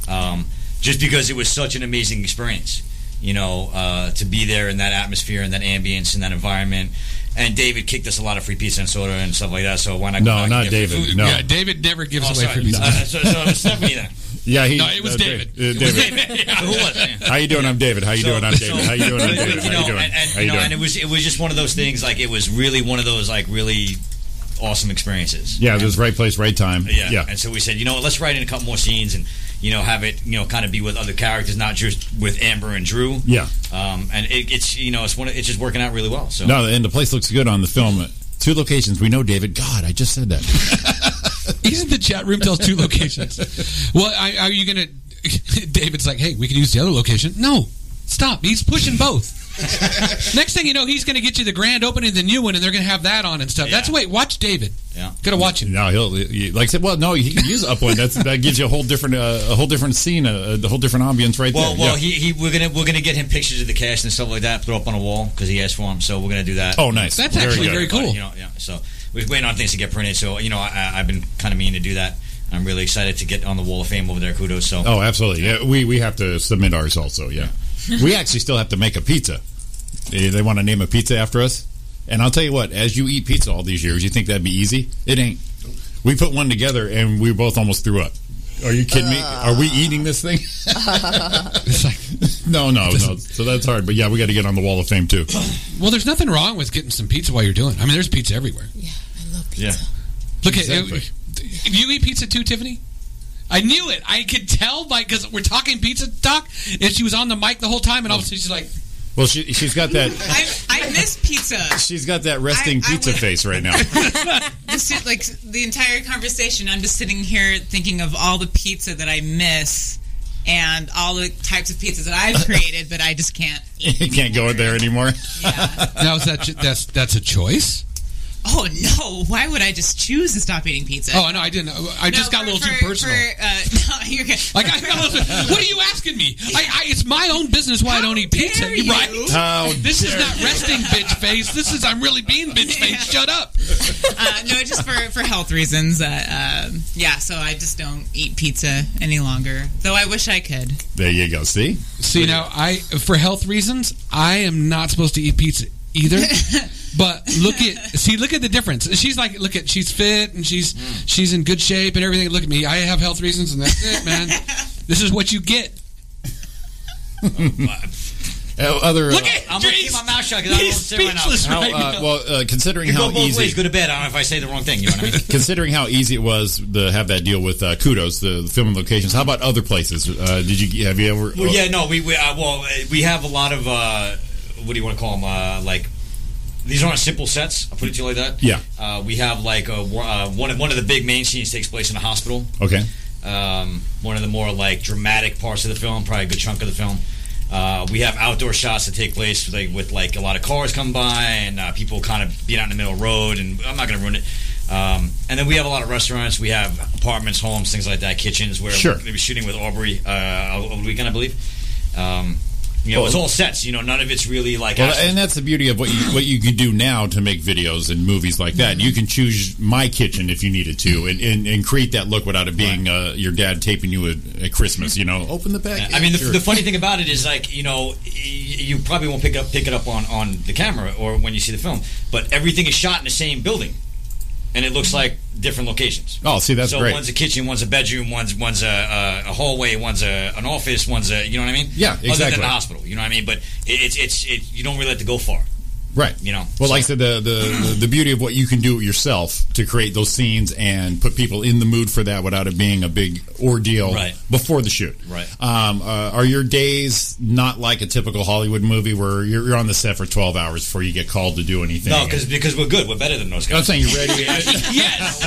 Speaker 5: Um, just because it was such an amazing experience, you know, uh, to be there in that atmosphere and that ambience and that environment. And David kicked us a lot of free pizza and soda and stuff like that. So why not?
Speaker 4: No,
Speaker 5: go back and
Speaker 4: not
Speaker 5: get free
Speaker 4: David.
Speaker 5: food?
Speaker 4: No.
Speaker 1: Yeah, David never gives
Speaker 5: Oh,
Speaker 1: away
Speaker 5: sorry.
Speaker 1: free pizza. [laughs]
Speaker 5: Uh, so, so it was Stephanie then.
Speaker 4: Yeah, he.
Speaker 1: No, it was
Speaker 4: uh,
Speaker 1: David.
Speaker 4: Da- uh, David.
Speaker 5: Who was it?
Speaker 4: [laughs] How you doing? I'm David. How you doing? I'm David. How you doing? I'm
Speaker 5: but-
Speaker 4: David.
Speaker 5: but,
Speaker 4: How
Speaker 5: know,
Speaker 4: you doing?
Speaker 5: And, and,
Speaker 4: How
Speaker 5: you
Speaker 4: you
Speaker 5: know, and it
Speaker 4: doing?
Speaker 5: was it was just one of those things. Like it was really one of those like really awesome experiences.
Speaker 4: Yeah, there's right place, right time.
Speaker 5: Yeah.
Speaker 4: yeah.
Speaker 5: And so we said, you know, what, let's write in a couple more scenes and you know have it you know kind of be with other characters, not just with Amber and Drew.
Speaker 4: Yeah.
Speaker 5: Um, and it, it's you know it's one of, it's just working out really well. So
Speaker 4: No, and the place looks good on the film. Two locations. We know David. God, I just said that.
Speaker 1: Even the chat room tells two locations. Well, I, are you going to? [laughs] David's like, hey, we can use the other location. No, stop. He's pushing
Speaker 5: [laughs]
Speaker 1: both. Next thing you know, he's going to get you the grand opening of the new one, and they're going to have that on and stuff. That's
Speaker 5: Yeah.
Speaker 1: wait, watch David.
Speaker 5: Yeah.
Speaker 1: gotta watch him.
Speaker 4: No, he'll he- like I said. Well, no, he can use Upland. That's, that gives you a whole different, uh, a whole different scene, uh, a whole different ambience right
Speaker 5: well,
Speaker 4: there.
Speaker 5: well,
Speaker 4: yeah.
Speaker 5: he, he we're gonna we're gonna get him pictures of the cast and stuff like that, throw up on a wall because he asked for them. So we're gonna do that.
Speaker 4: oh, nice.
Speaker 1: That's actually very
Speaker 5: But,
Speaker 1: cool.
Speaker 5: you know, yeah. So we're waiting on things to get printed. So you know, I, I- I've been kind of meaning to do that. I'm really excited to get on the Wall of Fame over there. Kudos. So
Speaker 4: Oh, absolutely. Yeah, we we have to submit ours also. Yeah, we actually still have to make a pizza. Eh, They want to name a pizza after us, and I'll tell you what. As you eat pizza all these years, you think that'd be easy? It ain't. We put one together, and we both almost threw up. Are you kidding me? Are we eating this thing?
Speaker 1: It's like,
Speaker 4: No, no, no. So that's hard. But yeah, we got to get on the Wall of Fame too.
Speaker 1: well, there's nothing wrong with getting some pizza while you're doing. it. I mean, there's pizza everywhere.
Speaker 7: Yeah, I love pizza.
Speaker 5: Yeah.
Speaker 1: Look
Speaker 4: Exactly.
Speaker 1: at do you eat pizza too, Tiffany. I knew it. I could tell by because we're talking pizza talk, and she was on the mic the whole time, and all of a sudden she's like,
Speaker 4: Well, she she's got that
Speaker 9: I, I miss pizza.
Speaker 4: she's got that resting
Speaker 9: I- I
Speaker 4: pizza
Speaker 9: would-
Speaker 4: face right now.
Speaker 9: [laughs] Just like the entire conversation, I'm just sitting here thinking of all the pizza that I miss and all the types of pizzas that
Speaker 4: [laughs]
Speaker 9: I've created, but I just can't.
Speaker 4: you can't go in there anymore.
Speaker 1: "Now is that that's that's a choice?"
Speaker 9: Oh no! Why would I just choose to stop eating pizza?
Speaker 1: Oh no, I didn't. I just
Speaker 9: No,
Speaker 1: got a
Speaker 9: for-
Speaker 1: little
Speaker 9: for-
Speaker 1: too personal.
Speaker 9: For, uh, [laughs] no, you're good.
Speaker 1: Like, I, I was- what are you asking me? I, I, it's my own business why I don't eat pizza,
Speaker 9: dare you.
Speaker 1: right?
Speaker 4: How
Speaker 1: This is not resting bitch face. This is I'm really being bitch face. Shut up.
Speaker 9: uh, no, just for, for health reasons. Uh, um, yeah, so I just don't eat pizza any longer. Though I wish I could.
Speaker 4: there you go. See,
Speaker 1: See now, I for health reasons I am not supposed to eat pizza either.
Speaker 5: [laughs]
Speaker 1: But look at see look at the difference. She's like look at she's fit and she's she's in good shape and everything. Look at me. I have health reasons and that's it,
Speaker 5: [laughs]
Speaker 1: man. This is what you get.
Speaker 4: Uh, other.
Speaker 1: Look
Speaker 4: uh,
Speaker 1: at
Speaker 5: I'm gonna keep
Speaker 1: Jeez.
Speaker 5: my mouth shut because I don't
Speaker 1: He's
Speaker 5: sit right now.
Speaker 1: speechless
Speaker 4: how,
Speaker 1: right now.
Speaker 4: uh, well, uh, considering
Speaker 5: You
Speaker 4: how
Speaker 5: go both
Speaker 4: easy,
Speaker 5: ways. Go to bed. I don't know if I say the wrong thing. You know what I
Speaker 4: [laughs]
Speaker 5: mean?
Speaker 4: considering how easy it was to have that deal with uh, Kudos, the, the filming locations. How about other places? Uh, did you have you ever?
Speaker 5: Well, yeah, no, we, we uh, well uh, we have a lot of uh, what do you want to call them? Uh, like these aren't simple sets. I'll put it to you like that.
Speaker 4: Yeah.
Speaker 5: Uh, we have like a, uh, one of one of the big main scenes takes place in a hospital.
Speaker 4: Okay.
Speaker 5: Um, one of the more like dramatic parts of the film, probably a good chunk of the film. Uh, we have outdoor shots that take place like, with like a lot of cars come by and uh, people kind of being out in the middle of the road. And I'm not going to ruin it. Um, and then we have a lot of restaurants. We have apartments, homes, things like that, kitchens. Where
Speaker 4: Sure.
Speaker 5: we were shooting with Aubrey uh, over the weekend, I believe. Um, you know, it's all sets. You know, none of it's really like.
Speaker 4: Well,
Speaker 5: actual-
Speaker 4: and that's the beauty of what you what you can do now to make videos and movies like that. You can choose my kitchen if you needed to, and, and, and create that look without it being uh, your dad taping you at, at Christmas. You know, open the
Speaker 5: Yeah,
Speaker 4: pack.
Speaker 5: I mean, the,
Speaker 4: Sure.
Speaker 5: the funny thing about it is, like, you know, y- you probably won't pick up pick it up on on the camera or when you see the film, but everything is shot in the same building, and it looks like different locations.
Speaker 4: oh, see, that's
Speaker 5: so
Speaker 4: great.
Speaker 5: one's a kitchen, one's a bedroom, one's one's a, a, a hallway, one's a, an office, one's a you know what I mean?
Speaker 4: Yeah,
Speaker 5: Other than
Speaker 4: exactly.
Speaker 5: the hospital, you know what I mean? But it, it's it's it, you don't really have to go far,
Speaker 4: Right.
Speaker 5: you know.
Speaker 4: Well, like I said, the, the, the, the beauty of what you can do yourself to create those scenes and put people in the mood for that without it being a big ordeal
Speaker 5: Right.
Speaker 4: before the shoot.
Speaker 5: Right.
Speaker 4: Um, uh, are your days not like a typical Hollywood movie where you're, you're on the set for 12 hours before you get called to do anything?
Speaker 5: No, because because we're good, we're better than those guys.
Speaker 4: I'm saying
Speaker 5: [laughs]
Speaker 4: you're ready.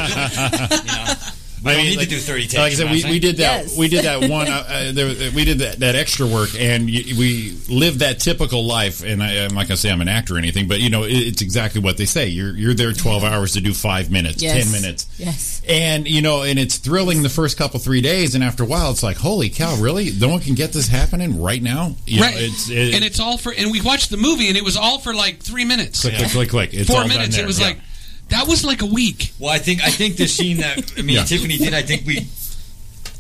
Speaker 4: [laughs]
Speaker 5: We don't
Speaker 4: I mean,
Speaker 5: need
Speaker 4: like-
Speaker 5: to do thirty takes.
Speaker 4: Like I
Speaker 5: you know
Speaker 4: said,
Speaker 5: what
Speaker 4: we,
Speaker 5: I'm
Speaker 4: we
Speaker 5: saying?
Speaker 4: did that.
Speaker 10: Yes.
Speaker 4: We did that one. Uh, uh, there, was- we did that, that extra work, and y- we lived that typical life. And I, I'm not gonna say I'm an actor or anything, but you know, it, it's exactly what they say. You're you're there 12 hours to do five minutes,
Speaker 10: Yes.
Speaker 4: 10 minutes,
Speaker 7: Yes.
Speaker 4: and you know, and it's thrilling the first couple three days, and after a while, it's like, holy cow, really? No one can get this happening right now. You know,
Speaker 1: right.
Speaker 4: it's it,
Speaker 1: and it's all for and we watched the movie and it was all for like three minutes.
Speaker 4: click, click, click, click. It's all
Speaker 1: Four
Speaker 4: done
Speaker 1: minutes.
Speaker 4: there.
Speaker 1: It was
Speaker 4: Yeah.
Speaker 1: like that was like a week.
Speaker 5: Well, I think I think the scene that I mean
Speaker 4: Yeah.
Speaker 5: Tiffany did. I think we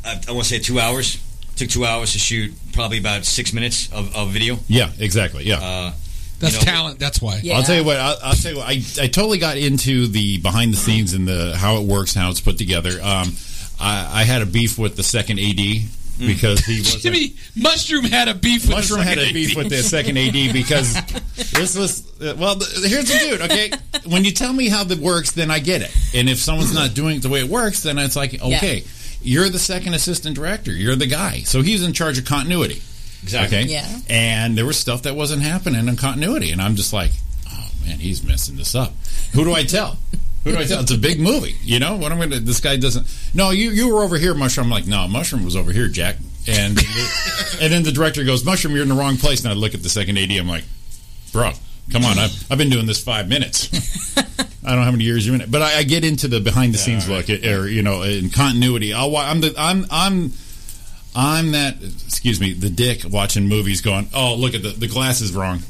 Speaker 5: I, I want to say two hours. Took two hours to shoot probably about six minutes of, of video.
Speaker 4: yeah, exactly, yeah.
Speaker 5: Uh,
Speaker 1: That's
Speaker 5: You know,
Speaker 1: talent, that's why.
Speaker 10: Yeah.
Speaker 4: I'll tell you what. I'll, I'll tell you what. I, I totally got into the behind the scenes and the how it works, and how it's put together. Um, I, I had a beef with the second AD
Speaker 1: [laughs]
Speaker 4: because he was
Speaker 1: Jimmy Mushroom had a beef with
Speaker 4: Mushroom
Speaker 1: the
Speaker 4: had
Speaker 1: second
Speaker 4: a
Speaker 1: AD.
Speaker 4: beef with the second AD because this was uh, well. th- Here's the dude. Okay, when you tell me how it works, then I get it. And if someone's not doing it the way it works, then it's like okay, you're the second assistant director. You're the guy, so he's in charge of continuity.
Speaker 5: Exactly.
Speaker 4: Okay.
Speaker 10: Yeah.
Speaker 4: And there was stuff that wasn't happening in continuity, and I'm just like, oh man, he's messing this up. Who do I tell? Who do I tell? It's a big movie, you know. What I'm gonna? This guy doesn't. No, you you were over here, mushroom. I'm like, no, mushroom was over here, Jack. And [laughs] and then the director goes, mushroom, you're in the wrong place. And I look at the second AD. I'm like, bro, come on. I've I've been doing this five minutes. I don't know how many years you're in it, but I, I get into the behind the scenes look, at, or you know, in continuity. I'll, wa- I'm the I'm I'm I'm that excuse me the dick watching movies going oh look at the the glass is wrong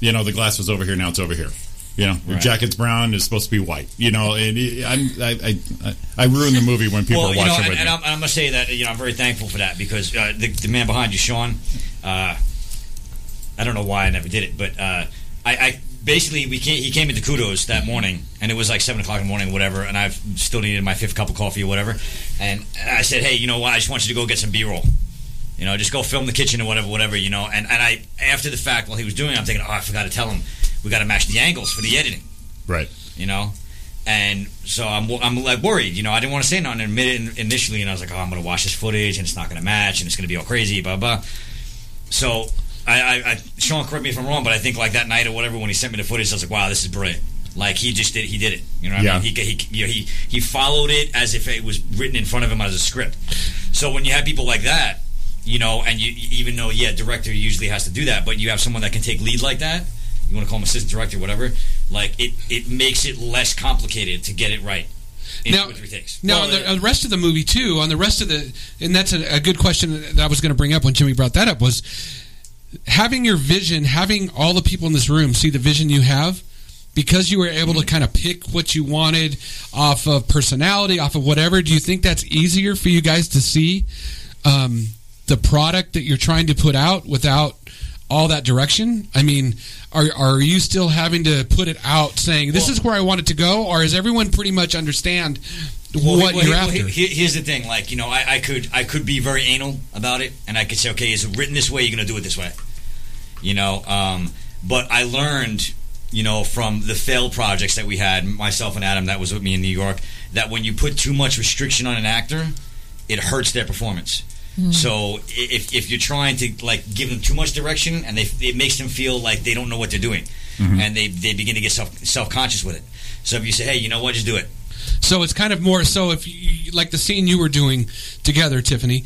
Speaker 4: you know the glass was over here now it's over here you know your jacket's brown it's supposed to be white you know and it- I'm I I, I, I ruin the movie when people
Speaker 5: well,
Speaker 4: are
Speaker 5: you
Speaker 4: watching
Speaker 5: know, and,
Speaker 4: with
Speaker 5: and
Speaker 4: me.
Speaker 5: I'm, and I'm gonna say that you know I'm very thankful for that because uh, the, the man behind you, Sean, uh, I don't know why I never did it, but uh, I, I basically we came, he came into kudos that morning, and it was like seven o'clock in the morning, whatever, and I've still needed my fifth cup of coffee or whatever, and I said, hey, you know what? I just want you to go get some B-roll. You know, just go film the kitchen or whatever, whatever, you know. And, and I, after the fact, while he was doing it, I'm thinking, oh, I forgot to tell him. We got to match the angles for the editing
Speaker 4: right
Speaker 5: you know. And so I'm, I'm like worried, you know. I didn't want to say nothing and admit it in- initially, and I was like, oh, I'm going to watch this footage, and it's not going to match, and it's going to be all crazy, blah blah. So I, I, I, Sean, correct me if I'm wrong, but I think like that night or whatever, when he sent me the footage, I was like, wow, this is brilliant. Like he just did, he did it. You know, what I
Speaker 4: Yeah.
Speaker 5: mean? He, he, you know, he he followed it as if it was written in front of him as a script. So when you have people like that, you know, and you you- even though yeah, director usually has to do that, but you have someone that can take lead like that. You want to call him assistant director, whatever. Like it, it makes it less complicated to get it right. In
Speaker 1: Now-
Speaker 5: two or three takes.
Speaker 1: Now, on, the, on the rest of the movie too, on the rest of the, and that's a, a good question that I was going to bring up when Jimmy brought that up was having your vision, having all the people in this room see the vision you have, because you were able to kind of pick what you wanted off of personality, off of whatever. Do you think that's easier for you guys to see um, the product that you're trying to put out without? All that direction. I mean, are are you still having to put it out, saying this is where I want it to go, or is everyone pretty much understand
Speaker 5: Well,
Speaker 1: what
Speaker 5: well,
Speaker 1: you're
Speaker 5: well,
Speaker 1: after.
Speaker 5: he- here's the thing, like you know, I, I could I could be very anal about it, and I could say, okay, it's written this way. You're gonna do it this way, you know. Um, but I learned, you know, from the failed projects that we had, myself and Adam, that was with me in New York, that when you put too much restriction on an actor, it hurts their performance. So i- if, if you're trying to like give them too much direction, and they it makes them feel like they don't know what they're doing, and they, they begin to get self self conscious with it. So if you say, hey, you know what, just do it.
Speaker 1: so it's kind of more so if you, like the scene you were doing together, Tiffany,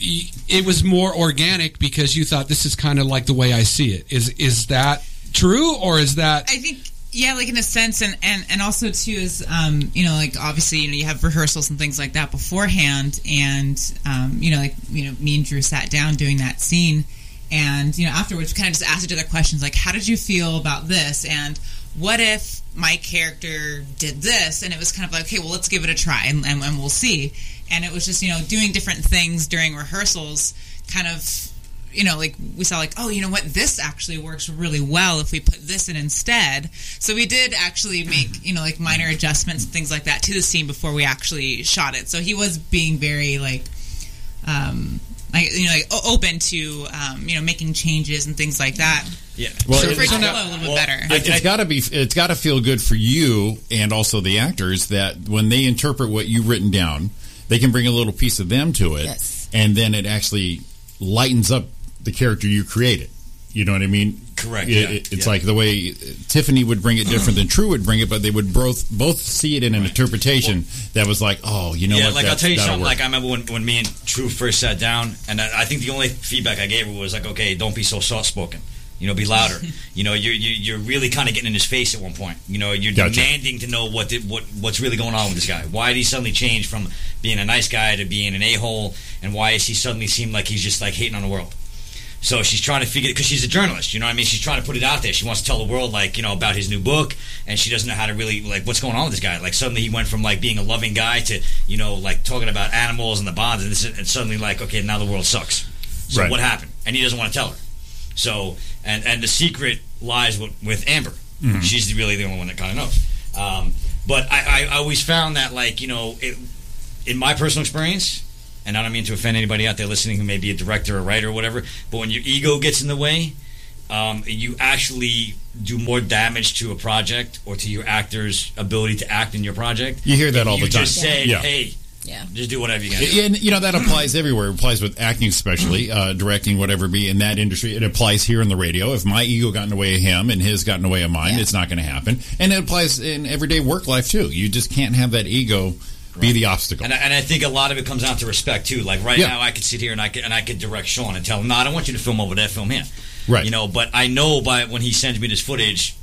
Speaker 1: y- it was more organic because you thought this is kind of like the way I see it. Is is that true or is that
Speaker 9: I think yeah, like in a sense, and and and also too is um, you know like obviously you know you have rehearsals and things like that beforehand, and um, you know like you know me and Drew sat down doing that scene, and you know afterwards kind of just asked each other questions like how did you feel about this and what if my character did this and it was kind of like okay well let's give it a try and, and, and we'll see and it was just you know doing different things during rehearsals kind of you know, like we saw, like, oh, you know what, this actually works really well if we put this in instead. So we did actually make, you know, like minor adjustments and things like that to the scene before we actually shot it. So he was being very like, um, like you know, like o- open to, um, you know, making changes and things like that.
Speaker 5: Yeah.
Speaker 4: Well,
Speaker 9: so
Speaker 4: it-
Speaker 9: for it
Speaker 4: so
Speaker 9: to
Speaker 4: now-
Speaker 9: flow a little bit
Speaker 5: well,
Speaker 9: better.
Speaker 5: I-
Speaker 4: it's got to be it's got to feel good for you and also the actors that when they interpret what you've written down they can bring a little piece of them to it
Speaker 10: Yes.
Speaker 4: and then it actually lightens up the character you created you know what i mean
Speaker 5: Correct,
Speaker 4: It-
Speaker 5: yeah,
Speaker 4: it- it's
Speaker 5: yeah.
Speaker 4: like the way uh, tiffany would bring it different than true would bring it but they would both both see it in an interpretation that was like oh you know
Speaker 5: yeah,
Speaker 4: what
Speaker 5: like I'll
Speaker 4: that's-
Speaker 5: tell you
Speaker 4: that'll
Speaker 5: something.
Speaker 4: work.
Speaker 5: Like I remember when, when me and True first sat down, and I, I think the only feedback I gave her was like, okay, don't be so soft spoken. You know, be louder.
Speaker 4: [laughs]
Speaker 5: you know, you're you're, you're really kind of getting in his face at one point. You know, you're
Speaker 4: Gotcha.
Speaker 5: demanding to know what did, what what's really going on with this guy. Why did he suddenly change from being a nice guy to being an a hole? And why is he suddenly seem like he's just like hating on the world? So she's trying to figure because she's a journalist. You know what I mean? She's trying to put it out there. She wants to tell the world like you know about his new book, and she doesn't know how to really like what's going on with this guy. Like suddenly he went from like being a loving guy to you know like talking about animals and the bonds, and, this, and suddenly like okay now the world sucks. So
Speaker 4: Right.
Speaker 5: what happened? And he doesn't want to tell her. So and and the secret lies with, with Amber.
Speaker 4: Mm-hmm.
Speaker 5: She's really the only one that kind of knows. Um, but I, I always found that like you know it, in my personal experience, and I don't mean to offend anybody out there listening who may be a director or writer or whatever, but when your ego gets in the way, um, you actually do more damage to a project or to your actor's ability to act in your project.
Speaker 4: You hear that all
Speaker 5: you
Speaker 4: the time.
Speaker 5: just say,
Speaker 4: Yeah.
Speaker 5: "Hey,
Speaker 7: Yeah.
Speaker 5: just do whatever you can."
Speaker 4: And you know that applies everywhere. It applies with acting, especially uh, directing, whatever it be in that industry. It applies here in the radio. If my ego got in the way of him and his got in the way of mine,
Speaker 7: Yeah.
Speaker 4: it's not going to happen. And it applies in everyday work life too. You just can't have that ego be the obstacle.
Speaker 5: And I, and I think a lot of it comes down to respect too. Like right
Speaker 4: Yeah.
Speaker 5: now, I could sit here and I could and I could direct Sean and tell him, "No, I don't want you to film over there. Film here."
Speaker 4: Right.
Speaker 5: You know, but I know by when he sends me this footage,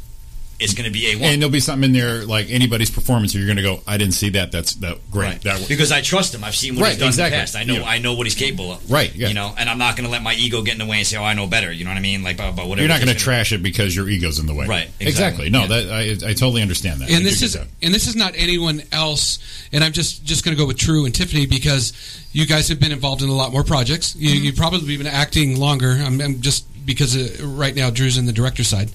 Speaker 5: it's going to be a one.
Speaker 4: and there'll be something in there like anybody's performance. Where you're going to go, I didn't see that. That's that great.
Speaker 5: Right.
Speaker 4: That
Speaker 5: because I trust him. I've seen what
Speaker 4: Right,
Speaker 5: he's done
Speaker 4: exactly.
Speaker 5: in the past. I know.
Speaker 4: Yeah.
Speaker 5: I know what he's capable of.
Speaker 4: Right, yeah.
Speaker 5: You know, and I'm not going to let my ego get in the way and say, "Oh, I know better." You know what I mean? Like, blah, blah, whatever.
Speaker 4: you're not going
Speaker 5: it
Speaker 4: to
Speaker 5: is.
Speaker 4: trash it because your ego's in the way.
Speaker 5: Right,
Speaker 4: Exactly.
Speaker 5: exactly.
Speaker 4: No,
Speaker 5: Yeah.
Speaker 4: that I, I totally understand that. I
Speaker 1: and
Speaker 4: do
Speaker 1: this
Speaker 4: get
Speaker 1: is
Speaker 4: that.
Speaker 1: and this is not anyone else. And I'm just just going to go with True and Tiffany because you guys have been involved in a lot more projects.
Speaker 7: Mm-hmm.
Speaker 1: You, You've probably been acting longer. I'm, I'm just because uh, right now Drew's in the director side.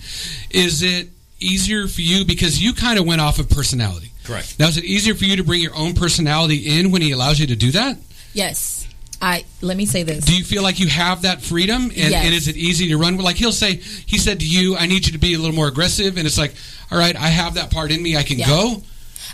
Speaker 1: Is it easier for you because you kind of went off of personality?
Speaker 5: Correct.
Speaker 1: Now, is it easier for you to bring your own personality in when he allows you to do that?
Speaker 7: [laughs] Yes. I let me say this.
Speaker 1: Do you feel like you have that freedom? And,
Speaker 7: Yes.
Speaker 1: and is it easy to run with? Like he'll say, he said to you, I need you to be a little more aggressive. And it's like, all right, I have that part in me. I can
Speaker 7: Yeah.
Speaker 1: go.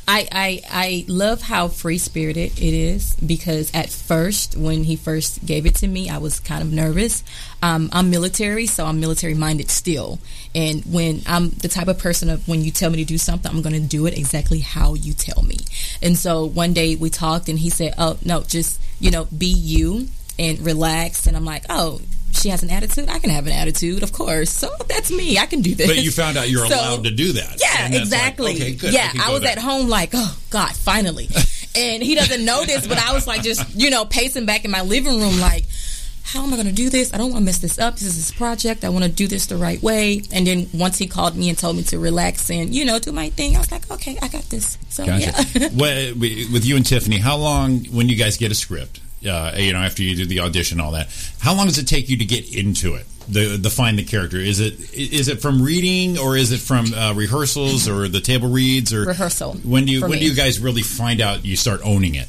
Speaker 7: I, I I love how free spirited it is because at first when he first gave it to me I was kind of nervous. Um, I'm military, so I'm military minded still. And when I'm the type of person of when you tell me to do something, I'm going to do it exactly how you tell me. And so one day we talked, and he said, "Oh no, just you know, be you and relax." And I'm like, "Oh." She has an attitude. I can have an attitude, of course. So that's me. I can do this.
Speaker 4: But you found out you're
Speaker 7: [laughs] So-
Speaker 4: allowed to do that.
Speaker 7: yeah,
Speaker 4: And that's like,
Speaker 7: exactly.
Speaker 4: okay, good.
Speaker 7: Yeah,
Speaker 4: can
Speaker 7: I,
Speaker 4: go
Speaker 7: was
Speaker 4: there.
Speaker 7: at home like, oh God,
Speaker 4: [laughs]
Speaker 7: finally. and he doesn't know this, but I was like, just you know, pacing back in my living room, like, how am I going to do this? I don't want to mess this up. This is this project. I want to do this the right way. And then once he called me and told me to relax and you know do my thing, I was like, okay, I got this. So
Speaker 4: Gotcha.
Speaker 7: yeah. [laughs]
Speaker 4: Well, we- with you and Tiffany, how long when you guys get a script? Uh, you know, after you do the audition, and all that. How long does it take you to get into it? The the find the character. Is it is it from reading or is it from uh, rehearsals or the table reads or
Speaker 7: Rehearsal,
Speaker 4: When do you
Speaker 7: for
Speaker 4: when
Speaker 7: me.
Speaker 4: do you guys really find out you start owning it?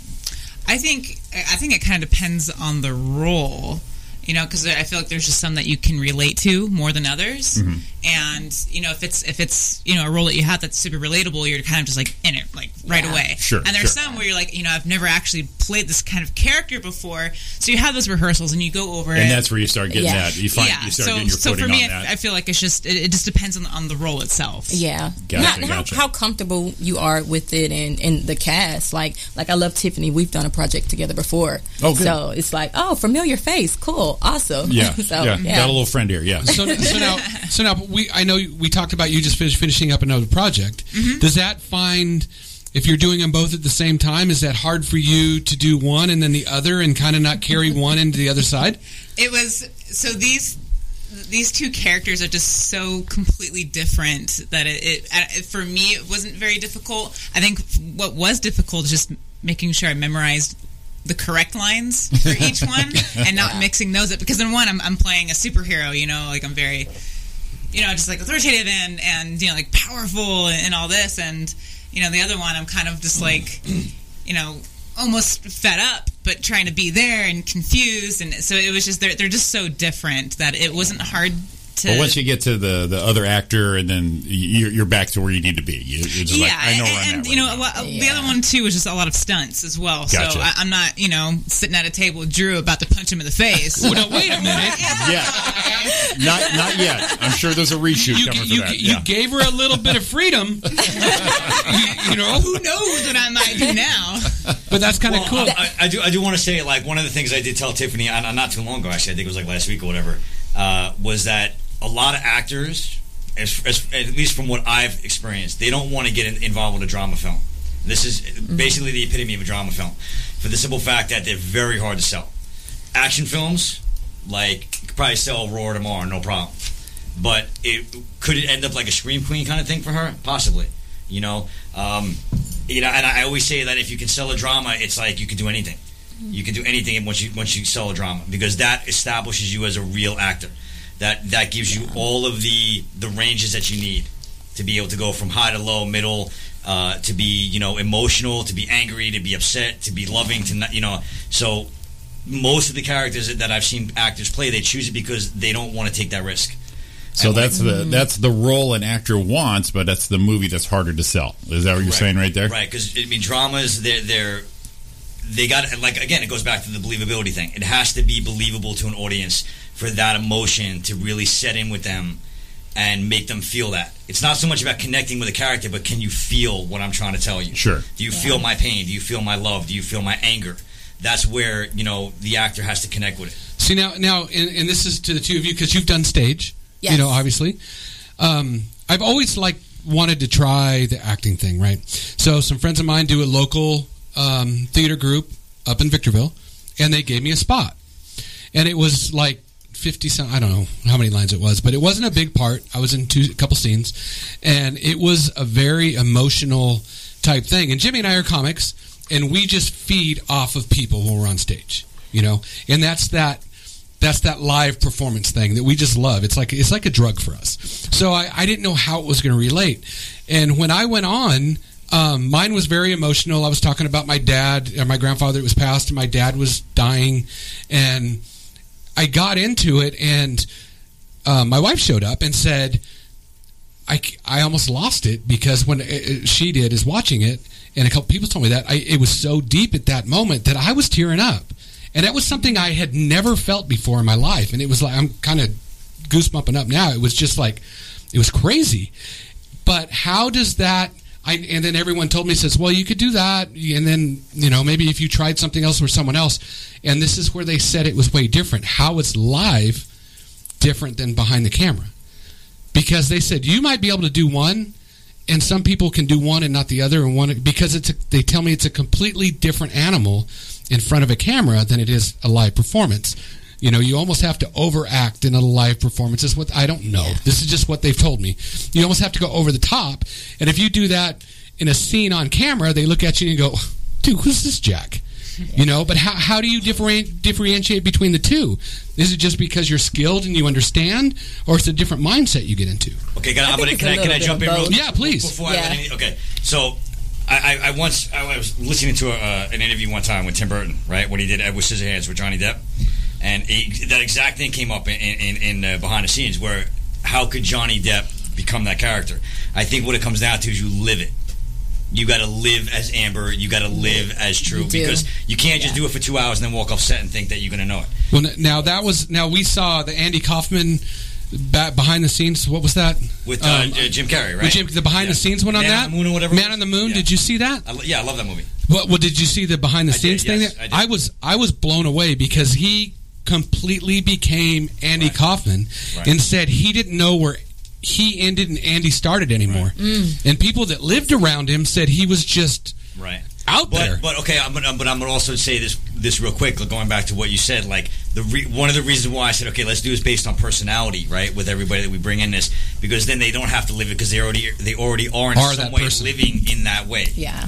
Speaker 9: I think I think it kind of depends on the role, you know, because I feel like there's just some that you can relate to more than others,
Speaker 4: Mm-hmm.
Speaker 9: and you know, if it's if it's you know a role that you have that's super relatable, you're kind of just like in it like right away.
Speaker 4: Sure,
Speaker 9: And there's
Speaker 4: sure.
Speaker 9: some where you're like, you know, I've never actually played this kind of character before, so you have those rehearsals and you go over it.
Speaker 4: And that's where you start getting
Speaker 7: Yeah.
Speaker 4: that. You find you start
Speaker 9: so
Speaker 4: getting your
Speaker 9: so
Speaker 4: footing
Speaker 9: for me,
Speaker 4: on
Speaker 9: I,
Speaker 4: that.
Speaker 9: I feel like it's just it, it just depends on on the role itself.
Speaker 7: Yeah.
Speaker 4: Gotcha,
Speaker 7: Not
Speaker 4: gotcha.
Speaker 7: How, how comfortable you are with it and, and the cast. Like like I love Tiffany. We've done a project together before.
Speaker 4: Oh, good.
Speaker 7: So it's like, oh, familiar face. Cool. Awesome.
Speaker 4: yeah,
Speaker 7: [laughs] so
Speaker 4: yeah,
Speaker 7: yeah.
Speaker 4: got a little friend here. Yeah,
Speaker 1: so, so now, so now we. I know we talked about you just finish, finishing up another project.
Speaker 9: Mm-hmm.
Speaker 1: Does that find if you're doing them both at the same time? Is that hard for you to do one and then the other, and kind of not carry one into the other side?
Speaker 9: it was so these these two characters are just so completely different that it, it, it for me it wasn't very difficult i think what was difficult is just making sure i memorized the correct lines for each one and not mixing those up because in one I'm, I'm playing a superhero you know like i'm very you know just like authoritative and and you know like powerful and, and all this and you know the other one i'm kind of just like you know almost fed up but trying to be there and confused and so it was just they're, they're just so different that it wasn't hard to
Speaker 4: [laughs] but once you get to the the other actor, and then you're, you're back to where you need to be. You, are just
Speaker 9: yeah,
Speaker 4: like, I know where I'm
Speaker 9: and,
Speaker 4: at
Speaker 9: you
Speaker 4: right
Speaker 9: know
Speaker 4: now.
Speaker 9: a lot, the other one too was just a lot of stunts as well.
Speaker 4: Gotcha.
Speaker 9: So I, I'm not, you know, sitting at a table with Drew about to punch him in the
Speaker 4: [laughs]
Speaker 9: face.
Speaker 1: Well, now wait
Speaker 9: [laughs]
Speaker 1: a minute.
Speaker 4: Yeah. Not not yet. I'm sure there's a reshoot
Speaker 1: You,
Speaker 4: coming
Speaker 1: you,
Speaker 4: for that.
Speaker 1: you
Speaker 4: yeah.
Speaker 1: gave her a little bit of freedom, [laughs] you, you know,
Speaker 9: Who knows what I might do now?
Speaker 1: but that's kind of
Speaker 5: Well,
Speaker 1: cool.
Speaker 5: I, I do. I do want to say, like, one of the things I did tell Tiffany uh, not too long ago, actually, I think it was like last week or whatever, uh, was that a lot of actors, as, as, at least from what I've experienced, they don't want to get in, involved with a drama film. This is
Speaker 1: Mm-hmm.
Speaker 5: basically the epitome of a drama film, for the simple fact that they're very hard to sell. Action films, like, could probably sell Roar tomorrow, no problem. But it could it end up like a scream queen kind of thing for her, possibly. You know, um, you know, and I always say that if you can sell a drama, it's like you can do anything. You can do anything once you once you sell a drama because that establishes you as a real actor. That that gives you all of the the ranges that you need to be able to go from high to low, middle, uh, to be you know emotional, to be angry, to be upset, to be loving, to not you know. So most of the characters that I've seen actors play, they choose it because they don't want to take that risk.
Speaker 4: So that's the that's the role an actor wants, but that's the movie that's harder to sell. Is that what you're
Speaker 5: Right.
Speaker 4: saying right there?
Speaker 5: Right, because I mean, dramas they're they're they got like again, it goes back to the believability thing. It has to be believable to an audience for that emotion to really set in with them and make them feel that. It's not so much about connecting with a character, but can you feel what I'm trying to tell you?
Speaker 4: Sure.
Speaker 5: Do you feel my pain? Do you feel my love? Do you feel my anger? That's where you know the actor has to connect with it.
Speaker 1: See now, now, and, and this is to the two of you because you've done stage. You
Speaker 10: Yes.
Speaker 1: know, obviously, um, I've always like wanted to try the acting thing, right? So some friends of mine do a local um, theater group up in Victorville, and they gave me a spot, and it was like. 50 some I don't know how many lines it was but it wasn't a big part I was in two a couple scenes and it was a very emotional type thing and Jimmy and I are comics and we just feed off of people when we're on stage you know and that's that that's that live performance thing that we just love it's like it's like a drug for us so i, I didn't know how it was going to relate and when i went on um, mine was very emotional i was talking about my dad and my grandfather was passed and my dad was dying and i got into it and uh, my wife showed up and said I, c- I almost lost it because when it, it, she did is watching it and a couple people told me that I, it was so deep at that moment that i was tearing up and that was something I had never felt before in my life. And it was like I'm kind of goosebumping up now. It was just like it was crazy. But how does that? I, and then everyone told me says, "Well, you could do that." And then you know maybe if you tried something else with someone else. And this is where they said it was way different. How it's live different than behind the camera because they said you might be able to do one. And some people can do one and not the other, and one because it's a, they tell me it's a completely different animal in front of a camera than it is a live performance. You know, you almost have to overact in a live performance. Is what I don't know. This is just what they've told me. You almost have to go over the top, and if you do that in a scene on camera, they look at you and go, "Dude, who's this Jack?" You know. But how how do you different, differentiate between the two? Is it just because you're skilled and you understand, or it's a different mindset you get into?
Speaker 5: Okay, can I,
Speaker 10: I think
Speaker 5: but
Speaker 10: it's
Speaker 5: can
Speaker 10: a
Speaker 5: I, can
Speaker 10: little
Speaker 5: I
Speaker 10: bit
Speaker 5: jump
Speaker 10: of
Speaker 5: in? Real,
Speaker 10: both.
Speaker 1: Yeah, please.
Speaker 5: Before I
Speaker 10: Yeah.
Speaker 5: let any, okay, so I, I, I once I was listening to a, uh, an interview one time with Tim Burton, right? When he did Edward Scissorhands with Johnny Depp, and he, that exact thing came up in in, in uh, behind the scenes where how could Johnny Depp become that character? I think what it comes down to is you live it. You got to live as Amber. You got to live as True
Speaker 10: do.
Speaker 5: because you can't just do it for two hours and then walk off set and think that you're going to know it.
Speaker 1: Well, n- now that was now we saw the Andy Kaufman ba- behind the scenes. What was that?
Speaker 5: With uh,
Speaker 1: Um,
Speaker 5: uh, Jim Carrey, right?
Speaker 1: With Jim- the behind
Speaker 5: Yeah.
Speaker 1: the scenes one on
Speaker 5: Man
Speaker 1: that
Speaker 5: on the Moon or whatever it
Speaker 1: Man
Speaker 5: was.
Speaker 1: on the Moon.
Speaker 5: Yeah.
Speaker 1: Did you see that?
Speaker 5: I, lo- yeah, I love that movie.
Speaker 1: Well, well, did you see the behind the
Speaker 5: I did,
Speaker 1: scenes thing?
Speaker 5: yes,
Speaker 1: there?
Speaker 5: I did.
Speaker 1: I, was I was blown away because he completely became Andy Kaufman
Speaker 5: Right.
Speaker 1: and said he didn't know where he ended and Andy started anymore.
Speaker 9: Mm.
Speaker 1: And people that lived around him said he was just
Speaker 5: Right.
Speaker 1: out
Speaker 5: but,
Speaker 1: there.
Speaker 5: But okay, I'm gonna, but I'm gonna also say this this real quick. Going back to what you said, like the re, one of the reasons why I said okay, let's do this based on personality, right? With everybody that we bring in this, because then they don't have to live it because they already they already are in
Speaker 1: Are
Speaker 5: some
Speaker 1: that
Speaker 5: way
Speaker 1: person.
Speaker 5: living in that way.
Speaker 10: Yeah.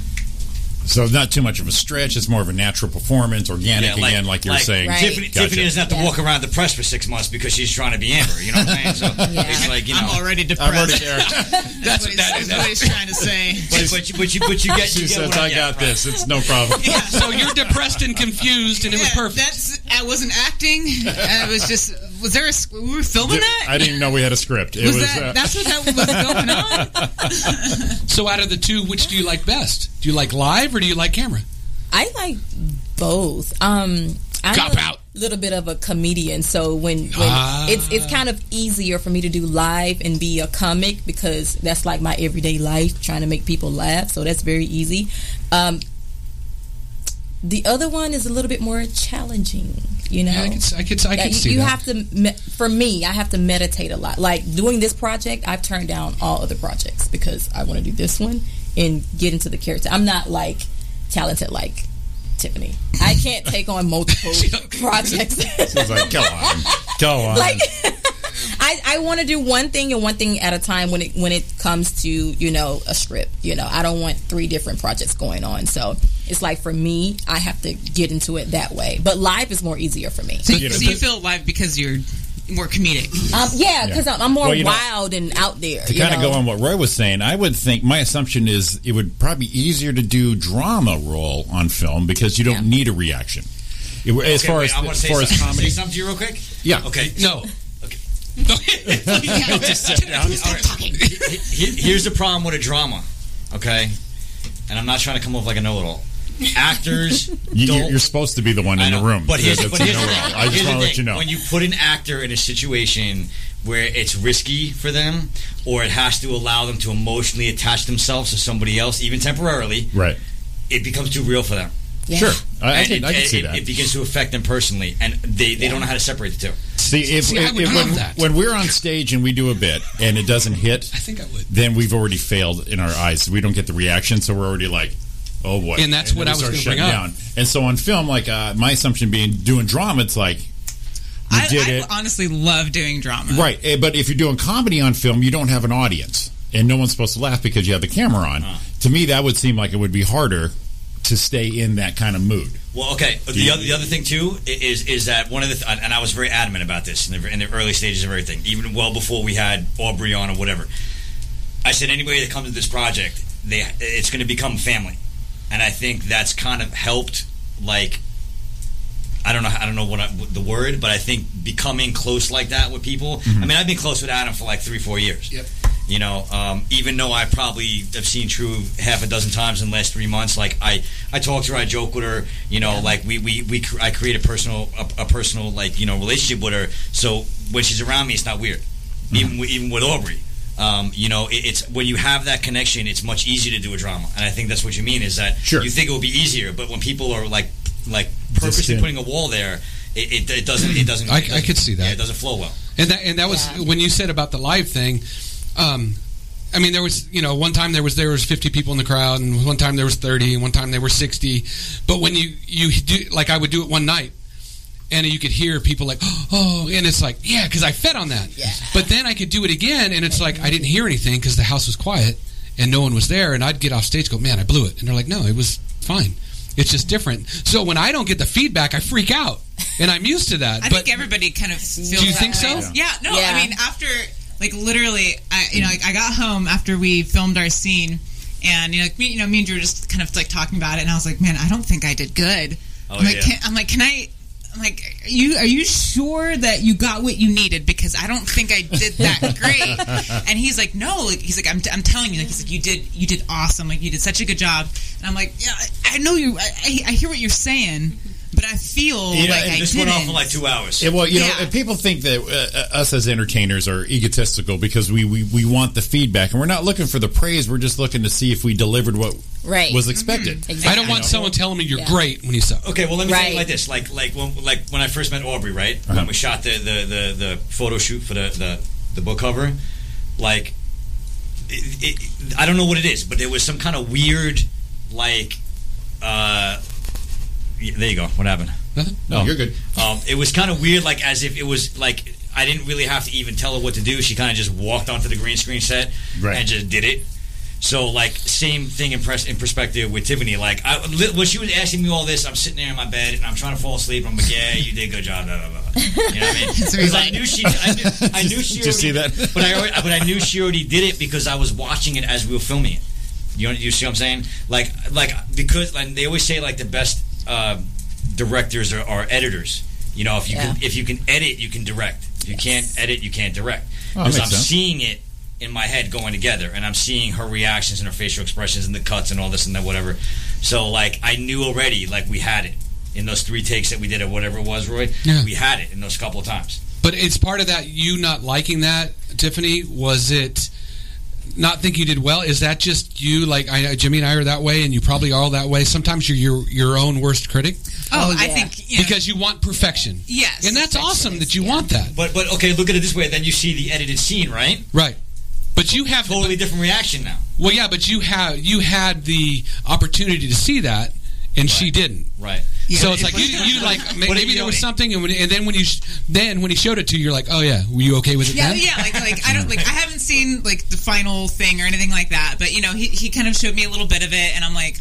Speaker 4: So it's not too much of a stretch. It's more of a natural performance, organic again, like you're saying.
Speaker 10: Right.
Speaker 5: Tiffany,
Speaker 4: Gotcha.
Speaker 5: Tiffany doesn't have to
Speaker 10: Yeah.
Speaker 5: walk around depressed for six months because she's trying to be Amber. You know what I'm saying? So
Speaker 10: [laughs]
Speaker 5: it's like you know.
Speaker 9: I'm already depressed. [laughs] that's, what, he's,
Speaker 4: that-
Speaker 9: that's what he's trying to say.
Speaker 5: But, but you, but you, but you get.
Speaker 4: She
Speaker 5: You get
Speaker 4: says,
Speaker 5: what
Speaker 4: "I
Speaker 5: yeah,
Speaker 4: got
Speaker 5: right.
Speaker 4: this. It's no
Speaker 5: Um, [laughs]
Speaker 1: [laughs]
Speaker 4: problem."
Speaker 1: so you're depressed and confused, and it was
Speaker 9: Yeah,
Speaker 1: perfect.
Speaker 9: That's I wasn't acting. I was just. Was there a? sc- We were filming that.
Speaker 4: I didn't even know we had a script. It
Speaker 9: was,
Speaker 4: was,
Speaker 9: that?
Speaker 4: uh,
Speaker 9: that's what that
Speaker 4: [laughs]
Speaker 9: was going on.
Speaker 1: So out of the two, which do you like best? Do you like live or do you like camera?
Speaker 10: I like both. Um, I'm
Speaker 1: Cop
Speaker 10: a
Speaker 1: out.
Speaker 10: little bit of a comedian, so when, when
Speaker 1: Ah.
Speaker 10: it's it's kind of easier for me to do live and be a comic because that's like my everyday life, trying to make people laugh. So that's very easy. Um, the other one is a little bit more challenging, you know.
Speaker 1: Yeah, I could, s- I could, s- I
Speaker 10: Yeah,
Speaker 1: could
Speaker 10: you,
Speaker 1: see
Speaker 10: you
Speaker 1: that.
Speaker 10: have to me- for me i have to meditate a lot like doing this project i've turned down all other projects because i want to do this one and get into the character i'm not like talented like tiffany i can't take on
Speaker 1: [laughs]
Speaker 10: multiple projects
Speaker 4: It's like, go on, go on.
Speaker 10: like
Speaker 4: [laughs]
Speaker 10: I, I want to do one thing and one thing at a time when it when it comes to you know a script you know I don't want three different projects going on so it's like for me I have to get into it that way but live is more easier for me
Speaker 9: So,
Speaker 4: You know,
Speaker 9: so you feel alive because you're more comedic.
Speaker 10: Um, yeah, because I'm, I'm more
Speaker 4: Well, you know,
Speaker 10: wild and out there.
Speaker 4: To
Speaker 10: you
Speaker 4: kind of
Speaker 10: know?
Speaker 4: go on what Roy was saying, I would think my assumption is it would probably be easier to do drama role on film because you don't
Speaker 10: Yeah.
Speaker 4: need a reaction. It- as
Speaker 5: Okay,
Speaker 4: far
Speaker 5: wait,
Speaker 4: as
Speaker 5: I want to
Speaker 4: as
Speaker 5: say,
Speaker 4: far as
Speaker 5: something- [laughs]
Speaker 4: comedy,
Speaker 5: say something to you real quick.
Speaker 4: yeah.
Speaker 5: Okay. [laughs]
Speaker 1: No.
Speaker 5: He- Here's the problem with a drama, okay? And I'm not trying to come off like a know-it-all. [laughs] Actors
Speaker 4: You,
Speaker 5: don't.
Speaker 4: you're supposed to be the one
Speaker 5: I
Speaker 4: in the
Speaker 5: know,
Speaker 4: room.
Speaker 5: But here's,
Speaker 4: That's
Speaker 5: but
Speaker 4: a
Speaker 5: here's the
Speaker 4: no
Speaker 5: thing.
Speaker 4: roll. I
Speaker 5: Here's
Speaker 4: just
Speaker 5: the
Speaker 4: want to let
Speaker 5: thing.
Speaker 4: you know.
Speaker 5: When you put an actor in a situation where it's risky for them, or it has to allow them to emotionally attach themselves to somebody else, even temporarily,
Speaker 4: right.
Speaker 5: it becomes too real for them.
Speaker 10: Yeah.
Speaker 4: Sure. I, I
Speaker 5: And
Speaker 4: can,
Speaker 5: it,
Speaker 4: I can
Speaker 5: it-
Speaker 4: see
Speaker 5: it-
Speaker 4: that.
Speaker 5: It begins to affect them personally, and they, they don't know how to separate the two.
Speaker 4: See, if,
Speaker 1: See, I
Speaker 4: if-
Speaker 1: would
Speaker 4: if-
Speaker 1: love
Speaker 4: when,
Speaker 1: that.
Speaker 4: when we're on stage and we do a bit and it doesn't hit,
Speaker 1: I think I would.
Speaker 4: then we've already failed in our eyes. We don't get the reaction, so we're already like, oh boy.
Speaker 1: And that's what
Speaker 4: then
Speaker 1: I
Speaker 4: we
Speaker 1: was
Speaker 4: start
Speaker 1: gonna
Speaker 4: shutting
Speaker 1: bring up.
Speaker 4: And so on film, like uh, my assumption being doing drama, it's like you
Speaker 9: I,
Speaker 4: did
Speaker 9: I
Speaker 4: it
Speaker 9: honestly love doing drama.
Speaker 4: right. eh, But if you're doing comedy on film, you don't have an audience, and no one's supposed to laugh because you have the camera on. To me, that would seem like it would be harder to stay in that kind of mood.
Speaker 5: Well, okay. The other, the other thing too i- is is that one of the th- and I was very adamant about this in the, in the early stages of everything, even well before we had Aubrey on or whatever. I said anybody that comes to this project, they it's going to become family, and I think that's kind of helped. Like, I don't know, I don't know what I, what the word, but I think becoming close like that with people. I mean, I've been close with Adam for like three, four years.
Speaker 8: Yep.
Speaker 5: You know, um, even though I probably have seen True half a dozen times in the last three months, like I, I talk to her, I joke with her. You know, like we, we, we cr- I create a personal a, a personal like you know relationship with her. So when she's around me, it's not weird.
Speaker 1: Mm-hmm.
Speaker 5: Even with, even with Aubrey, um, you know, it, it's when you have that connection, it's much easier to do a drama. And I think that's what you mean is that
Speaker 4: Sure.
Speaker 5: you think it would be easier, but when people are like like purposely
Speaker 4: Distant.
Speaker 5: putting a wall there, it, it, it doesn't it doesn't.
Speaker 1: I-
Speaker 5: it doesn't-
Speaker 1: I could see that.
Speaker 5: Yeah, it doesn't flow well.
Speaker 1: And that and that was
Speaker 10: Yeah.
Speaker 1: when you said about the live thing. Um, I mean, there was you know one time there was there was fifty people in the crowd, and one time there was thirty, and one time there were sixty. But when you you do like I would do it one night, and you could hear people like [gasps] oh, and it's like yeah, because I fed on that.
Speaker 10: Yeah.
Speaker 1: But then I could do it again, and it's like I didn't hear anything because the house was quiet and no one was there, and I'd get off stage, and go man, I blew it, and they're like no, it was fine. It's just different. So when I don't get the feedback, I freak out, and I'm used to that.
Speaker 9: I
Speaker 1: but
Speaker 9: think everybody kind of feels
Speaker 1: you
Speaker 9: that
Speaker 1: think so?
Speaker 9: way. Yeah. No,
Speaker 10: Yeah.
Speaker 9: I mean after like literally, I you know like, I got home after we filmed our scene, and you know like, me you know me and Drew were just kind of like talking about it, and I was like, man, I don't think I did good.
Speaker 5: Oh,
Speaker 9: I'm like,
Speaker 5: yeah.
Speaker 9: can, I'm like, can I? I'm like, are you are you sure that you got what you needed? Because I don't think I did
Speaker 1: [laughs]
Speaker 9: that great. and he's like, no, like, he's like, I'm, I'm telling you, like, he's like, you did you did awesome, like you did such a good job. And I'm like, yeah, I, I know you. I, I- I hear what you're saying, but I feel
Speaker 4: You know,
Speaker 9: like
Speaker 4: and
Speaker 9: I
Speaker 5: This
Speaker 9: didn't.
Speaker 5: went on for like two hours.
Speaker 4: Yeah, well, you know,
Speaker 9: Yeah.
Speaker 4: and people think that uh, uh, us as entertainers are egotistical because we, we, we want the feedback and we're not looking for the praise. We're just looking to see if we delivered what
Speaker 10: Right.
Speaker 4: was expected.
Speaker 10: Exactly.
Speaker 1: I don't want someone telling me you're
Speaker 10: Yeah.
Speaker 1: great when you suck.
Speaker 5: Okay, well, let me tell you
Speaker 10: Right.
Speaker 5: like this: like, like when, like when I first met Aubrey, right? When we shot the, the the the photo shoot for the the, the book cover, like, it, it, I don't know what it is, but there was some kind of weird, like, uh, y- there you go. What happened?
Speaker 1: Nothing?
Speaker 4: No, you're good.
Speaker 5: Um, it was kind of weird, like as if it was like I didn't really have to even tell her what to do. She kind of just walked onto the green screen set
Speaker 4: Right.
Speaker 5: and just did it. So like same thing in, pres- in perspective with Tiffany. Like I, li- when she was asking me all this, I'm sitting there in my bed and I'm trying to fall asleep. I'm like, yeah, you did a good job. Blah, blah, blah. You know [laughs] what I mean? Because I knew she, I knew, [laughs] I knew she.
Speaker 4: Did you see
Speaker 5: already-
Speaker 4: that?
Speaker 5: But I, already- but I knew she already did it because I was watching it as we were filming it. You know, you see what I'm saying? Like, like because like, they always say like the best uh, directors are, are editors. You know, if you can, if you can edit, you can direct. If you can't edit, you can't direct.
Speaker 4: Oh, that
Speaker 5: Because
Speaker 4: makes
Speaker 5: I'm
Speaker 4: sense.
Speaker 5: seeing it in my head going together, and I'm seeing her reactions and her facial expressions and the cuts and all this and that whatever. So like I knew already like we had it in those three takes that we did or whatever it was, Roy.
Speaker 1: Yeah.
Speaker 5: We had it in those couple of times.
Speaker 1: But it's part of that you not liking that, Tiffany. Was it not think you did well? Is that just you? Like I, Jimmy and I are that way, and you probably are that way. Sometimes you're your your own worst critic
Speaker 9: Oh,
Speaker 10: Oh,
Speaker 9: I
Speaker 10: yeah.
Speaker 9: think you know,
Speaker 1: because you want perfection,
Speaker 9: yes,
Speaker 1: and that's awesome that you want that,
Speaker 5: But but okay, look at it this way. Then you see the edited scene, right?
Speaker 1: right? But you have
Speaker 5: Totally different reaction now.
Speaker 1: well, yeah. But you have you had the opportunity to see that, and she
Speaker 5: Right.
Speaker 1: didn't.
Speaker 5: Right.
Speaker 1: so it's like you, you like ma-
Speaker 5: But
Speaker 1: maybe
Speaker 5: you
Speaker 1: there
Speaker 5: know-
Speaker 1: was something, and, when, and then when you sh- then when he showed it to you, you're like, oh yeah, were you okay with
Speaker 9: [laughs]
Speaker 1: it?
Speaker 9: Yeah,
Speaker 1: then?
Speaker 9: yeah, like like I don't like I haven't seen like the final thing or anything like that, but you know he, he kind of showed me a little bit of it, and I'm like,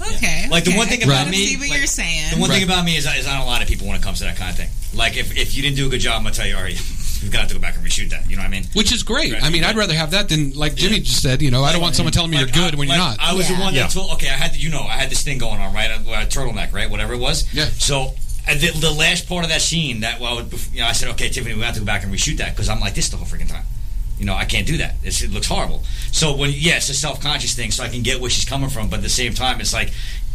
Speaker 9: okay,
Speaker 5: Like, the
Speaker 9: okay,
Speaker 5: one thing
Speaker 9: I
Speaker 5: about
Speaker 9: kinda
Speaker 5: me,
Speaker 9: see what
Speaker 5: like,
Speaker 9: you're saying.
Speaker 5: The one
Speaker 1: Right.
Speaker 5: thing about me is, I- is I don't lie to people when it comes to that kind of thing. Like if, if you didn't do a good job, I'm gonna tell you already. we're gonna have to go back and reshoot that. You know what I mean?
Speaker 1: Which is great.
Speaker 5: Right.
Speaker 1: I mean, I'd rather have that than like Jimmy just said. You know, I don't want someone telling me
Speaker 5: Like,
Speaker 1: you're good
Speaker 5: I-
Speaker 1: when you're
Speaker 5: like,
Speaker 1: not.
Speaker 5: I was the
Speaker 10: Yeah.
Speaker 5: one that
Speaker 4: Yeah.
Speaker 5: told. Okay, I had you know I had this thing going on right, a, a turtleneck, right, whatever it was.
Speaker 1: Yeah.
Speaker 5: So. And the, the last part of that scene, that well, you know, I said, okay, Tiffany, we have to go back and reshoot that because I'm like this the whole freaking time. You know, I can't do that. It's, it looks horrible. So when yeah, it's a self conscious thing, so I can get where she's coming from. But at the same time, it's like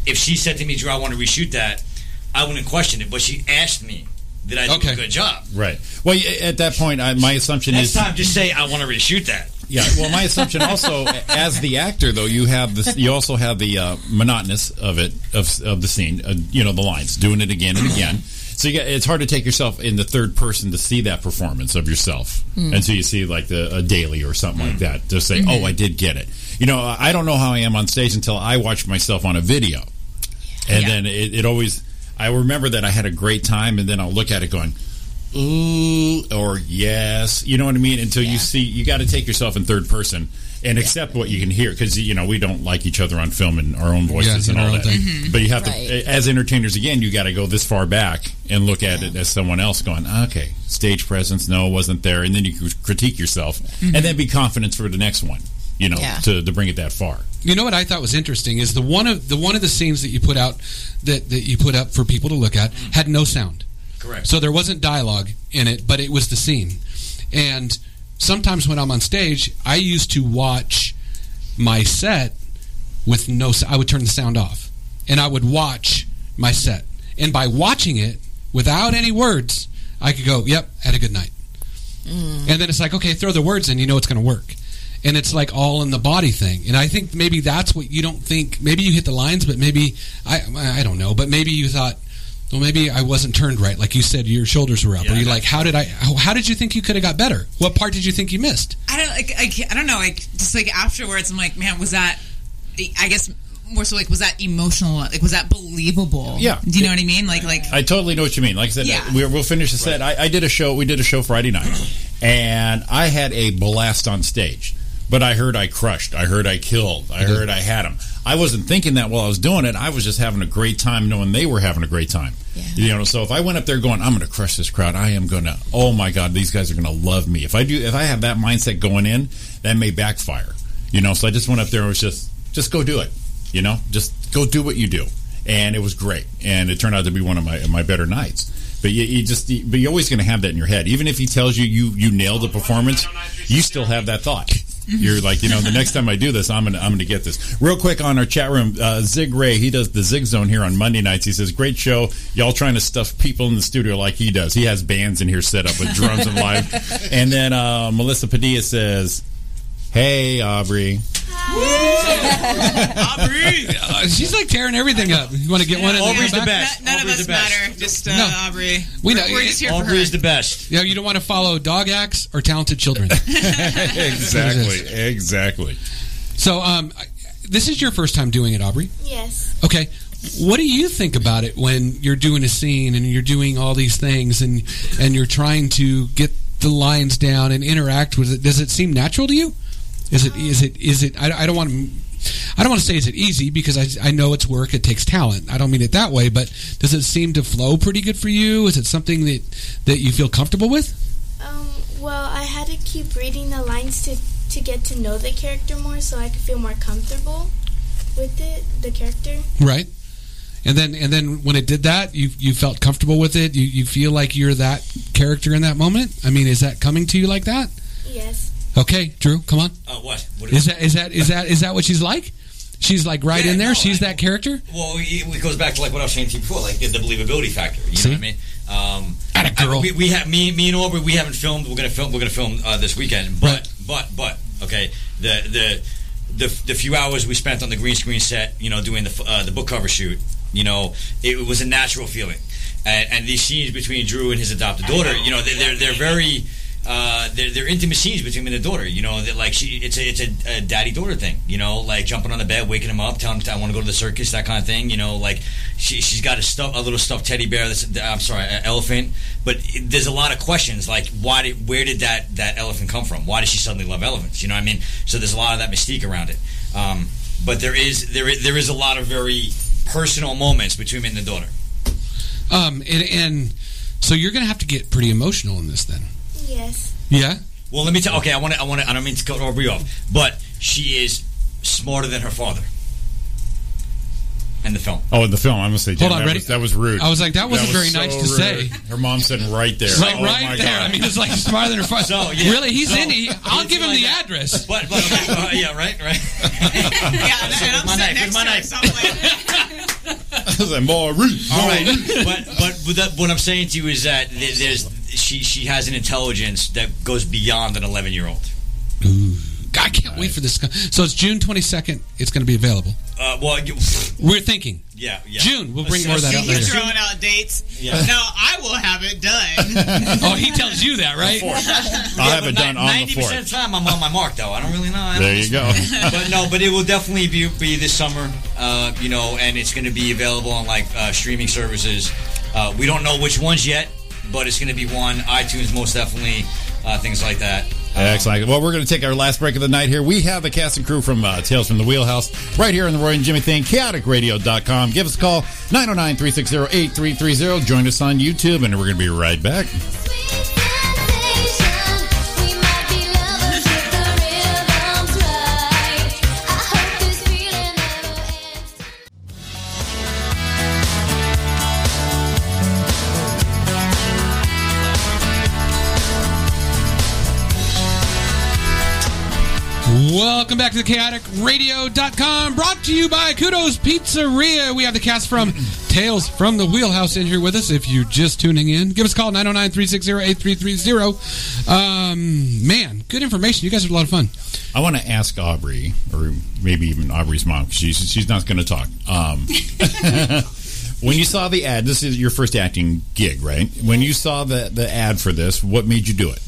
Speaker 5: if she said to me, Drew, I want to reshoot that, I wouldn't question it. But she asked me, did I do
Speaker 1: Okay.
Speaker 5: a good job?
Speaker 4: Right. Well, y- at that point, I, my assumption
Speaker 5: Next
Speaker 4: is
Speaker 5: time, just say I want to reshoot that.
Speaker 4: Yeah. Well, my
Speaker 5: [laughs]
Speaker 4: assumption also, as the actor, though, you have this, you also have the uh, monotonous of it of of the scene. Uh, you know, the lines, doing it again and again. So you get, it's hard to take yourself in the third person to see that performance of yourself until you see like the, a daily or something like that to say, "Oh, I did get it." You know, I don't know how I am on stage until I watch myself on a video, and
Speaker 9: Yeah.
Speaker 4: then it, it always. I remember that I had a great time, and then I'll look at it going, ooh Mm, or yes you know what i mean until you see you got to take yourself in third person and accept what you can hear because you know we don't like each other on film and our own voices
Speaker 1: Yeah,
Speaker 4: and
Speaker 1: our
Speaker 4: all
Speaker 1: own
Speaker 4: that
Speaker 1: thing.
Speaker 4: but you have
Speaker 10: Mm-hmm. Right.
Speaker 4: to as entertainers again you got to go this far back and look at it as someone else going okay stage presence no wasn't there and then you cr- critique yourself and then be confident for the next one you know
Speaker 10: Mm-hmm. Yeah.
Speaker 4: to, to bring it that far
Speaker 1: You know what I thought was interesting is the one of the one of the scenes that you put out that that you put up for people to look at had no sound.
Speaker 5: Correct.
Speaker 1: So there wasn't dialogue in it, but it was the scene. And sometimes when I'm on stage, I used to watch my set with no s- I would turn the sound off and I would watch my set. And by watching it without any words, I could go, "Yep, had a good night."
Speaker 5: Mm.
Speaker 1: And then it's like, "Okay, throw the words in, you know it's going to work." and it's like all in the body thing. And I think maybe that's what you don't think. Maybe you hit the lines, but maybe I I don't know. But maybe you thought, well, maybe I wasn't turned right. Like you said, your shoulders were up.
Speaker 5: Yeah,
Speaker 1: or you
Speaker 5: I
Speaker 1: like, how did I? How, how did you think you could have got better? What part did you think you missed?
Speaker 9: I don't like I, can't- I don't know like just like afterwards I'm like man was that I guess more so like was that emotional like was that believable
Speaker 4: Yeah.
Speaker 9: do you know what I mean like like
Speaker 4: I totally know what you mean. Like I said,
Speaker 9: Yeah.
Speaker 4: we're, we'll finish the set. I, I did a show. We did a show Friday night, [clears throat] and I had a blast on stage. But I heard I crushed. I heard I killed. I heard I had him. I wasn't thinking that while I was doing it. I was just having a great time, knowing they were having a great time. You know. So if I went up there going, "I'm going to crush this crowd. I am going to. Oh my God, these guys are going to love me." If I do, if I have that mindset going in, that may backfire. You know. So I just went up there and was just, just go do it. You know, just go do what you do and it was great. And it turned out to be one of my my better nights. But you, you just, you, but you're always going to have that in your head. Even if he tells you you you nailed the performance, you still have that thought. You're like, you know, the next time I do this, I'm gonna I'm gonna get this. Real quick on our chat room, uh, Zig Ray, he does the Zig Zone here on Monday nights. He says, "Great show, y'all trying to stuff people in the studio like he does. He has bands in here set up with drums and live."
Speaker 5: [laughs]
Speaker 4: And then uh, Melissa Padilla says, "Hey, Aubrey."
Speaker 5: [laughs]
Speaker 1: Uh, she's like tearing everything up. You want to get one? in
Speaker 5: Aubrey's the
Speaker 1: back?
Speaker 5: best.
Speaker 9: None- none
Speaker 5: Aubrey's
Speaker 9: of us
Speaker 5: the best.
Speaker 9: matter just uh,
Speaker 1: No.
Speaker 9: Aubrey
Speaker 1: We
Speaker 9: we
Speaker 1: know-
Speaker 9: are we're just here for her
Speaker 5: Aubrey is the best.
Speaker 1: Yeah, you don't want to follow dog acts or talented
Speaker 5: [laughs]
Speaker 1: children. [laughs]
Speaker 4: exactly, exactly.
Speaker 1: so, um, I- this is your first time doing it, Aubrey.
Speaker 6: Yes.
Speaker 1: Okay. What do you think about it when you're doing a scene and you're doing all these things and and you're trying to get the lines down and interact with it? Does it seem natural to you? Is it is it is it? I, I don't want to. I don't want to say is it easy because I, I know it's work. It takes talent. I don't mean it that way, but does it seem to flow pretty good for you? Is it something that that you feel comfortable with?
Speaker 6: Um, well, I had to keep reading the lines to to get to know the character more, so I could feel more comfortable with it, the character.
Speaker 1: Right. And then and then when it did that, you you felt comfortable with it. You you feel like you're that character in that moment. I mean, is that coming to you like that?
Speaker 6: Yes.
Speaker 1: Okay, Drew, come on.
Speaker 5: Uh, what? what
Speaker 1: Is that is that is that is that what she's like? She's like right
Speaker 5: Yeah,
Speaker 1: in there.
Speaker 5: no,
Speaker 1: she's
Speaker 5: I-
Speaker 1: that character.
Speaker 5: well, it it goes back to like what I was saying to you before, like the, the believability factor. You
Speaker 1: See?
Speaker 5: know what I mean? Um,
Speaker 1: Atta girl.
Speaker 5: I- we, we have me, me and Aubrey. We haven't filmed. We're gonna film. We're gonna film uh, this weekend. But
Speaker 1: Right.
Speaker 5: but but okay. The the. The, the few hours we spent on the green screen set, you know, doing the uh, the book cover shoot, you know, it, was a natural feeling, and, and these scenes between Drew and his adopted daughter, you know, they, they're they're very uh, they're, they're intimate scenes between him and the daughter. You know, that like she, it's a it's a, a daddy daughter thing. You know, like jumping on the bed, waking him up, telling him I want to go to the circus, that kind of thing. You know, like she she's got a stuff a little stuffed teddy bear. That's I'm sorry, an elephant. But it, there's a lot of questions like why did where did that that elephant come from? Why does she suddenly love elephants? You know what I mean? So there's a lot of that mystique around it. Um, but there is there is, there is a lot of very personal moments between him and the daughter.
Speaker 1: Um, and, and so you're gonna have to get pretty emotional in this then.
Speaker 6: Yes.
Speaker 1: Yeah.
Speaker 5: Well, let me tell. Okay, I want to. I want to. I don't mean to cut Aubrey off, but she is smarter than her father. And the film.
Speaker 4: Oh, in the film, I must say, Jen,
Speaker 1: Hold on,
Speaker 4: that,
Speaker 1: ready?
Speaker 4: Was, that was rude.
Speaker 1: I was like, that wasn't
Speaker 4: was
Speaker 1: very
Speaker 4: so
Speaker 1: nice to
Speaker 4: rude.
Speaker 1: say.
Speaker 4: Her mom said right there.
Speaker 1: Like
Speaker 4: Oh, my
Speaker 1: right there. I
Speaker 4: God.
Speaker 1: mean, it's like smarter than her father.
Speaker 5: So, yeah.
Speaker 1: Really, he's
Speaker 5: So,
Speaker 1: in. He, I'll
Speaker 5: it's
Speaker 1: give him
Speaker 5: like
Speaker 1: the
Speaker 5: that.
Speaker 1: address.
Speaker 5: But, but okay, uh, yeah, right, right.
Speaker 9: [laughs] Yeah, and I'm
Speaker 5: my
Speaker 9: sitting
Speaker 5: knife,
Speaker 9: next
Speaker 5: with my
Speaker 9: to her,
Speaker 5: knife.
Speaker 9: so I'm like,
Speaker 4: I was like, more rude.
Speaker 5: All right, but but with that, what I'm saying to you is that th- there's she she has an intelligence that goes beyond an 11 year old.
Speaker 1: I can't wait for this. So it's June 22nd. It's going to be available.
Speaker 5: Uh, well, you,
Speaker 1: We're thinking.
Speaker 5: yeah, yeah.
Speaker 1: June, we'll bring more of that up
Speaker 9: You're
Speaker 1: later.
Speaker 9: throwing out dates.
Speaker 5: Yeah.
Speaker 9: No, I will have it done.
Speaker 5: [laughs]
Speaker 1: Oh, he tells you that, right?
Speaker 9: [laughs]
Speaker 4: I'll have it done on the
Speaker 5: Ninety percent of
Speaker 4: fourth.
Speaker 5: the time, I'm on my mark though. I don't really know. I don't
Speaker 4: There you go.
Speaker 5: [laughs] but no, but it will definitely be, be this summer, uh, you know, and it's going to be available on like uh, streaming services. Uh, we don't know which ones yet, but it's going to be one iTunes most definitely, uh, things like that.
Speaker 4: Excellent. Well, we're going to take our last break of the night here. We have the cast and crew from uh, Tales from the Wheelhouse right here on the Roy and Jimmy thing, chaoticradio.com. Give us a call, 909 360 8330. Join us on YouTube, and we're going to be right back.
Speaker 1: Welcome back to the chaoticradio.com brought to you by Kudos Pizzeria. We have the cast from Tales from the Wheelhouse in here with us. If you're just tuning in, give us a call 909 360 8330. Um, Man, good information. You guys are a lot of fun.
Speaker 4: I want to ask Aubrey, or maybe even Aubrey's mom, 'cause she's, she's not going to talk. Um, [laughs] when you saw the ad, this is your first acting gig, right? When you saw the, the ad for this, what made you do it?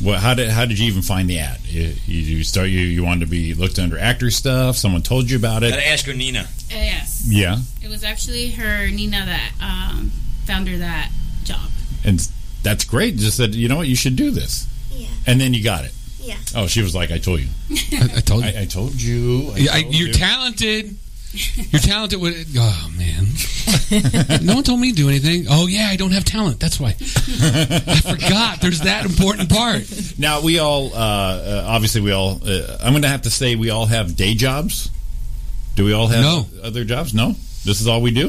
Speaker 4: What, how did how did you even find the ad? You, you start you, you wanted to be looked under actor stuff. Someone told you about it.
Speaker 5: Gotta ask her, Nina.
Speaker 11: Uh, yes.
Speaker 4: Yeah,
Speaker 11: It was actually her, Nina, that um, found her that job.
Speaker 4: and that's great. Just said you know what you should do this,
Speaker 6: Yeah.
Speaker 4: and then you got it.
Speaker 6: Yeah.
Speaker 4: Oh, she was like, I told you.
Speaker 1: [laughs] I, I told you.
Speaker 4: I, I told you. I
Speaker 1: Yeah, I-
Speaker 4: told
Speaker 1: you're talented. You're talented with. Oh man, [laughs] no one told me to do anything. Oh yeah, I don't have talent. That's why I forgot. There's that important part.
Speaker 4: Now we all, uh, uh, obviously, we all. Uh, I'm going to have to say we all have day jobs. Do we all have
Speaker 1: No.
Speaker 4: other jobs? No, this is all we do.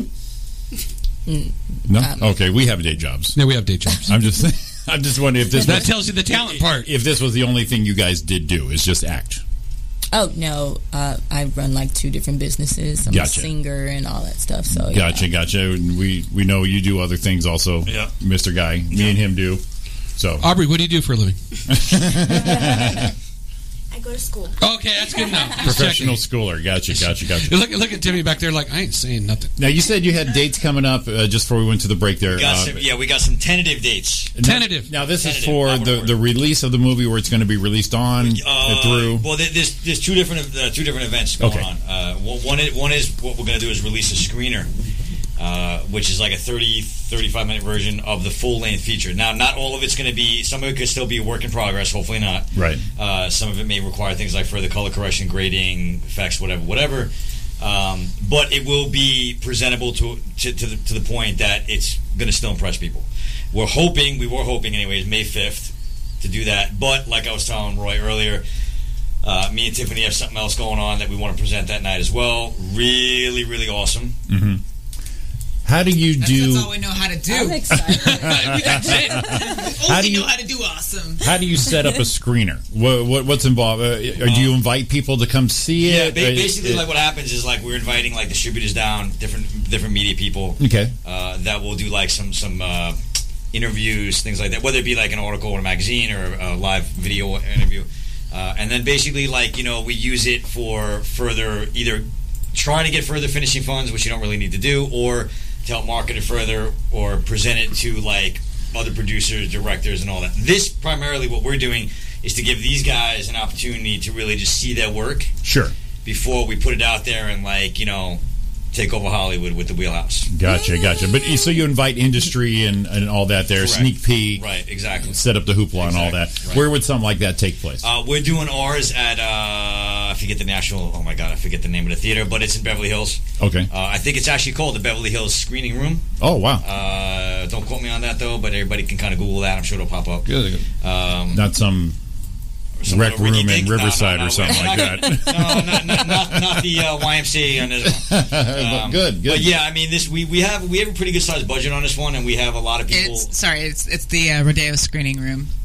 Speaker 10: Mm.
Speaker 4: No, okay, we have day jobs.
Speaker 1: No, we have day jobs.
Speaker 4: I'm just, [laughs] I'm just wondering if this
Speaker 1: That
Speaker 4: was,
Speaker 1: tells you the talent part.
Speaker 4: if this was the only thing you guys did do is just act.
Speaker 10: Oh no, uh, I run like two different businesses. I'm
Speaker 4: Gotcha.
Speaker 10: a singer and all that stuff.
Speaker 7: Oh,
Speaker 10: So yeah.
Speaker 4: Gotcha, gotcha. And we we know you do other things also,
Speaker 5: Yeah.
Speaker 4: Mister Guy. Me and him do. So
Speaker 1: Aubrey, what do you do for a living?
Speaker 4: [laughs]
Speaker 6: I go to school.
Speaker 1: Okay, that's good enough. Just
Speaker 4: professional
Speaker 1: checking.
Speaker 4: schooler. Gotcha, gotcha, gotcha.
Speaker 1: Look, look at Timmy back there. Like I ain't saying nothing.
Speaker 4: Now you said you had dates coming up uh, just before we went to the break. There,
Speaker 5: We got
Speaker 4: Uh,
Speaker 5: some, yeah, we got some tentative dates.
Speaker 4: Now-
Speaker 1: Tentative.
Speaker 4: Now, this
Speaker 5: Tentative.
Speaker 4: is for
Speaker 5: Not
Speaker 4: the,
Speaker 5: recorded.
Speaker 4: the release of the movie where it's going to be released on
Speaker 5: Uh,
Speaker 4: uh, through.
Speaker 5: Well, there- there's there's two different uh, two different events going
Speaker 4: Okay.
Speaker 5: on. Uh, one- one is, one is what we're gonna do is release a screener, uh, which is like a 30, 35 minute version of the full length feature. Now, not all of it's gonna be. Some of it could still be a work in progress. Hopefully not.
Speaker 4: Right.
Speaker 5: Uh, some of it may require things like further color correction, grading, effects, whatever, whatever. Um, but it will be presentable to to, to, the, to the point that it's going to still impress people. We're hoping, we were hoping, anyways, May fifth to do that. But like I was telling Roy earlier, uh, me and Tiffany have something else going on that we want to present that night as well. Really, really awesome.
Speaker 4: Mm-hmm. How do you
Speaker 9: That's,
Speaker 4: do?
Speaker 9: that's
Speaker 5: [laughs]
Speaker 4: [laughs]
Speaker 9: all we know how to do.
Speaker 10: I'm
Speaker 9: [laughs]
Speaker 10: excited.
Speaker 9: All
Speaker 4: How do
Speaker 9: we
Speaker 4: you-
Speaker 9: know how to do awesome.
Speaker 4: how do you set up a screener? What, what what's involved? Uh, or do you invite people to come see
Speaker 5: Um, Yeah,
Speaker 4: it?
Speaker 5: ba-
Speaker 4: Uh,
Speaker 5: basically,
Speaker 4: it-
Speaker 5: like what happens is like we're inviting like distributors down, different different media people.
Speaker 4: okay,
Speaker 5: uh, that will do like some some uh, interviews, things like that. Whether it be like an article in a magazine or a live video interview, uh, and then basically like you know we use it for further either trying to get further finishing funds, which you don't really need to do, or to help market it further, or present it to like other producers, directors, and all that. This primarily what we're doing is to give these guys an opportunity to really just see their work
Speaker 4: sure,
Speaker 5: before we put it out there and like you know take over Hollywood with the wheelhouse.
Speaker 4: gotcha, gotcha. But so you invite industry and, and all that there,
Speaker 5: Correct.
Speaker 4: sneak peek,
Speaker 5: Right, exactly.
Speaker 4: set up the hoopla and all that.
Speaker 5: Exactly, right.
Speaker 4: Where would something like that take place?
Speaker 5: Uh, we're doing ours at uh, I forget the national. Oh my god, I forget the name of the theater, but it's in Beverly Hills.
Speaker 4: okay.
Speaker 5: Uh, I think it's actually called the Beverly Hills Screening Room.
Speaker 4: Oh wow.
Speaker 5: Uh, Uh, don't quote me on that though, but everybody can kind of Google that. I'm sure it'll pop up.
Speaker 4: Good.
Speaker 5: Um,
Speaker 4: Not some
Speaker 5: some
Speaker 4: rec
Speaker 5: little
Speaker 4: room in
Speaker 5: rinky-dink- no, no,
Speaker 4: Riverside
Speaker 5: no,
Speaker 4: or something
Speaker 5: we're not-
Speaker 4: like that.
Speaker 5: no, not, not, not, not the uh, YMCA on this one.
Speaker 4: [laughs] But
Speaker 5: Um,
Speaker 4: good, good.
Speaker 5: But yeah, I mean, this we, we have we have a pretty good sized budget on this one, and we have a lot of people.
Speaker 9: It's sorry, it's it's the uh, Rodeo screening room.
Speaker 5: [laughs]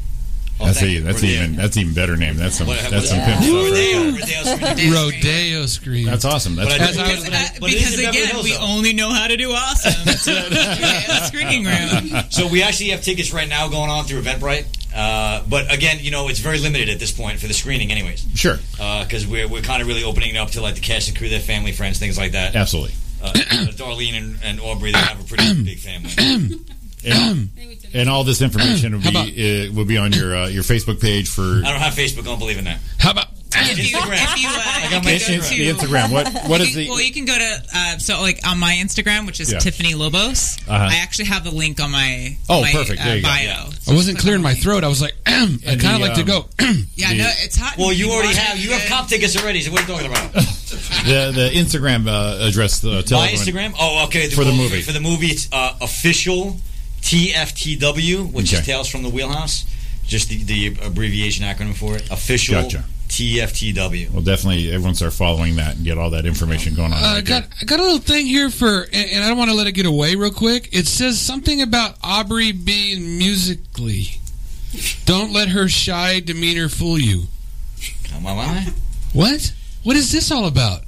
Speaker 5: Oh,
Speaker 4: that's
Speaker 5: thank
Speaker 4: [laughs] a,
Speaker 5: you.
Speaker 4: that's
Speaker 5: Rodeo.
Speaker 4: even that's even better name. That's some
Speaker 5: What-
Speaker 4: that's some
Speaker 5: what-
Speaker 4: pimp stuff right there.
Speaker 5: Rodeo, Rodeo screening.
Speaker 1: Rodeo screen.
Speaker 4: That's awesome. That's
Speaker 5: But I
Speaker 4: great.
Speaker 5: do-
Speaker 1: As I was-
Speaker 9: Because, uh,
Speaker 5: But it is
Speaker 9: because
Speaker 5: in Beverly
Speaker 9: again,
Speaker 5: Hills,
Speaker 9: we
Speaker 5: though.
Speaker 9: only know how to do awesome. So, [laughs] Rodeo
Speaker 5: [laughs]
Speaker 9: screening room.
Speaker 5: So we actually have tickets right now going on through Eventbrite. Uh, but again, you know, it's very limited at this point for the screening, anyways,
Speaker 4: sure,
Speaker 5: because we're, we're kind of really opening it up to like the cast and crew, their family, friends, things like that.
Speaker 4: absolutely.
Speaker 5: Uh, Darlene and, and Aubrey, they have a
Speaker 4: [coughs]
Speaker 5: pretty big family.
Speaker 4: And, and all this information will
Speaker 1: How
Speaker 4: be uh, will be on your uh, your Facebook page for
Speaker 5: I don't have Facebook. Don't believe in that.
Speaker 1: How about
Speaker 9: If you, if you, uh,
Speaker 5: got my
Speaker 9: you
Speaker 4: It's-
Speaker 9: can
Speaker 4: it's
Speaker 9: go
Speaker 4: the
Speaker 9: to- uh,
Speaker 4: Instagram. What what
Speaker 9: You-
Speaker 4: is the
Speaker 9: well, you can go to uh, so like on my Instagram, which is
Speaker 4: Yeah.
Speaker 9: Tiffany Lobos.
Speaker 4: Uh-huh.
Speaker 9: I actually have the link on my
Speaker 4: Oh,
Speaker 9: my,
Speaker 4: perfect.
Speaker 9: uh,
Speaker 4: There you go.
Speaker 9: bio.
Speaker 5: Yeah.
Speaker 9: So
Speaker 1: I wasn't
Speaker 9: click
Speaker 1: clearing
Speaker 9: on the
Speaker 1: my
Speaker 9: link.
Speaker 1: throat. I was like, [clears throat] I kind
Speaker 4: the,
Speaker 1: of like to
Speaker 4: um,
Speaker 1: go. [clears throat]
Speaker 9: Yeah,
Speaker 4: The-
Speaker 9: no, it's hot.
Speaker 5: Well, you already
Speaker 9: want
Speaker 5: have. You have
Speaker 9: it.
Speaker 5: comp tickets already. So what are you talking about?
Speaker 4: the the Instagram uh, address? Uh, tell
Speaker 5: My
Speaker 4: everyone.
Speaker 5: Instagram. Oh, okay.
Speaker 4: For the movie.
Speaker 5: For the movie, it's uh, official TFTW, which
Speaker 4: Okay.
Speaker 5: is Tales from the Wheelhouse. Just the, the abbreviation acronym for it. Official
Speaker 4: Gotcha.
Speaker 5: TFTW.
Speaker 4: Well, definitely, everyone start following that and get all that information going on.
Speaker 1: Uh, I
Speaker 4: right there.
Speaker 1: got I got a little thing here for, and, and I don't want to let it get away real quick. It says something about Aubrey being musically. Don't let her shy demeanor fool you.
Speaker 5: Am I lying?
Speaker 1: What? What is this all about?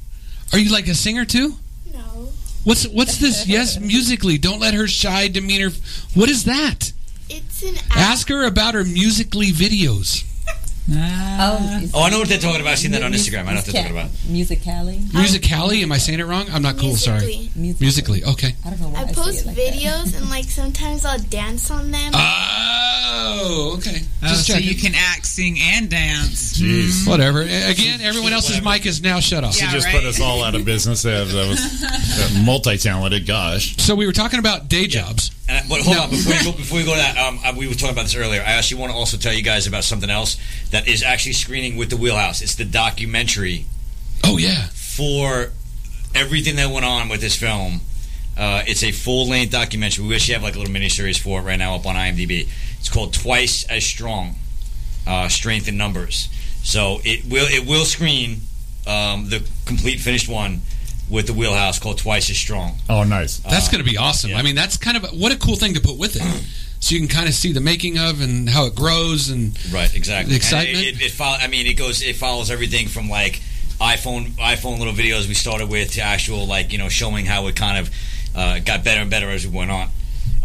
Speaker 1: Are you like a singer too?
Speaker 6: No.
Speaker 1: What's what's this? Yes, musically. Don't let her shy demeanor. What is that?
Speaker 6: It's an
Speaker 1: Ask her about her musically videos.
Speaker 10: Oh,
Speaker 5: Oh, I know what they're talking about. I've seen that on Instagram. I know what they're talking about.
Speaker 10: Musically.
Speaker 6: Um,
Speaker 1: Musically. Am I saying it wrong? I'm not cool. Sorry.
Speaker 6: Oh. Musically.
Speaker 1: Musically. Okay.
Speaker 10: I don't know why
Speaker 6: I
Speaker 10: say
Speaker 6: post
Speaker 10: it like that.
Speaker 6: videos and like sometimes I'll dance on them.
Speaker 1: Ah. Oh. Okay.
Speaker 5: Uh,
Speaker 9: Oh,
Speaker 1: Just
Speaker 9: so
Speaker 1: checking.
Speaker 9: you can act, sing, and dance. Hmm.
Speaker 4: Jeez.
Speaker 1: Mm. Whatever. A- Again, everyone else's mic is now shut off.
Speaker 9: Yeah,
Speaker 4: Just
Speaker 9: right.
Speaker 4: put us all out of business. That was, that was
Speaker 9: [laughs]
Speaker 4: that multi-talented. Gosh,
Speaker 1: So we were talking about day jobs.
Speaker 5: And, but hold
Speaker 1: No.
Speaker 5: on, before you go, before you go to that, um, uh, we were talking about this earlier. I actually want to also tell you guys about something else that is actually screening with the Wheelhouse. It's the documentary
Speaker 1: Oh yeah.
Speaker 5: for everything that went on with this film. Uh, it's a full length documentary. We actually have like a little mini series for it right now up on IMDb. It's called Twice as Strong: uh, Strength in Numbers. So it will it will screen um, the complete finished one with the Wheelhouse called Twice as Strong. Uh,
Speaker 4: oh nice.
Speaker 1: That's going to be awesome.
Speaker 5: yeah.
Speaker 1: I mean, that's kind of what a cool thing to put with it. So you can kind of see the making of and how it grows and
Speaker 5: Right, exactly.
Speaker 1: The excitement?
Speaker 5: And it, it, it follow, I mean, it goes. It follows everything from like iPhone iPhone little videos we started with to actual like you know showing how it kind of uh, got better and better as we went on.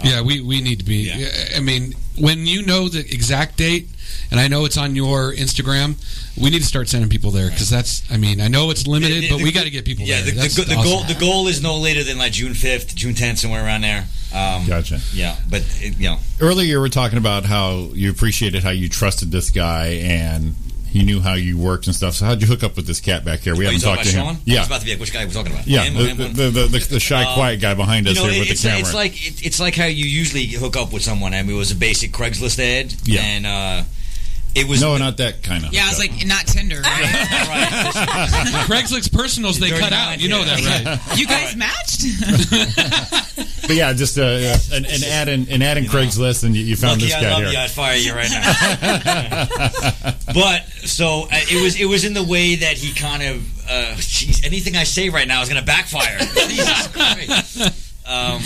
Speaker 1: yeah, we we need to be.
Speaker 5: Yeah.
Speaker 1: I mean, when you know the exact date, and I know it's on your Instagram, we need to start sending people there because that's. I mean, I know it's limited,
Speaker 5: The- the-
Speaker 1: but we
Speaker 5: the-
Speaker 1: got to get people
Speaker 5: Yeah,
Speaker 1: there.
Speaker 5: the,
Speaker 1: That's
Speaker 5: the, the
Speaker 1: awesome.
Speaker 5: goal the goal is no later than like June fifth, June tenth, somewhere around there. Um,
Speaker 4: Gotcha.
Speaker 5: Yeah, but it, you know,
Speaker 4: Earlier, we were talking about how you appreciated how you trusted this guy and he knew how you worked and stuff. So how'd you hook up with this cat back here? We
Speaker 5: are Oh, you
Speaker 4: haven't
Speaker 5: talking
Speaker 4: talked
Speaker 5: about
Speaker 4: to him.
Speaker 5: Sean? I
Speaker 4: Yeah,
Speaker 5: was about to be like, which guy we're talking about?
Speaker 4: yeah.
Speaker 5: Him,
Speaker 4: the,
Speaker 5: him, him?
Speaker 4: the, the, the, the shy,
Speaker 5: Uh,
Speaker 4: quiet guy behind us
Speaker 5: You know,
Speaker 4: here with
Speaker 5: it's,
Speaker 4: the camera.
Speaker 5: it's like it, it's like how you usually hook up with someone. I mean, it was a basic Craigslist ad,
Speaker 4: Yeah.
Speaker 5: and uh, it was
Speaker 4: no, not that kind of.
Speaker 9: Yeah, I was like, not Tinder.
Speaker 4: [laughs]
Speaker 9: Right?
Speaker 5: right.
Speaker 1: Craigslist personals they
Speaker 5: Dirty
Speaker 1: cut out.
Speaker 5: mind,
Speaker 1: You know
Speaker 5: yeah.
Speaker 1: that, right?
Speaker 5: [laughs]
Speaker 9: you guys
Speaker 4: [laughs]
Speaker 9: matched.
Speaker 4: but yeah, just uh, yeah, an, an ad in an ad in Craigslist, and you, you found
Speaker 5: Lucky
Speaker 4: this
Speaker 5: I
Speaker 4: guy
Speaker 5: love
Speaker 4: here.
Speaker 5: you. I'd fire you right now. [laughs] but so uh, it was. It was in the way that he kind of. Uh, jeez, anything I say right now is going to
Speaker 4: [laughs]
Speaker 5: backfire. Jesus Christ. Um,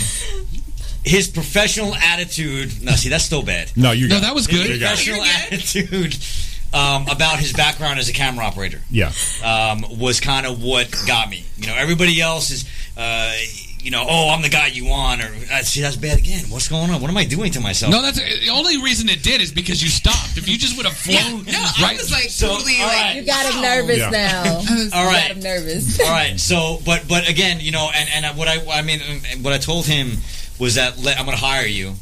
Speaker 5: his professional attitude. No, see, that's still bad.
Speaker 4: [laughs] No, you.
Speaker 1: No,
Speaker 4: got
Speaker 1: that was
Speaker 4: it.
Speaker 1: good.
Speaker 4: You got it.
Speaker 5: Professional attitude um, about his background as a camera operator
Speaker 4: Yeah,
Speaker 5: um, was kind of what got me. You know, everybody else is, uh, you know, oh, I'm the guy you want, or uh, see, that's bad again. What's going on? What am I doing to myself?
Speaker 1: No, that's the only reason it did is because you stopped. If you just would have flown,
Speaker 9: no, I
Speaker 1: right?
Speaker 9: was like
Speaker 5: So,
Speaker 9: totally
Speaker 5: all
Speaker 9: like.
Speaker 5: right.
Speaker 10: You got him nervous
Speaker 4: Yeah.
Speaker 9: [laughs]
Speaker 10: now.
Speaker 5: All
Speaker 10: You
Speaker 5: right.
Speaker 10: got him nervous.
Speaker 5: All right. So, but but again, you know, and and what I I mean, what I told him was that let, I'm going to hire you.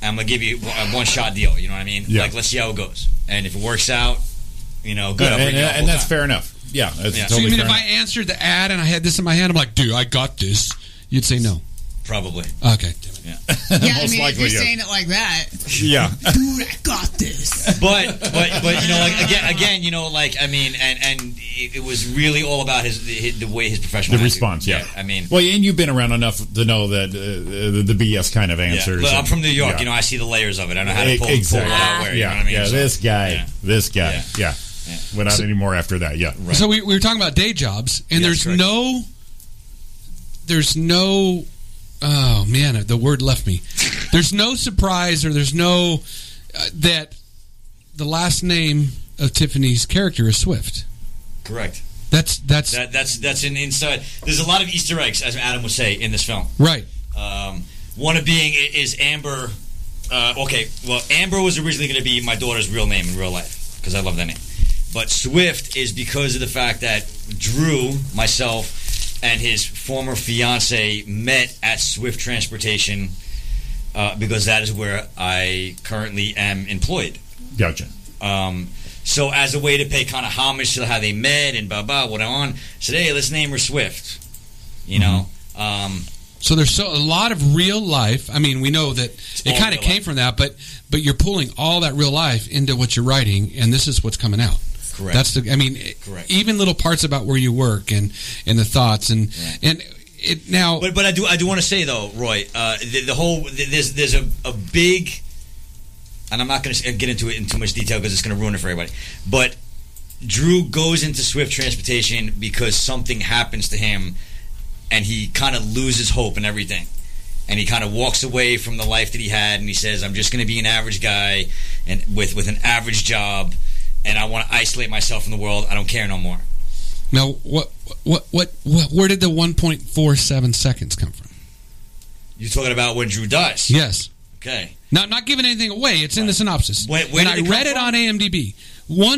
Speaker 5: I'm going to give you a one shot deal. You know what I mean?
Speaker 4: Yeah.
Speaker 5: Like, let's see how it goes, and if it works out, you know, good.
Speaker 4: Good.
Speaker 5: I'll
Speaker 4: and,
Speaker 5: bring you
Speaker 4: and-
Speaker 5: on
Speaker 4: and
Speaker 5: full
Speaker 4: that's
Speaker 5: time.
Speaker 4: fair enough. Yeah, that's
Speaker 5: Yeah. So
Speaker 1: so
Speaker 4: totally
Speaker 1: you mean
Speaker 4: fair
Speaker 1: if I
Speaker 4: enough.
Speaker 1: answered the ad and I had this in my hand, I'm like, dude, I got this. You'd say no.
Speaker 5: Probably.
Speaker 1: Okay.
Speaker 4: [laughs]
Speaker 5: Yeah.
Speaker 9: Yeah, I
Speaker 4: Most
Speaker 9: mean, if
Speaker 4: likely,
Speaker 9: you're
Speaker 4: yeah.
Speaker 9: saying it like
Speaker 4: [laughs]
Speaker 9: that,
Speaker 4: Yeah.
Speaker 9: dude, I got this.
Speaker 5: but but but you know like again again you know like I mean and and it, it was really all about his, his the way his professional
Speaker 4: The
Speaker 5: attitude-
Speaker 4: response, yeah.
Speaker 5: I mean
Speaker 4: Well, and you've been around enough to know that uh, the, the BS kind of
Speaker 5: yeah.
Speaker 4: answers.
Speaker 5: Look, I'm
Speaker 4: and-
Speaker 5: from New York
Speaker 4: yeah.
Speaker 5: you know I see the layers of it I know how to
Speaker 4: E-
Speaker 5: pull,
Speaker 4: exactly.
Speaker 5: pull it out where you know
Speaker 4: yeah,
Speaker 5: what I mean
Speaker 4: yeah.
Speaker 5: So-
Speaker 4: This guy,
Speaker 5: yeah.
Speaker 4: this guy,
Speaker 5: Yeah.
Speaker 4: yeah. We're not anymore after that. Yeah,
Speaker 5: Right.
Speaker 1: So we, we were talking about day jobs, and
Speaker 5: Yeah,
Speaker 1: there's
Speaker 5: correct.
Speaker 1: no, there's no, oh man, the word left me. There's no surprise, or there's no uh, that the last name of Tiffany's character is Swift.
Speaker 5: correct
Speaker 1: That's that's
Speaker 5: that, that's that's an inside there's a lot of Easter eggs as Adam would say in this film
Speaker 1: right.
Speaker 5: Um, one of being i- is Amber. Uh, okay, well, Amber was originally going to be my daughter's real name in real life because I love that name. But Swift is because of the fact that Drew, myself, and his former fiance met at Swift Transportation uh, because that is where I currently am employed.
Speaker 4: gotcha.
Speaker 5: Um, so as a way to pay kind of homage to how they met and blah blah what on, said hey let's name her Swift. You know, um,
Speaker 1: Mm-hmm. So there's so a lot of real life. I mean, we know that it
Speaker 5: all
Speaker 1: kind of
Speaker 5: real
Speaker 1: came
Speaker 5: life.
Speaker 1: from that, but but you're pulling all that real life into what you're writing, and this is what's coming out.
Speaker 5: correct.
Speaker 1: That's the. I mean, it-
Speaker 5: Correct.
Speaker 1: even little parts about where you work and and the thoughts and
Speaker 5: Right.
Speaker 1: and it now.
Speaker 5: But but I do I do want to say though, Roy, uh, the, the whole th- there's there's a, a big, and I'm not going to get into it in too much detail because it's going to ruin it for everybody. But Drew goes into Swift Transportation because something happens to him, and he kind of loses hope and everything. And he kind of walks away from the life that he had, and he says, "I'm just going to be an average guy, and with with an average job, and I want to isolate myself from the world. I don't care no more."
Speaker 1: Now, what, what, what, what, where did the 1.47 seconds come from?
Speaker 5: You're talking about when Drew dies,
Speaker 1: Yes.
Speaker 5: okay?
Speaker 1: Now, I'm not giving anything away. It's in the synopsis.
Speaker 5: Where- where
Speaker 1: and
Speaker 5: did
Speaker 1: I
Speaker 5: it come
Speaker 1: read it
Speaker 5: from?
Speaker 1: on AMDb.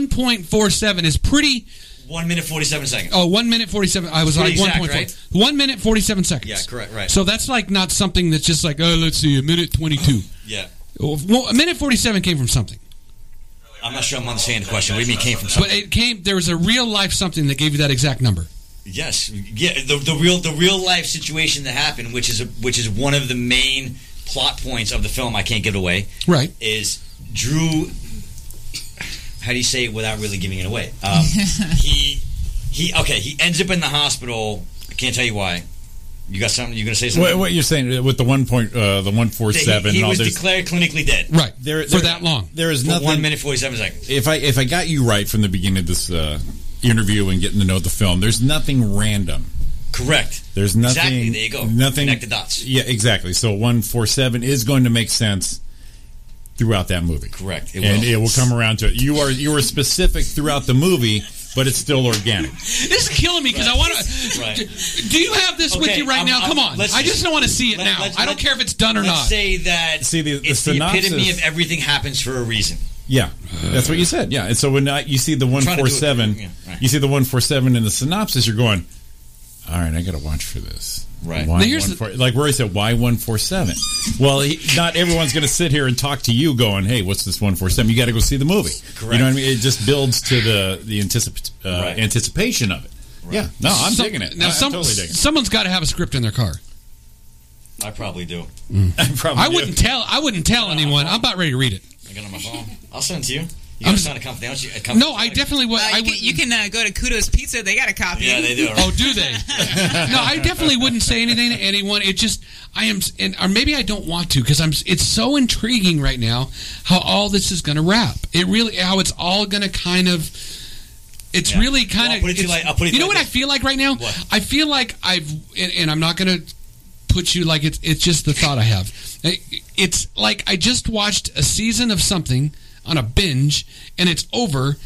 Speaker 1: 1.47 is pretty.
Speaker 5: One minute forty-seven seconds.
Speaker 1: Oh, one minute 47. I was like
Speaker 5: Pretty exact,
Speaker 1: 1.4.
Speaker 5: right?
Speaker 1: One minute 47 seconds.
Speaker 5: Yeah, correct, right.
Speaker 1: So that's like not something that's just like, oh, let's see, a minute 22.
Speaker 5: Yeah.
Speaker 1: Well, a minute 47 came from something.
Speaker 5: I'm not sure I'm understanding the question. What do you mean it came from
Speaker 1: But
Speaker 5: something?
Speaker 1: it came, there was a real life something that gave you that exact number.
Speaker 5: yes, yeah. The, the real the real life situation that happened, which is a, which is one of the main plot points of the film. I can't give it away.
Speaker 1: Right.
Speaker 5: Is Drew? How do you say it without really giving it away?
Speaker 1: [laughs]
Speaker 5: Um, he he. Okay, he ends up in the hospital. I can't tell you why. You got something? You're gonna say something?
Speaker 4: What, what you're saying uh, with the one point, uh, the one four
Speaker 5: That he-
Speaker 4: seven,
Speaker 5: He,
Speaker 4: and all
Speaker 5: was
Speaker 4: there's-
Speaker 5: declared clinically dead
Speaker 1: Right.
Speaker 4: there,
Speaker 1: For
Speaker 4: there-
Speaker 1: that long.
Speaker 4: there is
Speaker 5: for
Speaker 4: nothing.
Speaker 5: one minute forty-seven seconds.
Speaker 4: If I if I got you right from the beginning of this uh, interview and getting to know the film, there's nothing random.
Speaker 5: Correct.
Speaker 4: There's nothing.
Speaker 5: Exactly. There you go.
Speaker 4: Nothing.
Speaker 5: Connect the dots.
Speaker 4: Yeah, exactly. So one four seven is going to make sense throughout that movie.
Speaker 5: Correct. It
Speaker 4: and
Speaker 5: will.
Speaker 4: it will come around to it. You are you are specific throughout the movie, but it's still organic.
Speaker 1: This is killing me because I want to.
Speaker 5: [laughs] Right.
Speaker 1: Do you have this with
Speaker 5: Okay,
Speaker 1: you right
Speaker 5: I'm-
Speaker 1: now?
Speaker 5: I'm-
Speaker 1: Come on.
Speaker 5: let's
Speaker 1: I just
Speaker 5: just-
Speaker 1: don't want to see it
Speaker 5: let-
Speaker 1: now.
Speaker 5: let's-
Speaker 1: I don't
Speaker 5: let-
Speaker 1: care if it's done or
Speaker 5: Let's
Speaker 1: not.
Speaker 5: say that
Speaker 4: See, the- the
Speaker 5: it's the epitome
Speaker 4: synopsis-
Speaker 5: of everything happens for a reason.
Speaker 4: Yeah, that's what you said. Yeah, and so when I, you see the one
Speaker 5: trying to do
Speaker 4: four
Speaker 5: it.
Speaker 4: seven,
Speaker 5: Yeah, right.
Speaker 4: you see the one four seven in the synopsis, you're going, all right, I got to watch for this.
Speaker 5: Right.
Speaker 4: Why
Speaker 1: Now, here's
Speaker 4: 147? like Rory said, why one four seven? Well, he, not everyone's going to sit here and talk to you, going, "Hey, what's this one four seven? You got to go see the movie. You
Speaker 5: Correct.
Speaker 4: know what I mean? It just builds to the the anticip- uh,
Speaker 5: Right.
Speaker 4: anticipation of it. Yeah, no, I'm
Speaker 1: Some-
Speaker 4: digging it.
Speaker 1: Now,
Speaker 4: I- I'm
Speaker 1: some,
Speaker 4: totally digging. it.
Speaker 1: someone's got to have a script in their car.
Speaker 5: I probably do.
Speaker 4: [laughs]
Speaker 1: Mm.
Speaker 4: I, probably
Speaker 1: I
Speaker 4: do.
Speaker 1: wouldn't tell. I wouldn't tell anyone. I'm about ready to read it.
Speaker 5: I got it on my phone. I'll send it to you. You
Speaker 1: I'm
Speaker 5: gotta
Speaker 1: s-
Speaker 5: sign a confidential. a
Speaker 1: No, I
Speaker 5: confidentiality.
Speaker 1: definitely would.
Speaker 9: Uh,
Speaker 1: I
Speaker 9: you,
Speaker 1: would
Speaker 9: can, you can uh, go to Kudos Pizza; they got a copy. [laughs]
Speaker 5: Yeah, they do. Right?
Speaker 1: Oh, do they? [laughs] no, I definitely wouldn't say anything to anyone. It just I am, and or maybe I don't want to because I'm. It's so intriguing right now how all this is going to wrap. It really how it's all going to kind of. It's
Speaker 5: Yeah.
Speaker 1: really kind of.
Speaker 5: Well, I'll put it to you like- I'll put it to
Speaker 1: know
Speaker 5: you
Speaker 1: what
Speaker 5: like
Speaker 1: I feel like right now?
Speaker 5: What?
Speaker 1: I feel like I've, and, and I'm not going to put you like it's. It's just the thought I have. It- It's like I just watched a season of something on a binge, and it's over,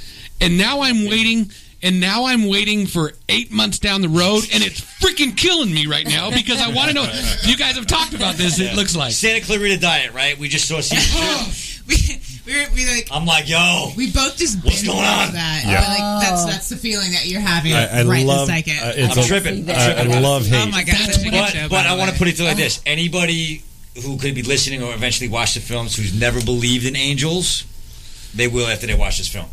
Speaker 1: and now I'm waiting. And now I'm waiting for eight months down the road, and it's freaking killing me right now because I want to know. You guys have talked about this. It looks like Oh,
Speaker 5: Santa Clarita Diet, right?
Speaker 1: [laughs]
Speaker 5: We just saw season two.
Speaker 9: we, we were we like
Speaker 5: I'm like, yo,
Speaker 9: we both just
Speaker 5: What's
Speaker 9: binged
Speaker 5: going
Speaker 9: all
Speaker 5: on?
Speaker 9: that.
Speaker 4: Yeah.
Speaker 9: But, like that's that's the feeling that you're having
Speaker 4: I, I
Speaker 9: right
Speaker 4: love.
Speaker 9: this second.
Speaker 4: uh, it's
Speaker 5: I'm
Speaker 4: a-
Speaker 5: tripping.
Speaker 4: I,
Speaker 5: I'm
Speaker 4: I
Speaker 5: tripping.
Speaker 4: love hate.
Speaker 9: oh my god, Oh. that's a good
Speaker 5: But
Speaker 9: show.
Speaker 5: but I want to put
Speaker 9: it.
Speaker 5: it to you like this: anybody who could be listening or eventually watch the films who's never believed in angels, they will after they watch this film.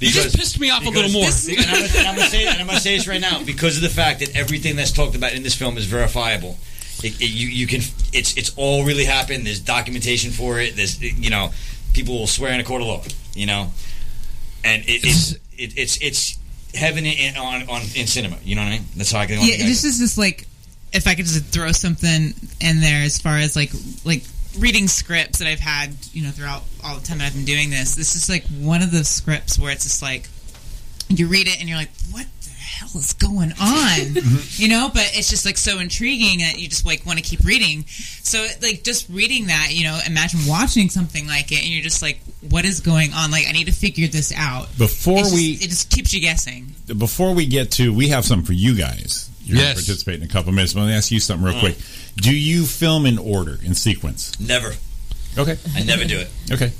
Speaker 1: you just pissed me off a little
Speaker 5: Because
Speaker 1: more.
Speaker 5: this- and I'm, gonna- and I'm gonna say, and I'm gonna say this right now because of the fact that everything that's talked about in this film is verifiable. It, it, you you can it's it's all really happened. There's documentation for it. There's you know people will swear in a court of law. You know, and it, it's it, it's it's heaven in, on on in cinema. You know what I mean? That's how I can.
Speaker 9: yeah, this is just like if I could just throw something in there as far as like like reading scripts that I've had, you know, throughout all the time that I've been doing this. This is like one of those scripts where it's just like you read it and you're like, what the hell is going on?
Speaker 5: [laughs]
Speaker 9: you know, but it's just like so intriguing that you just like want to keep reading. So like just reading that, you know, imagine watching something like it and you're just like, what is going on? Like I need to figure this out.
Speaker 4: Before
Speaker 9: It's just-
Speaker 4: we-
Speaker 9: it just keeps you guessing.
Speaker 4: before we get to, we have some for you guys. You're
Speaker 1: Yes.
Speaker 4: going to participate in a couple minutes. But let me ask you something real quick. Do you film in order, in sequence?
Speaker 5: never.
Speaker 4: Okay.
Speaker 5: I never do it.
Speaker 4: Okay.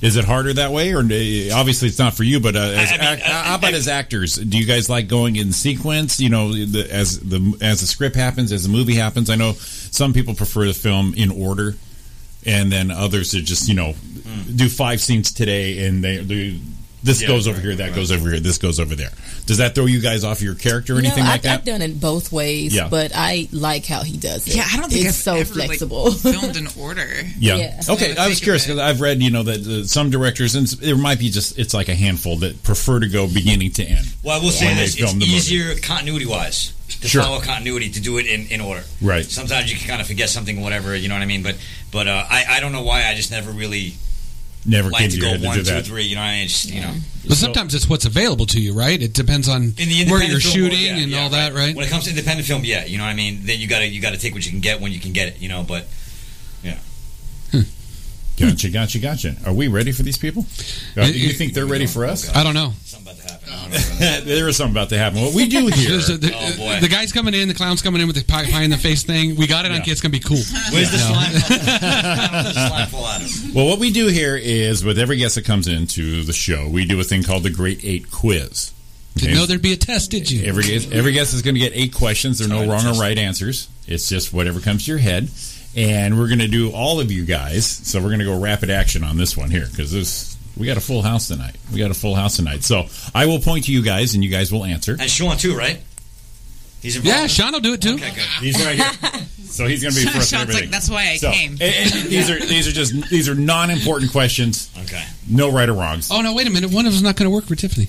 Speaker 4: Is it harder that way, or uh, obviously it's not for you? But uh, as
Speaker 5: I mean,
Speaker 4: act,
Speaker 5: I- I-
Speaker 4: how about as actors? Do you guys like going in sequence? You know, the, as the as the script happens, as the movie happens. I know some people prefer the film in order, and then others are just you know do five scenes today, and they do this
Speaker 5: Hmm. Yeah,
Speaker 4: goes over
Speaker 5: right,
Speaker 4: here, that
Speaker 5: right.
Speaker 4: goes over here, this goes over there. Does that throw you guys off your character or anything
Speaker 10: no,
Speaker 4: like
Speaker 10: I've,
Speaker 4: that?
Speaker 10: I've done it both ways,
Speaker 4: Yeah.
Speaker 10: but I like how he does it.
Speaker 9: Yeah, I don't think
Speaker 10: it's so
Speaker 9: I've ever, like,
Speaker 10: flexible. [laughs]
Speaker 9: filmed in order.
Speaker 4: Yeah.
Speaker 10: Yeah.
Speaker 4: Okay.
Speaker 9: Yeah,
Speaker 4: I was
Speaker 9: think
Speaker 4: curious
Speaker 9: of it.
Speaker 4: because I've read, you know, that uh, some directors, and there might be just, it's like a handful that prefer to go beginning to end.
Speaker 5: Well, I will say
Speaker 4: When they
Speaker 5: this: it's
Speaker 4: film the movie.
Speaker 5: easier continuity wise to
Speaker 4: Sure.
Speaker 5: follow continuity to do it in, in order.
Speaker 4: Right.
Speaker 5: Sometimes you can kind of forget something, whatever you know what I mean. But but uh, I I don't know why I just never really
Speaker 4: Never
Speaker 5: like
Speaker 4: came
Speaker 5: to
Speaker 4: to your
Speaker 5: go
Speaker 4: head to
Speaker 5: one,
Speaker 4: do
Speaker 5: two, three.
Speaker 4: that.
Speaker 5: You know, what I mean? Just, you know,
Speaker 1: But sometimes it's what's available to you, right? It depends on
Speaker 5: in the
Speaker 1: where
Speaker 5: independent
Speaker 1: you're
Speaker 5: film
Speaker 1: shooting
Speaker 5: world, yeah,
Speaker 1: and
Speaker 5: yeah,
Speaker 1: all that, right?
Speaker 5: When it comes to independent film, yeah, you know what I mean. Then you gotta you gotta take what you can get when you can get it. You know, but
Speaker 4: Gotcha, gotcha, gotcha. Are we ready for these people? Uh, do you think they're ready for us?
Speaker 1: I don't know.
Speaker 5: something about to happen. I don't know.
Speaker 4: [laughs] there is something about to happen. What
Speaker 1: [laughs]
Speaker 4: we do here.
Speaker 1: There's a- the, uh,
Speaker 5: Oh, boy.
Speaker 1: the guy's coming in, the clown's coming in with the pie, pie in the face thing. We got it on
Speaker 4: Yeah.
Speaker 1: kid. It's gonna be cool.
Speaker 5: [laughs] Where's the
Speaker 1: No.
Speaker 5: slime? How does
Speaker 1: [laughs]
Speaker 5: the slime fall [laughs] out of?
Speaker 4: Well, what we do here is with every guest that comes into the show, we do a thing called the Great Eight Quiz.
Speaker 1: Didn't
Speaker 4: Okay?
Speaker 1: know there'd be a test, did you?
Speaker 4: Every guest, every guest is going to get eight questions. There are no
Speaker 5: Time
Speaker 4: wrong or
Speaker 5: tested.
Speaker 4: right answers. It's just whatever comes to your head. And we're going to do all of you guys. So we're going to go rapid action on this one here because this we got a full house tonight. We got a full house tonight. So I will point to you guys, and you guys will answer.
Speaker 5: And Sean too, right? He's involved.
Speaker 1: yeah, Sean will do it too.
Speaker 5: Okay, good.
Speaker 4: He's right
Speaker 5: [laughs]
Speaker 4: here. So he's going to be first. in
Speaker 9: Sean's like,
Speaker 4: everything.
Speaker 9: "That's why I came."
Speaker 4: and- and these are these are just these are non-important questions.
Speaker 5: Okay.
Speaker 4: No right or wrongs.
Speaker 1: Oh no, wait a minute. One of them's not gonna work for Tiffany.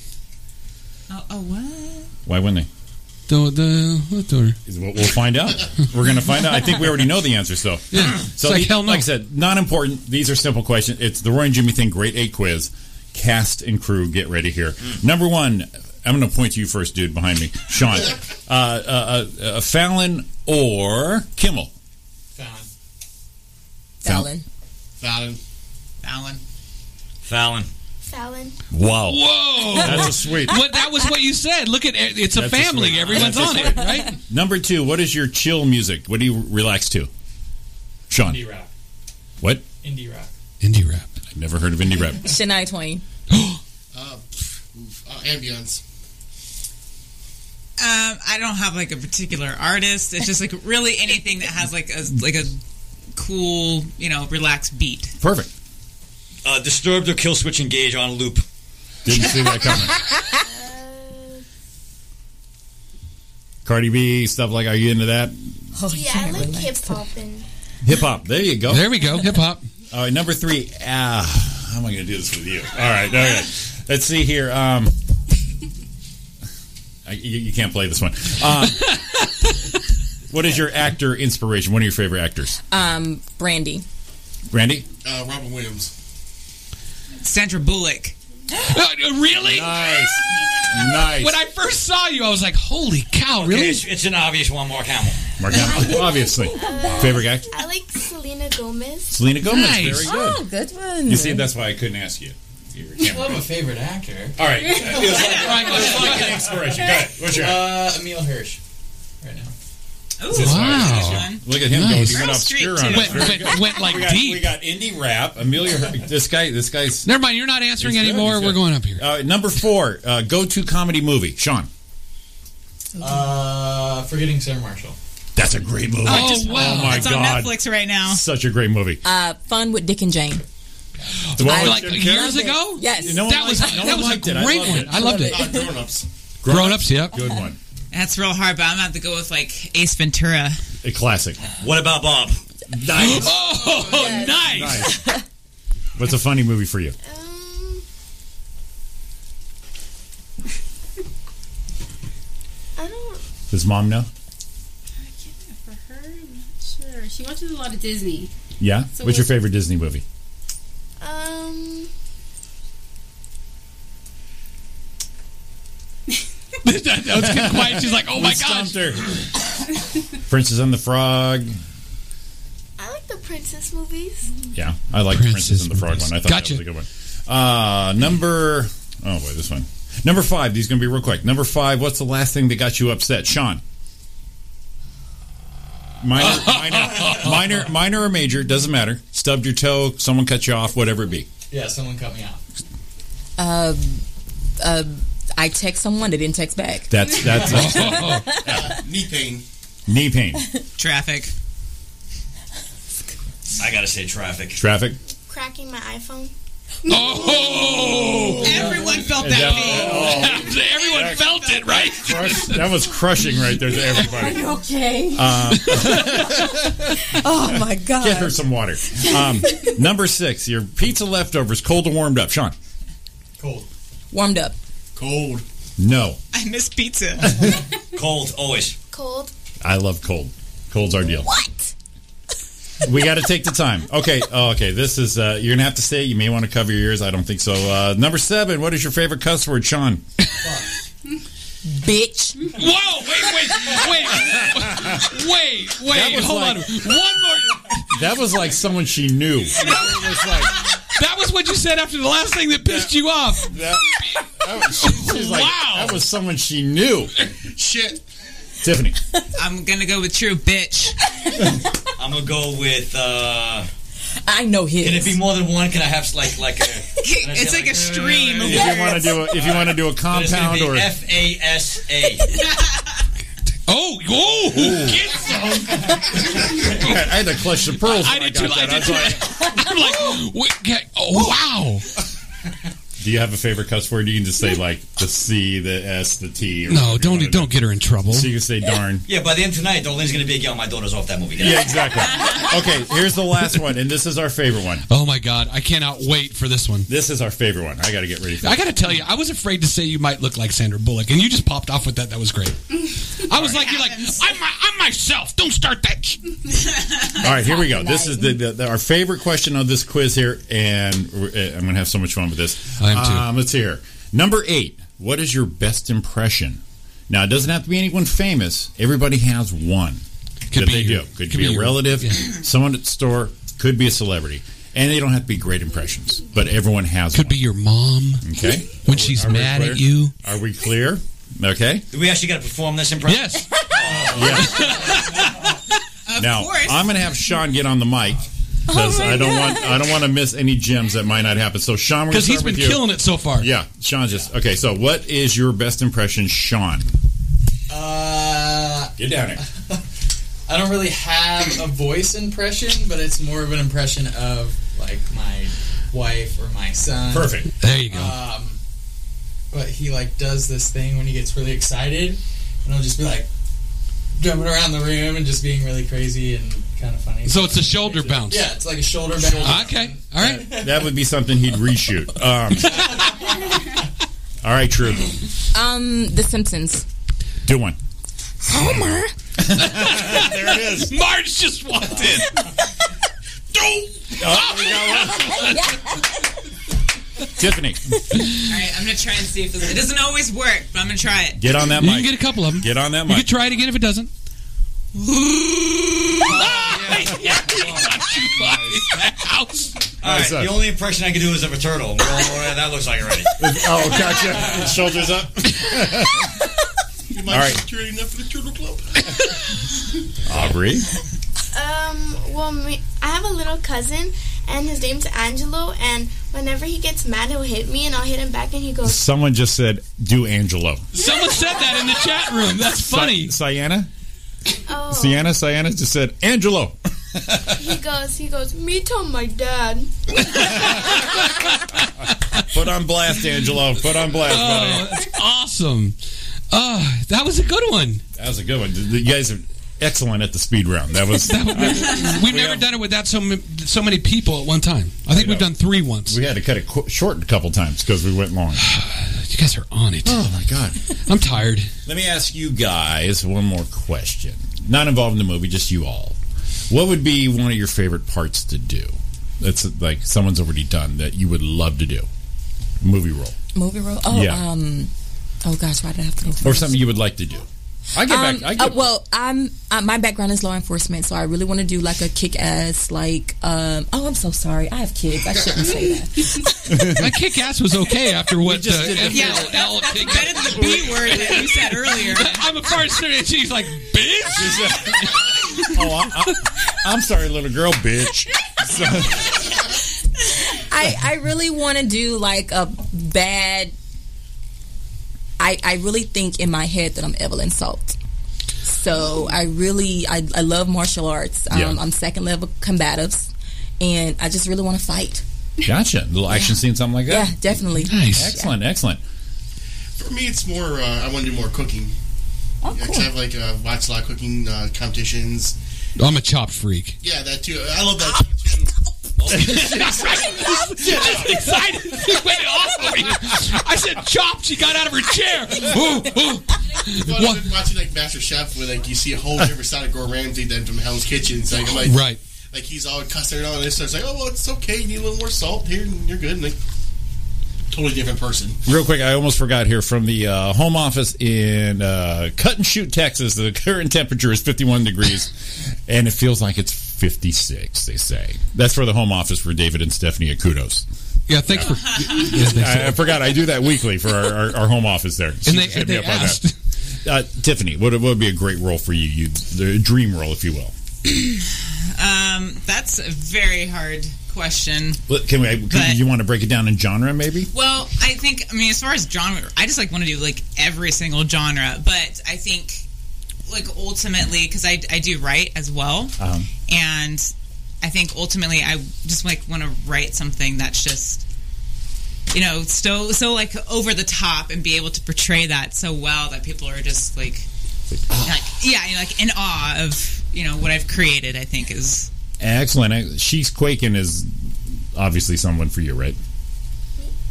Speaker 9: Oh, oh what?
Speaker 4: Why wouldn't
Speaker 1: The the Oh, what the-
Speaker 4: they? Is what We'll find out. We're going to find out. I think we already know the answer. So
Speaker 1: yeah.
Speaker 4: So,
Speaker 1: it's like
Speaker 4: the-
Speaker 1: hell no.
Speaker 4: like I said, not important. These are simple questions. It's the Roy and Jimmy Thing Great Eight Quiz. Cast and crew, get ready here.
Speaker 1: Mm.
Speaker 4: Number one, I'm going to point to you first, dude, behind me,
Speaker 1: [laughs]
Speaker 4: Sean. uh, uh, uh, uh, Fallon or Kimmel?
Speaker 8: Fallon.
Speaker 10: Fallon.
Speaker 8: Fallon.
Speaker 9: Alan.
Speaker 5: Fallon.
Speaker 6: Fallon.
Speaker 4: Wow,
Speaker 1: Whoa.
Speaker 4: Oh. that's a sweet.
Speaker 1: [laughs] What, that was what you said. Look at it's a
Speaker 4: That's a
Speaker 1: family.
Speaker 4: switch.
Speaker 1: Everyone's
Speaker 4: That's
Speaker 1: on
Speaker 4: a
Speaker 1: it, right?
Speaker 4: Number two, what is your chill music? What do you relax to, Sean?
Speaker 12: Indie rap.
Speaker 4: What?
Speaker 12: Indie rap.
Speaker 1: Indie rap.
Speaker 4: I've never heard of indie rap.
Speaker 10: Shania
Speaker 4: [gasps]
Speaker 10: Twain.
Speaker 8: Uh, pff, oof. uh, ambience.
Speaker 9: Um, I don't have like a particular artist. It's just like really anything that has like a like a cool, you know, relaxed beat.
Speaker 4: Perfect.
Speaker 5: Uh, disturbed or kill switch engage on loop.
Speaker 4: Didn't see that coming. Cardi B stuff like. Are you into that?
Speaker 10: Oh, you
Speaker 6: Yeah, I
Speaker 10: can't
Speaker 6: like
Speaker 10: relate
Speaker 6: hip
Speaker 10: to
Speaker 6: hop and
Speaker 4: Hip hop. There you go.
Speaker 1: There we go. Hip hop.
Speaker 4: All right, number three. Ah, how am I going to do this with you? All right, all right. Let's see here. Um, I, you, you can't play this one. Um, what is your actor inspiration? One of your favorite actors,
Speaker 10: Um, Brandy.
Speaker 4: Randy?
Speaker 8: Uh, Robin Williams.
Speaker 9: Sandra Bullock.
Speaker 1: [gasps] Uh, really?
Speaker 4: Nice, nice.
Speaker 1: Uh, When I first saw you, I was like, "Holy cow!
Speaker 5: Okay,
Speaker 1: Really?
Speaker 5: It's, it's an obvious one, Mark Hamill.
Speaker 4: Mark Hamill, obviously.
Speaker 1: [laughs]
Speaker 4: Favorite guy,
Speaker 6: Uh, I like Selena Gomez.
Speaker 4: Selena Gomez.
Speaker 1: Nice.
Speaker 4: Very good.
Speaker 10: Oh, good
Speaker 1: [laughs]
Speaker 10: one.
Speaker 4: You see, that's why I couldn't ask you. You were camera.
Speaker 12: I'm a favorite actor. [laughs]
Speaker 4: All right, it's
Speaker 1: Right, go
Speaker 4: like an
Speaker 1: ahead.
Speaker 4: inspiration. Go ahead. What's your?
Speaker 12: Uh, Emil Hirsch. Right now.
Speaker 9: Ooh,
Speaker 1: Wow.
Speaker 4: Look at him
Speaker 1: Nice.
Speaker 4: go. He went
Speaker 9: Meryl
Speaker 4: obscure
Speaker 9: Streep,
Speaker 4: on
Speaker 9: too.
Speaker 4: us.
Speaker 1: Went, went, went like
Speaker 4: we got,
Speaker 1: deep.
Speaker 4: we got indie rap. Amelia, Her- this guy, this guy's
Speaker 1: Never mind. You're not answering
Speaker 4: He's good,
Speaker 1: anymore.
Speaker 4: he's good.
Speaker 1: We're going up here.
Speaker 4: uh, number four. Uh, Go to comedy movie, Sean.
Speaker 12: Uh, Forgetting Sarah Marshall.
Speaker 4: That's a great movie.
Speaker 1: Oh, wow.
Speaker 4: Oh my
Speaker 9: it's on
Speaker 4: god,
Speaker 9: Netflix right now.
Speaker 4: such a great movie.
Speaker 10: Uh, fun with Dick and Jane.
Speaker 4: The one with
Speaker 1: like
Speaker 4: Jim
Speaker 1: years
Speaker 4: Carrey?
Speaker 1: ago.
Speaker 10: Yes.
Speaker 4: No one
Speaker 1: That was
Speaker 4: liked it. No
Speaker 1: that
Speaker 4: one
Speaker 1: was a
Speaker 4: liked it. I
Speaker 1: great
Speaker 4: loved
Speaker 1: one.
Speaker 4: it.
Speaker 1: I loved it.
Speaker 8: Uh, Grown Ups.
Speaker 1: Grown ups. Yep.
Speaker 4: Good one.
Speaker 9: That's real hard, but I'm gonna have to go with like Ace Ventura.
Speaker 4: A classic.
Speaker 5: What about Bob?
Speaker 1: [gasps]
Speaker 4: Nice.
Speaker 1: Oh, nice.
Speaker 4: What's a funny movie for you?
Speaker 11: Um, I don't.
Speaker 4: Does mom know?
Speaker 11: For her, I'm not sure. She watches a lot of Disney.
Speaker 4: Yeah.
Speaker 11: So
Speaker 4: What's your
Speaker 11: what-
Speaker 4: favorite Disney movie?
Speaker 11: Um.
Speaker 1: Let's get quiet. She's like, oh my
Speaker 4: We
Speaker 1: gosh.
Speaker 4: stumped her.
Speaker 1: [laughs]
Speaker 4: Princess and the Frog.
Speaker 6: I like the princess movies.
Speaker 4: Yeah, I like Princess, and the Frog one. I thought
Speaker 1: Gotcha.
Speaker 4: that was a good one. Uh, number oh boy, this one. Number five. These are gonna be real quick. Number five. What's the last thing that got you upset, Sean?
Speaker 10: [laughs]
Speaker 4: Minor, minor, minor, minor or major doesn't matter. Stubbed your toe. Someone cut you off. Whatever it be.
Speaker 12: Yeah, someone cut me out.
Speaker 10: Um, um, I text someone, they didn't text back. [laughs]
Speaker 8: [laughs]
Speaker 4: That's that's
Speaker 8: Knee pain.
Speaker 4: knee pain,
Speaker 9: Traffic.
Speaker 5: I gotta say traffic.
Speaker 4: traffic.
Speaker 6: Cracking my iPhone.
Speaker 1: Oh,
Speaker 9: Everyone felt that pain.
Speaker 1: [laughs]
Speaker 4: Oh.
Speaker 1: everyone felt it, right?
Speaker 4: Crush- that was crushing right there to
Speaker 10: [laughs]
Speaker 4: everybody.
Speaker 10: you okay?
Speaker 4: Uh,
Speaker 10: oh my god!
Speaker 4: Get her some water. Um, number six, your pizza leftovers, cold or warmed up. Sean,
Speaker 12: Cold.
Speaker 10: Warmed up.
Speaker 8: Cold.
Speaker 4: no.
Speaker 9: I miss
Speaker 8: [laughs]
Speaker 9: pizza.
Speaker 5: Cold always.
Speaker 6: Cold.
Speaker 4: I love cold. Cold's our deal.
Speaker 10: What?
Speaker 4: [laughs] We got to take the time. Okay. Oh, okay. This is, uh, you're going to have to say it. You may want to cover your ears. I don't think so. Uh, number seven, what is your favorite cuss word, Sean?
Speaker 10: Bitch.
Speaker 1: Whoa, wait, wait,
Speaker 5: [laughs]
Speaker 1: wait, [laughs] wait,
Speaker 4: That
Speaker 1: wait.
Speaker 4: was
Speaker 1: Hold
Speaker 4: like-
Speaker 1: on. One more.
Speaker 4: That was like someone she knew.
Speaker 1: That was what you said after the last thing that pissed you off.
Speaker 4: That, that was, she- she's like,
Speaker 1: Wow.
Speaker 4: That was someone she knew.
Speaker 8: Shit.
Speaker 4: Tiffany.
Speaker 9: I'm gonna go with true
Speaker 4: [laughs]
Speaker 9: bitch.
Speaker 5: I'm gonna go with. uh
Speaker 10: I know
Speaker 5: Can it
Speaker 10: his.
Speaker 5: be more than one? Can I have like like a? I
Speaker 9: It's
Speaker 5: say,
Speaker 9: like a stream. of
Speaker 4: If you want to
Speaker 9: words.
Speaker 4: do a, if you want to do a
Speaker 5: But it's gonna
Speaker 4: compound
Speaker 5: be
Speaker 4: or
Speaker 5: F A S A.
Speaker 1: Oh, oh, get some.
Speaker 4: Oh, I had to clutch the pearls.
Speaker 1: I did
Speaker 4: when got
Speaker 1: too. I
Speaker 4: that.
Speaker 1: did
Speaker 4: was
Speaker 1: too.
Speaker 4: like,
Speaker 1: I'm like, wait, okay, oh, wow.
Speaker 4: Do you have a favorite cuss word? You can just say like the C, the S, the T. Or whatever
Speaker 1: No,
Speaker 4: you wanna
Speaker 1: don't
Speaker 4: do.
Speaker 1: don't get her in trouble.
Speaker 4: So you can say darn.
Speaker 5: Yeah, by the end of tonight, Darlene's gonna be yelling my daughter's off that movie.
Speaker 4: Yeah, exactly. Okay, here's the last one, and this is our favorite one.
Speaker 1: Oh my God, I cannot wait for this one.
Speaker 4: This is our favorite one. I got to get ready. For
Speaker 1: I gotta tell you, I was afraid to say you might look like Sandra Bullock, and you just popped off with that. That was great. I was like, you're like,
Speaker 9: Happens.
Speaker 1: I'm, my, I'm myself. Don't start
Speaker 9: [laughs]
Speaker 1: that. sh-"
Speaker 4: All right, here we go. This is the, the, the- our favorite question of this quiz here, and we're- uh, I'm going to have so much fun with this.
Speaker 1: I am too.
Speaker 4: Um, let's hear number eight. What is your best impression? Now, it doesn't have to be anyone famous. Everybody has one.
Speaker 1: Could
Speaker 4: that
Speaker 1: be
Speaker 4: they
Speaker 1: you.
Speaker 4: do.
Speaker 1: Could
Speaker 4: Could, be,
Speaker 1: be
Speaker 4: a
Speaker 1: you.
Speaker 4: relative,
Speaker 1: Yeah.
Speaker 4: someone at the store, could be a celebrity. And they don't have to be great impressions, but everyone has
Speaker 1: Could
Speaker 4: one.
Speaker 1: be your mom
Speaker 4: Okay.
Speaker 1: when she's
Speaker 4: Are we
Speaker 1: mad
Speaker 4: clear?
Speaker 1: at you.
Speaker 4: Are we clear? Okay.
Speaker 5: Do we actually gotta perform this in practice?
Speaker 1: Yes.
Speaker 9: Of
Speaker 4: now
Speaker 9: course.
Speaker 4: I'm going to have Sean get on the mic because
Speaker 10: my
Speaker 4: I don't want
Speaker 10: God.
Speaker 4: I don't want to miss any gems that might not happen. So Sean, we're gonna
Speaker 1: Because he's
Speaker 4: start
Speaker 1: been
Speaker 4: with you.
Speaker 1: killing it so far.
Speaker 4: Yeah, Sean just okay. So what is your best impression, Sean?
Speaker 12: Uh,
Speaker 4: Get down here.
Speaker 12: [laughs] I don't really have a voice impression, but it's more of an impression of like my wife or my son.
Speaker 4: Perfect.
Speaker 1: There you go.
Speaker 12: Um, but he like does this thing when he gets really excited, and I'll just be like jumping around the room and just being really crazy and kind of funny.
Speaker 1: So it's a shoulder bounce. Ah,
Speaker 12: Yeah, it's like a [laughs] shoulder bounce.
Speaker 1: Okay. All right.
Speaker 4: That would be something he'd reshoot. Um, all right, true.
Speaker 10: Um, The Simpsons.
Speaker 4: Do one.
Speaker 10: Homer.
Speaker 4: There it is.
Speaker 1: Marge
Speaker 4: [laughs]
Speaker 1: just walked in.
Speaker 4: [laughs] Tiffany,
Speaker 9: All right, I'm gonna try and see if this, it doesn't always work, but I'm gonna try it.
Speaker 4: get on that
Speaker 1: You can
Speaker 4: mic.
Speaker 1: get a couple of them.
Speaker 4: Get on that
Speaker 1: You could
Speaker 4: mic.
Speaker 1: try it again if it
Speaker 4: [laughs]
Speaker 1: doesn't. [laughs] Ouch.
Speaker 5: All right.
Speaker 4: What's up?
Speaker 5: The only impression I can do is of a turtle. Well, that looks like already.
Speaker 4: [laughs] Oh,
Speaker 5: [laughs]
Speaker 4: gotcha. Shoulders up.
Speaker 8: You
Speaker 4: All
Speaker 8: might
Speaker 4: right.
Speaker 8: be security enough for the turtle club.
Speaker 4: Aubrey.
Speaker 6: Um, well, me, I have a little cousin, and his name's Angelo. And whenever he gets mad, he'll hit me, and I'll hit him back, and he goes,
Speaker 4: Someone just said, do Angelo.
Speaker 1: Someone said that in the chat room. That's funny.
Speaker 4: Si- Sienna?
Speaker 6: "Oh."
Speaker 4: Sienna? Sienna just said, Angelo.
Speaker 6: He goes, he goes. Me tell my dad.
Speaker 4: Put on blast, Angelo. Put on blast, buddy.
Speaker 1: Oh, that's awesome. Uh, that was a good one.
Speaker 4: That was a good one. You guys have excellent at the speed round. That was
Speaker 1: We've never done it with that so m- so many people at one time. I think we've done three once.
Speaker 4: we had to cut it qu- short a couple times because we went long.
Speaker 1: You guys are on it. [laughs]
Speaker 4: Oh my god,
Speaker 1: [sighs] I'm tired.
Speaker 4: Let me ask you guys one more question. Not involved in the movie, just you all. What would be one of your favorite parts to do? That's like someone's already done that you would love to do. Movie role
Speaker 7: Movie role. Oh,
Speaker 4: Yeah.
Speaker 7: um, oh gosh, why did I have to go first?
Speaker 4: or something you would like to do. I get
Speaker 7: Um,
Speaker 4: back. I get
Speaker 7: uh, well, I'm uh, my background is law enforcement, so I really want to do like a kick ass like. Um, oh, I'm so sorry. I have kids. I shouldn't say that.
Speaker 1: My kick ass was okay after what uh, FLL kick
Speaker 9: better than the B word that you said earlier.
Speaker 1: I'm a farcer, and she's like, bitch.
Speaker 4: oh, I, I, am sorry, little girl, bitch. So,
Speaker 7: I I really want to do like a bad. I I really think in my head that I'm Evelyn Salt. So I really I, I love martial arts. Um,
Speaker 4: Yeah.
Speaker 7: I'm second level combatives, and I just really want to fight.
Speaker 4: gotcha. Little action scene, something like
Speaker 7: Yeah,
Speaker 4: that.
Speaker 7: definitely.
Speaker 4: Excellent, excellent.
Speaker 8: For me, it's more. Uh, I want to do more cooking.
Speaker 7: Oh,
Speaker 8: Yeah, 'cause
Speaker 7: cool.
Speaker 8: I've like uh, watched a lot of cooking uh, competitions.
Speaker 1: I'm a chop freak.
Speaker 8: Yeah, that too. I love
Speaker 7: Ah,
Speaker 8: that show too.
Speaker 7: [laughs]
Speaker 8: Oh.
Speaker 1: excited. She went off of me. I said, chop. She got out of her
Speaker 7: [laughs]
Speaker 1: chair. Ooh, ooh.
Speaker 8: But
Speaker 1: What?
Speaker 8: I've been watching like Master Chef, where like you see a whole different side of Gordon Ramsay than from Hell's Kitchen. So, like, I'm like,
Speaker 1: Right.
Speaker 8: like he's all cussing and all this. So it's like, oh well, it's okay. You need a little more salt here, and you're good. And like, totally different person.
Speaker 4: Real quick, I almost forgot here from the uh, home office in uh, Cut and Shoot, Texas. The current temperature is 51 degrees, and it feels like it's 56. They say that's for the home office for David and Stephanie at Kudos.
Speaker 1: Yeah, thanks for. Yeah, thanks.
Speaker 4: I, I forgot I do that weekly for our, our, our home office there. She
Speaker 1: And they,
Speaker 4: just hit
Speaker 1: and
Speaker 4: me
Speaker 1: they
Speaker 4: up on that.
Speaker 1: asked.
Speaker 4: Uh, Tiffany, what, what would be a great role for you? You the dream role, if you will.
Speaker 9: [laughs] Um, that's a very hard question.
Speaker 4: Well, Can we?
Speaker 9: But-
Speaker 4: you want to break it down in genre, maybe?
Speaker 9: Well, I think I mean as far as genre, I just like want to do like every single genre, but I think like ultimately because I, I do write as well,
Speaker 4: Um,
Speaker 9: and I think ultimately I just like want to write something that's just you know so so like over the top and be able to portray that so well that people are just like, like yeah you know, like in awe of you know what I've created. I think is
Speaker 4: excellent. I- She's quaking is obviously someone for you, right?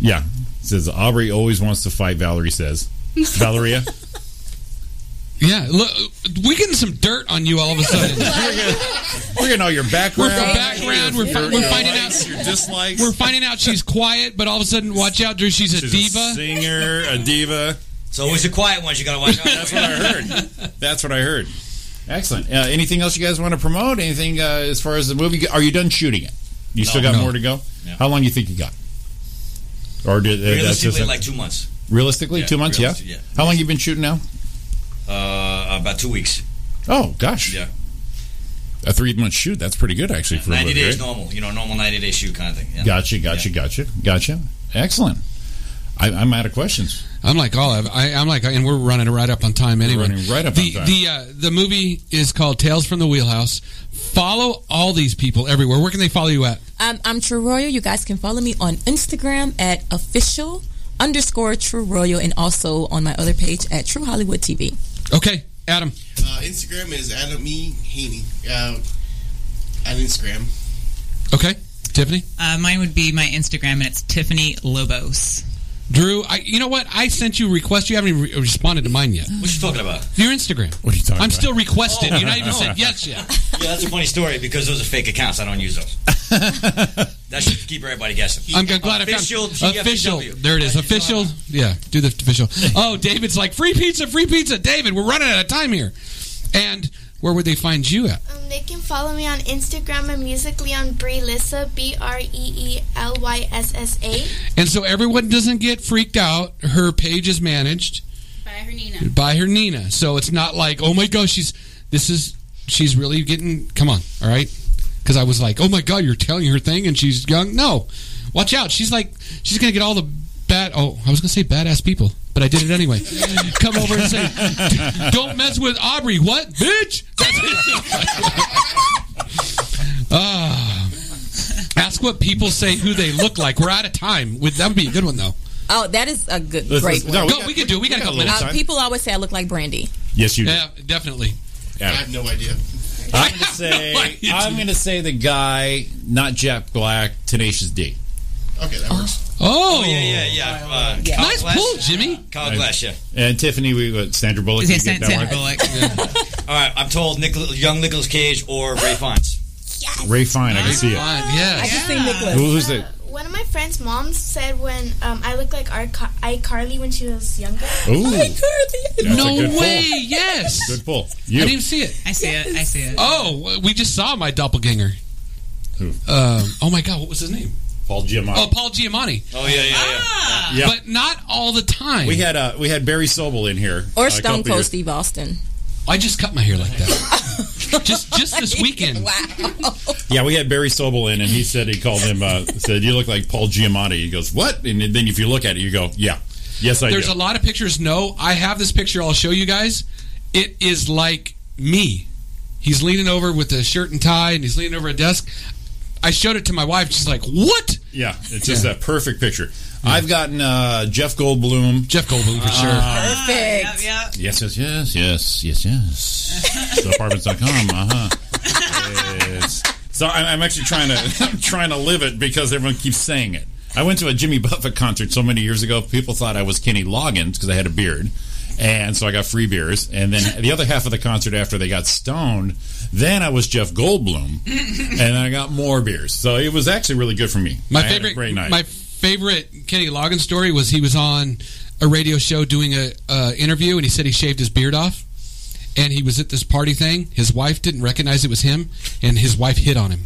Speaker 4: Yeah. Says Aubrey always wants to fight. Valerie says, Valeria.
Speaker 1: Yeah, look, we're getting some dirt on you all of a sudden.
Speaker 4: We're getting all your
Speaker 1: We're
Speaker 4: background.
Speaker 1: from background. We're, fi- we're finding out.
Speaker 4: your dislikes.
Speaker 1: We're finding out she's quiet, but all of a sudden, watch out, Drew. She's a
Speaker 4: She's
Speaker 1: diva.
Speaker 4: a singer, a diva.
Speaker 5: It's always the quiet ones you got to watch out.
Speaker 4: That's what I heard. That's what I heard. Excellent. Uh, anything else you guys want to promote? Anything uh, as far as the movie? go- Are you done shooting it? You still
Speaker 5: No.
Speaker 4: got
Speaker 1: No.
Speaker 4: more to go.
Speaker 5: Yeah.
Speaker 4: How long do you think you got? Or did, uh, that's just
Speaker 5: Realistically,
Speaker 4: it?
Speaker 5: like two months.
Speaker 4: realistically
Speaker 5: Yeah,
Speaker 4: two months?
Speaker 5: realistic-
Speaker 4: yeah.
Speaker 5: yeah.
Speaker 4: How long you been shooting now?
Speaker 5: Uh, about two weeks.
Speaker 4: Oh gosh.
Speaker 5: Yeah.
Speaker 4: A three month shoot. That's pretty good actually for a
Speaker 5: Ninety
Speaker 4: movie,
Speaker 5: days
Speaker 4: right?
Speaker 5: normal. You know, normal ninety day shoot kind of thing. Yeah.
Speaker 4: Gotcha. Gotcha. Gotcha. Gotcha. Excellent. I, I'm out of questions.
Speaker 1: [laughs] I'm like all of I, I'm like, and we're running right up on time anyway.
Speaker 4: running right up on
Speaker 1: the,
Speaker 4: time.
Speaker 1: The uh, the movie is called Tales from the Wheelhouse. Follow all these people everywhere. Where can they follow you at?
Speaker 7: Um, I'm True Royal. You guys can follow me on Instagram at official underscore True Royal and also on my other page at True Hollywood TV.
Speaker 1: Okay, Adam.
Speaker 8: Uh, Instagram is Adam E Haney. Uh, on Instagram,
Speaker 1: Okay, Tiffany.
Speaker 9: uh, mine would be my Instagram and it's Tiffany Lobos.
Speaker 1: Drew, I, you know what? I sent you a request. You haven't even re- responded to mine yet.
Speaker 5: What you talking about?
Speaker 1: Your Instagram.
Speaker 4: What are you talking
Speaker 1: I'm
Speaker 4: about?
Speaker 1: still requested.
Speaker 5: Oh.
Speaker 1: You're not even said yes yet.
Speaker 5: [laughs] Yeah, that's a funny story because those are fake accounts. I don't use
Speaker 1: [laughs]
Speaker 5: those. that should keep everybody guessing.
Speaker 1: I'm, I'm glad
Speaker 5: Official
Speaker 1: I found official.
Speaker 5: GFW.
Speaker 1: There it is.
Speaker 5: That's what you're
Speaker 1: Official. Yeah, do the official. Oh, David's like free pizza, free pizza. David, we're running out of time here. And where would they find you at?
Speaker 6: Um, they can follow me on Instagram and musically on Bree Lissa, B R E E L Y S S A.
Speaker 1: And so everyone doesn't get freaked out. Her page is managed
Speaker 11: By her Nina.
Speaker 1: by her Nina, so it's not like oh my gosh, she's this is she's really getting. Come on, all right. Because I was like, oh my god, you're telling her thing, and she's young. No, watch out. She's like she's gonna get all the bad. Oh, I was gonna say badass people. But I did
Speaker 11: [laughs]
Speaker 1: it anyway. Come over and say, "Don't mess with Aubrey." What, bitch? [laughs] That's it. Ah. ask what people say who they look like. We're out of time. Would that would be a good one though?
Speaker 7: Oh, that is a good,
Speaker 4: Let's-
Speaker 7: great
Speaker 4: let's-
Speaker 7: one.
Speaker 4: no,
Speaker 1: Go, we can do it. We got a
Speaker 4: got
Speaker 1: couple
Speaker 4: little
Speaker 7: Uh,
Speaker 4: time.
Speaker 7: people always say I look like Brandy.
Speaker 4: Yes, you do.
Speaker 1: Yeah, definitely.
Speaker 8: I have no idea.
Speaker 4: I'm going to say I'm going to say the guy, not Jack Black, Tenacious D.
Speaker 8: Okay, that works.
Speaker 1: Oh,
Speaker 5: yeah, yeah, yeah. Uh,
Speaker 1: Yeah.
Speaker 5: Kyle
Speaker 1: Nice
Speaker 5: Glass.
Speaker 1: pull, Jimmy.
Speaker 5: Kyle Glass, yeah.
Speaker 4: And Tiffany, we uh, Sandra Bullock.
Speaker 9: Yeah,
Speaker 4: you get
Speaker 9: Sandra
Speaker 4: that one?
Speaker 9: Bullock.
Speaker 5: [laughs] All right, I'm told Nichol- young Nicholas Cage or Ray Fiennes.
Speaker 4: Ray Fine, I can see it.
Speaker 1: Yeah.
Speaker 10: I just think
Speaker 4: Who-
Speaker 10: Nicholas.
Speaker 4: Who's it?
Speaker 6: One of my friend's moms said when um, I looked like our Car- iCarly when she was younger.
Speaker 4: Ooh,
Speaker 10: Curly.
Speaker 4: That's a
Speaker 1: no
Speaker 4: good pull.
Speaker 1: way. Yes.
Speaker 4: good pull.
Speaker 1: I
Speaker 4: You.
Speaker 1: didn't even see it.
Speaker 9: I see it. I see it.
Speaker 1: Oh, we just saw my doppelganger.
Speaker 4: Who?
Speaker 1: Um, oh my God, what was his name?
Speaker 4: Paul Giamatti.
Speaker 1: Oh, Paul Giamatti.
Speaker 5: Oh yeah, yeah, yeah.
Speaker 4: Yeah.
Speaker 1: But not all the time.
Speaker 4: We had uh, we had Barry Sobel in here. uh,
Speaker 10: Or
Speaker 4: a
Speaker 10: Stone
Speaker 4: couple
Speaker 10: Cold
Speaker 4: years-
Speaker 10: Steve Austin.
Speaker 1: I just cut my hair like that. just
Speaker 10: [laughs]
Speaker 1: just this weekend.
Speaker 10: Wow.
Speaker 4: Yeah, we had Barry Sobel in, and he said he called him. Uh, said you look like Paul Giamatti. He goes, "What?" And then if you look at it, you go, "Yeah, yes, I
Speaker 1: There's
Speaker 4: do."
Speaker 1: a lot of pictures. No, I have this picture. I'll show you guys. It is like me. He's leaning over with a shirt and tie, and he's leaning over a desk. I showed it to my wife. She's like, "What?"
Speaker 4: yeah, it's just
Speaker 1: Yeah.
Speaker 4: that perfect picture. I've gotten uh, Jeff Goldblum. Uh,
Speaker 1: Jeff Goldblum for
Speaker 10: Perfect.
Speaker 9: Yep, yep.
Speaker 4: Yes, yes, yes, yes, yes, yes. The Apartments.com. Uh huh. Yes. uh-huh. So I'm, I'm actually trying to [laughs] I'm trying to live it because everyone keeps saying it. I went to a Jimmy [laughs] Buffett concert so many years ago. People thought I was Kenny Loggins because I had a beard, and so I got free beers. And then the other half of the concert after they got stoned, then I was Jeff Goldblum, and I got more beers. So it was actually really good for me.
Speaker 1: My
Speaker 4: I had a
Speaker 1: favorite,
Speaker 4: great night.
Speaker 1: my favorite Kenny Loggins story was he was on a radio show doing a uh, interview, and he said he shaved his beard off, and he was at this party thing. His wife didn't recognize it was him, and his wife hit on him.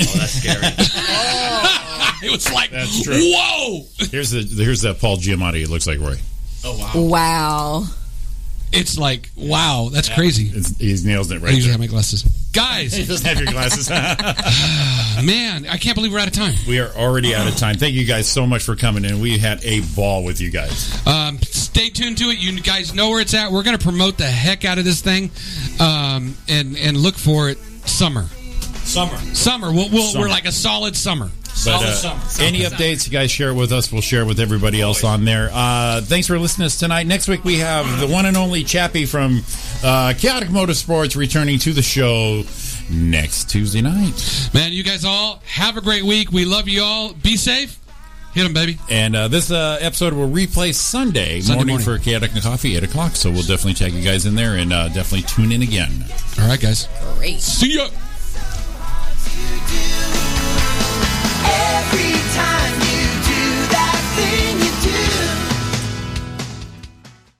Speaker 5: Oh, that's
Speaker 1: [laughs]
Speaker 5: scary.
Speaker 4: Oh.
Speaker 1: It was like,
Speaker 4: That's true.
Speaker 1: whoa!
Speaker 4: here's the here's that Paul Giamatti. It looks like Roy.
Speaker 8: Oh wow.
Speaker 10: Wow.
Speaker 1: It's like, wow, Oh, that's crazy.
Speaker 4: It's, he nails it
Speaker 1: I
Speaker 4: right.
Speaker 1: usually
Speaker 4: There.
Speaker 1: have my glasses,
Speaker 4: [laughs] He
Speaker 1: guys.
Speaker 4: doesn't have your glasses.
Speaker 1: Man, I can't believe we're out of time.
Speaker 4: We are already out of time. Thank you guys so much for coming in. We had a ball with you guys.
Speaker 1: [laughs] Um, stay tuned to it. You guys know where it's at. We're going to promote the heck out of this thing, um, and and look for it. Summer,
Speaker 5: Summer.
Speaker 1: summer. We'll, we'll,
Speaker 4: Summer.
Speaker 1: We're like a solid summer.
Speaker 4: But, uh,
Speaker 5: Solid summer.
Speaker 4: Any updates you guys share it with us, we'll share it with everybody else on there. Uh, thanks for listening to us tonight. Next week we have the one and only Chappie from uh, Chaotic Motorsports returning to the show next Tuesday night.
Speaker 1: Man, you guys all have a great week. We love you all. Be safe. Hit them, baby.
Speaker 4: And uh, this uh, episode will replay Sunday,
Speaker 1: Sunday morning.
Speaker 4: morning, for Chaotic and Coffee, 8 o'clock. So we'll definitely tag you guys in there and uh, definitely tune in again.
Speaker 1: All right, guys.
Speaker 10: Great.
Speaker 1: See ya.
Speaker 3: you do.